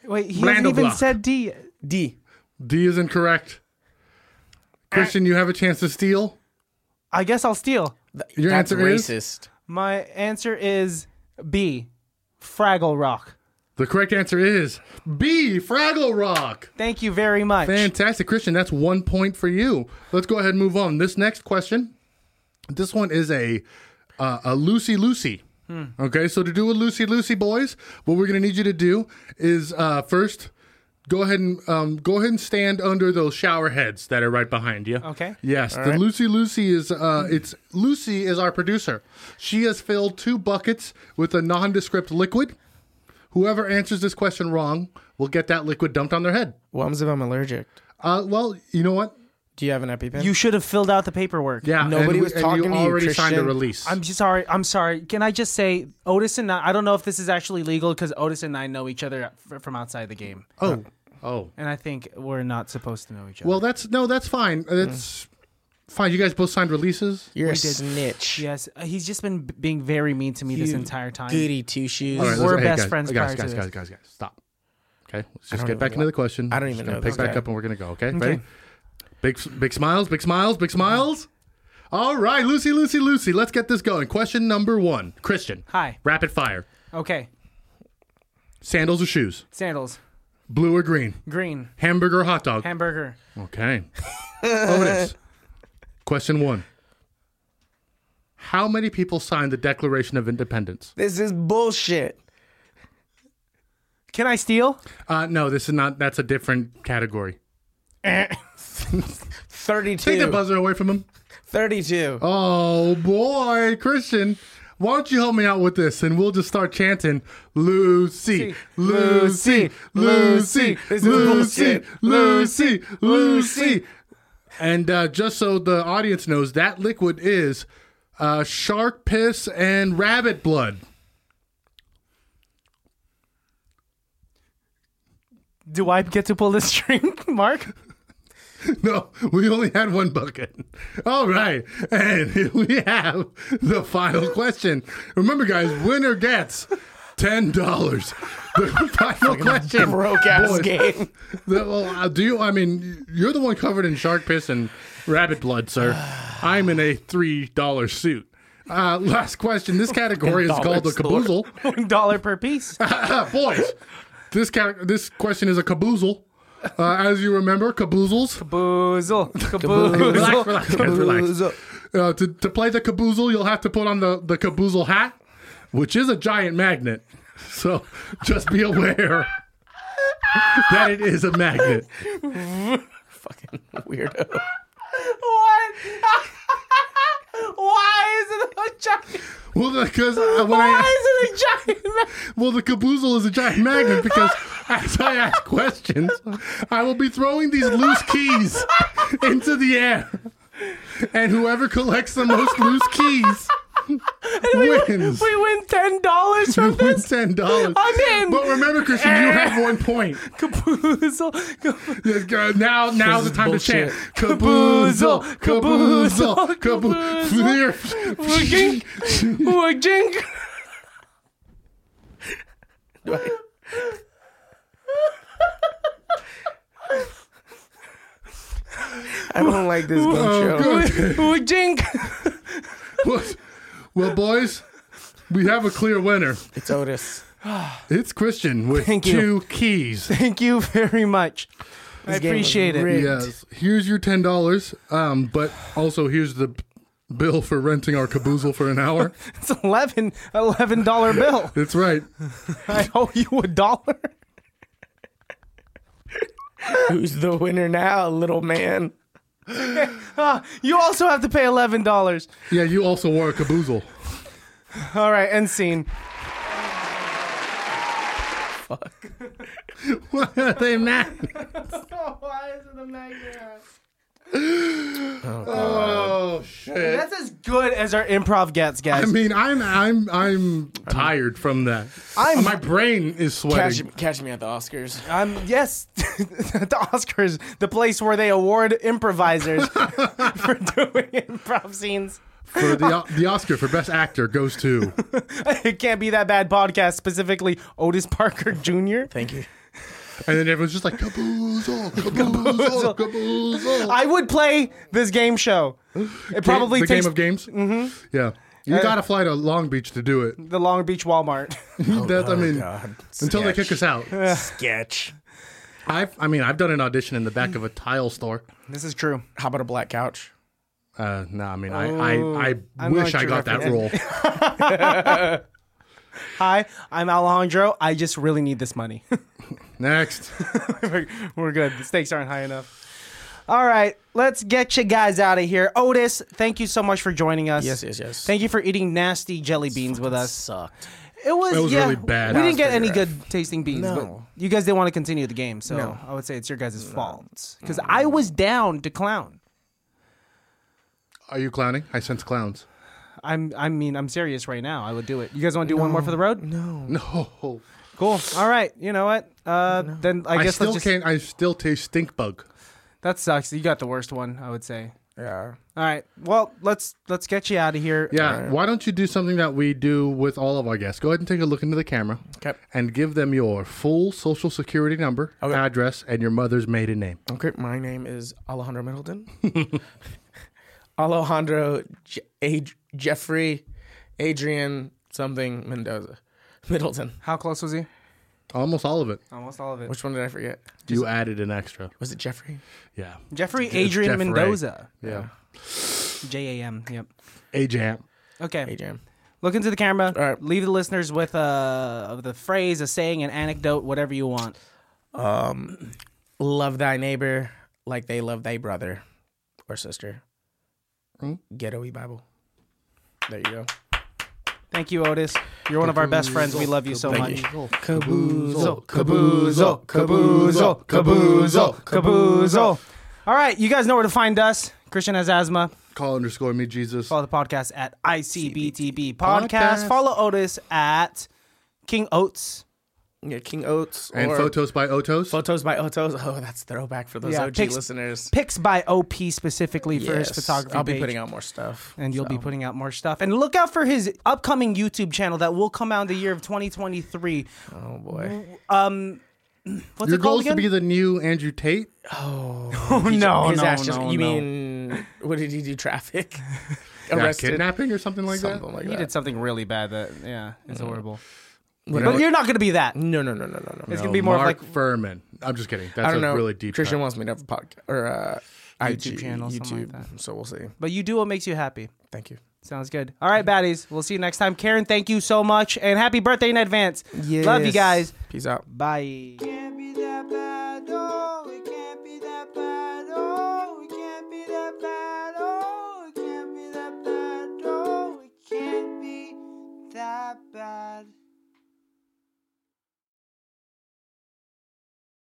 [SPEAKER 1] Wait, he
[SPEAKER 3] Blando
[SPEAKER 1] hasn't even
[SPEAKER 3] block.
[SPEAKER 1] said D.
[SPEAKER 2] D.
[SPEAKER 3] D is incorrect. Christian, you have a chance to steal.
[SPEAKER 1] I guess I'll steal.
[SPEAKER 3] Your
[SPEAKER 2] That's
[SPEAKER 3] answer is
[SPEAKER 2] racist.
[SPEAKER 1] My answer is B. Fraggle Rock.
[SPEAKER 3] the correct answer is B. Fraggle Rock.
[SPEAKER 1] Thank you very much.
[SPEAKER 3] Fantastic, Christian. That's one point for you. Let's go ahead and move on. This next question. This one is a uh, a loosey loosey. Okay, so to do a loosey loosey, boys, what we're gonna need you to do is uh, first go ahead and um, go ahead and stand under those shower heads that are right behind you.
[SPEAKER 1] Okay.
[SPEAKER 3] Yes, the Lucy Lucy is uh, it's Lucy is our producer. She has filled two buckets with a nondescript liquid. Whoever answers this question wrong will get that liquid dumped on their head.
[SPEAKER 2] What happens if I'm allergic?
[SPEAKER 3] Uh, well, you know what?
[SPEAKER 2] Do you have an EpiPen?
[SPEAKER 1] You should have filled out the paperwork.
[SPEAKER 3] Yeah,
[SPEAKER 2] Nobody
[SPEAKER 3] and,
[SPEAKER 2] was talking
[SPEAKER 3] and
[SPEAKER 2] to
[SPEAKER 3] you
[SPEAKER 2] you,
[SPEAKER 3] already signed a
[SPEAKER 2] Christian.
[SPEAKER 3] release.
[SPEAKER 1] I'm just sorry. I'm sorry. Can I just say, Otis and I, I don't know if this is actually legal because Otis and I know each other f- from outside the game.
[SPEAKER 3] oh, oh.
[SPEAKER 1] And I think we're not supposed to know each other.
[SPEAKER 3] Well, that's no, that's fine. That's fine. You guys both signed releases.
[SPEAKER 2] You're a snitch.
[SPEAKER 1] yes, uh, he's just been b- being very mean to me this
[SPEAKER 2] You
[SPEAKER 1] entire time.
[SPEAKER 2] Goody two shoes.
[SPEAKER 3] All right,
[SPEAKER 1] We're
[SPEAKER 3] listen- hey,
[SPEAKER 1] best
[SPEAKER 3] guys,
[SPEAKER 1] friends
[SPEAKER 3] Guys,
[SPEAKER 1] prior to
[SPEAKER 3] guys,
[SPEAKER 1] this.
[SPEAKER 3] guys, guys, guys, stop. Okay, let's just
[SPEAKER 2] don't
[SPEAKER 3] get
[SPEAKER 2] even
[SPEAKER 3] back
[SPEAKER 2] know
[SPEAKER 3] into
[SPEAKER 2] what-
[SPEAKER 3] the question.
[SPEAKER 2] I don't
[SPEAKER 3] Just
[SPEAKER 2] even
[SPEAKER 3] gonna
[SPEAKER 2] know
[SPEAKER 3] Pick
[SPEAKER 2] this
[SPEAKER 3] back
[SPEAKER 2] guy.
[SPEAKER 3] up, and we're gonna go. Okay, ready? Big, big smiles, big smiles, big smiles. All right, Lucy, Lucy, Lucy. Let's get this going. Question number one, Christian.
[SPEAKER 1] Hi.
[SPEAKER 3] Rapid fire.
[SPEAKER 1] Okay.
[SPEAKER 3] Sandals or shoes?
[SPEAKER 1] Sandals.
[SPEAKER 3] Blue or green?
[SPEAKER 1] Green.
[SPEAKER 3] Hamburger, or hot dog.
[SPEAKER 1] Hamburger.
[SPEAKER 3] okay. Otis. Question one. How many people signed the Declaration of Independence?
[SPEAKER 2] This is bullshit.
[SPEAKER 1] Can I steal?
[SPEAKER 3] Uh, no, this is not. That's a different category. Take the
[SPEAKER 2] 32.
[SPEAKER 3] buzzer away from him.
[SPEAKER 2] 32.
[SPEAKER 3] Oh boy, Christian, why don't you help me out with this and we'll just start chanting Lucy, Lucy, Lucy,
[SPEAKER 2] This is
[SPEAKER 3] Lucy,
[SPEAKER 2] bullshit.
[SPEAKER 3] Lucy, Lucy. And uh, just so the audience knows, that liquid is uh, shark piss and rabbit blood.
[SPEAKER 1] Do I get to pull the string, Mark?
[SPEAKER 3] No, we only had one bucket. All right. And here we have the final question. Remember, guys, winner gets $10. The final question.
[SPEAKER 2] Broke ass
[SPEAKER 3] boys,
[SPEAKER 2] game.
[SPEAKER 3] the- well, uh, do you, I mean, you're the one covered in shark piss and rabbit blood, sir. I'm in a $3 suit. Uh, last question. This category is called the
[SPEAKER 2] Dollars,
[SPEAKER 3] caboozle.
[SPEAKER 1] One dollar per piece.
[SPEAKER 3] Ah, boys, this, ca- this question is a caboozle. Uh, as you remember, caboozles.
[SPEAKER 1] Boozle. Caboozle.
[SPEAKER 3] relax, relax, guys, relax. Uh, to, to play the caboozle, you'll have to put on the, the caboozle hat, which is a giant magnet. So just be aware that it is a magnet.
[SPEAKER 2] Fucking weirdo.
[SPEAKER 1] What? Why is it a giant?
[SPEAKER 3] Well, because uh, when I,
[SPEAKER 1] Why is it a giant?
[SPEAKER 3] well, the caboozle is a giant magnet because as I ask questions, I will be throwing these loose keys into the air, and whoever collects the most loose keys wins.
[SPEAKER 1] We win ten dollars
[SPEAKER 3] You
[SPEAKER 1] from
[SPEAKER 3] win
[SPEAKER 1] this
[SPEAKER 3] ten dollars.
[SPEAKER 1] I'm in.
[SPEAKER 3] But remember, Christian, you have one point.
[SPEAKER 1] caboozle.
[SPEAKER 3] Yes, girl, Now, now's
[SPEAKER 2] is
[SPEAKER 3] the time
[SPEAKER 2] bullshit.
[SPEAKER 3] to chant. Caboozle, caboozle,
[SPEAKER 1] Jing,
[SPEAKER 3] caboozle.
[SPEAKER 1] jing.
[SPEAKER 2] I don't like this game
[SPEAKER 3] Oh,
[SPEAKER 2] show.
[SPEAKER 1] jing.
[SPEAKER 3] Well, boys, we have a clear winner.
[SPEAKER 2] It's Otis.
[SPEAKER 3] It's Christian with
[SPEAKER 1] Thank
[SPEAKER 3] two
[SPEAKER 1] you.
[SPEAKER 3] keys.
[SPEAKER 1] Thank you very much. I
[SPEAKER 2] game was
[SPEAKER 1] appreciate it.
[SPEAKER 2] rigged.
[SPEAKER 3] Yes. Here's your ten dollars. Um, but also here's the bill for renting our caboozle for an hour.
[SPEAKER 1] It's 11 eleven dollar bill.
[SPEAKER 3] That's right.
[SPEAKER 1] I owe you a dollar.
[SPEAKER 2] Who's the winner now, little man?
[SPEAKER 1] Ah, You also have to pay eleven dollars.
[SPEAKER 3] Yeah, you also wore a caboozle.
[SPEAKER 1] All right, end scene.
[SPEAKER 3] What are they mad?
[SPEAKER 1] Why is it a magnet?
[SPEAKER 3] Oh shit.
[SPEAKER 1] That's as good as our improv gets, guys.
[SPEAKER 3] I mean, I'm I'm I'm tired from that.
[SPEAKER 1] I'm-
[SPEAKER 3] my brain is
[SPEAKER 2] Catch,
[SPEAKER 3] sweating.
[SPEAKER 2] catch me at the Oscars.
[SPEAKER 1] Um, yes, the Oscars, the place where they award improvisers for doing improv scenes.
[SPEAKER 3] For the O- the Oscar for best actor goes to
[SPEAKER 1] It can't be that bad podcast, specifically Otis Parker Jr.
[SPEAKER 2] Thank you.
[SPEAKER 3] and then everyone's just like caboozle, caboozle, caboozle.
[SPEAKER 1] I would play this game show. It probably Uh,
[SPEAKER 3] the
[SPEAKER 1] takes
[SPEAKER 3] game of games. Mm-hmm. Yeah. You gotta fly to Long Beach to do it.
[SPEAKER 1] the Long Beach Walmart.
[SPEAKER 3] That- I mean,
[SPEAKER 2] God.
[SPEAKER 3] until they kick us out.
[SPEAKER 2] Sketch.
[SPEAKER 3] I've, I mean, I've done an audition in the back of a tile store.
[SPEAKER 1] this is true.
[SPEAKER 2] How about a black couch?
[SPEAKER 3] Uh, no, I mean, I, I, I
[SPEAKER 1] Oh, I'm
[SPEAKER 3] wish
[SPEAKER 1] not
[SPEAKER 3] I
[SPEAKER 1] sure
[SPEAKER 3] got
[SPEAKER 1] if
[SPEAKER 3] that
[SPEAKER 1] it-
[SPEAKER 3] role.
[SPEAKER 1] Hi, I'm Alejandro. I just really need this money.
[SPEAKER 3] Next.
[SPEAKER 1] We're- We're good. The stakes aren't high enough. All right, let's get you guys out of here. Otis, thank you so much for joining us.
[SPEAKER 2] Yes, yes, yes.
[SPEAKER 1] Thank you for eating nasty jelly beans with us.
[SPEAKER 2] Sucked.
[SPEAKER 1] It was,
[SPEAKER 3] That was
[SPEAKER 1] yeah,
[SPEAKER 3] really bad.
[SPEAKER 1] We
[SPEAKER 3] That
[SPEAKER 1] didn't
[SPEAKER 3] was
[SPEAKER 1] get
[SPEAKER 2] pretty
[SPEAKER 1] any
[SPEAKER 2] rough.
[SPEAKER 1] good tasting beans.
[SPEAKER 2] No.
[SPEAKER 1] But you guys didn't want to continue the game, so
[SPEAKER 2] No. Mm.
[SPEAKER 1] I would say it's your guys' fault. Because I was down to clown.
[SPEAKER 3] Are you clowning? I sense clowns.
[SPEAKER 1] I'm, I mean, I'm serious right now. I would do it. You guys want to do one more for the road? No.
[SPEAKER 3] No.
[SPEAKER 1] Cool. All right. You know what? Uh, Then I,
[SPEAKER 3] I,
[SPEAKER 1] guess
[SPEAKER 3] still
[SPEAKER 1] let's just,
[SPEAKER 3] can't. I still taste stink bug.
[SPEAKER 1] that sucks. You got the worst one, I would say.
[SPEAKER 2] Yeah.
[SPEAKER 1] All right. Well, let's let's get you out of here.
[SPEAKER 3] Yeah. Why don't you do something that we do with all of our guests? Go ahead and take a look into the camera
[SPEAKER 2] Okay.
[SPEAKER 3] and give them your full social security number,
[SPEAKER 2] Okay.
[SPEAKER 3] address, and your mother's maiden name.
[SPEAKER 2] Okay. My name is Alejandro Middleton. Alejandro Je- Ad- Jeffrey Adrian something Mendoza. Middleton.
[SPEAKER 1] How close was he?
[SPEAKER 3] Almost all of it.
[SPEAKER 1] Almost all of it.
[SPEAKER 2] Which one did I forget?
[SPEAKER 3] You added an extra.
[SPEAKER 2] Was it Jeffrey?
[SPEAKER 3] Yeah.
[SPEAKER 1] Jeffrey
[SPEAKER 3] Jeff
[SPEAKER 1] Adrian
[SPEAKER 3] Ray.
[SPEAKER 1] Mendoza.
[SPEAKER 3] Yeah.
[SPEAKER 1] J A M. Yep.
[SPEAKER 3] A jam.
[SPEAKER 1] Okay.
[SPEAKER 2] AJ.
[SPEAKER 1] Look into the camera.
[SPEAKER 2] All right.
[SPEAKER 1] Leave the listeners with uh, of the phrase, a saying, an anecdote, whatever you want.
[SPEAKER 2] Um, Love thy neighbor like they love thy brother or sister.
[SPEAKER 1] Hmm?
[SPEAKER 2] Ghetto e Bible. There you go.
[SPEAKER 1] Thank you, Otis. You're one of our best friends. We love you so much.
[SPEAKER 2] Kaboozle,
[SPEAKER 1] Caboozle, caboozle, caboozle, caboozle. All right, you guys know where to find us. Christian has asthma.
[SPEAKER 3] Call underscore me Jesus.
[SPEAKER 1] Follow the podcast at ICBTB podcast.
[SPEAKER 3] Podcast.
[SPEAKER 1] Follow Otis at King Oats.
[SPEAKER 2] Yeah, King Oats
[SPEAKER 3] and
[SPEAKER 2] or
[SPEAKER 3] photos by Otos.
[SPEAKER 2] Photos by Otos. Oh, that's throwback for those
[SPEAKER 1] Yeah,
[SPEAKER 2] OG
[SPEAKER 1] pics-
[SPEAKER 2] listeners.
[SPEAKER 1] Picks by OP specifically for his
[SPEAKER 2] Yes,
[SPEAKER 1] photography.
[SPEAKER 2] I'll be
[SPEAKER 1] page.
[SPEAKER 2] putting out more stuff.
[SPEAKER 1] and you'll be
[SPEAKER 2] so.
[SPEAKER 1] putting out more stuff. And look out for his upcoming YouTube channel that will come out in the year of 2023.
[SPEAKER 2] Oh
[SPEAKER 1] What's
[SPEAKER 2] boy.
[SPEAKER 3] Your
[SPEAKER 1] it
[SPEAKER 3] goal
[SPEAKER 1] called
[SPEAKER 3] is to
[SPEAKER 1] again?
[SPEAKER 3] be the new Andrew Tate.
[SPEAKER 1] oh, no,
[SPEAKER 2] His
[SPEAKER 1] no,
[SPEAKER 2] ass just-
[SPEAKER 1] no,
[SPEAKER 2] you
[SPEAKER 1] no.
[SPEAKER 2] mean what did he do? Traffic?
[SPEAKER 3] Yeah,
[SPEAKER 2] Arrested.
[SPEAKER 3] kidnapping or something like
[SPEAKER 2] Something like
[SPEAKER 1] He
[SPEAKER 2] that. Mm.
[SPEAKER 1] did something really bad. That yeah, it's horrible.
[SPEAKER 3] that.
[SPEAKER 1] But you're not gonna be that.
[SPEAKER 2] No, no, no, no, no, no.
[SPEAKER 1] It's gonna be more of
[SPEAKER 3] Mark
[SPEAKER 1] like-
[SPEAKER 3] Furman. I'm just kidding. That's
[SPEAKER 2] I don't
[SPEAKER 3] a
[SPEAKER 2] know.
[SPEAKER 3] really deep
[SPEAKER 2] Christian
[SPEAKER 3] cut.
[SPEAKER 2] wants me to have a podcast or uh,
[SPEAKER 1] YouTube
[SPEAKER 2] IG,
[SPEAKER 1] channel,
[SPEAKER 2] YouTube.
[SPEAKER 1] something like
[SPEAKER 2] So we'll see.
[SPEAKER 1] But you do what makes you happy.
[SPEAKER 2] Thank you.
[SPEAKER 1] Sounds good. All right, baddies. We'll see you next time. Karen, thank you so much, and happy birthday in advance. Love you
[SPEAKER 2] Yes.
[SPEAKER 1] guys.
[SPEAKER 2] Peace out.
[SPEAKER 1] Bye. oh. oh.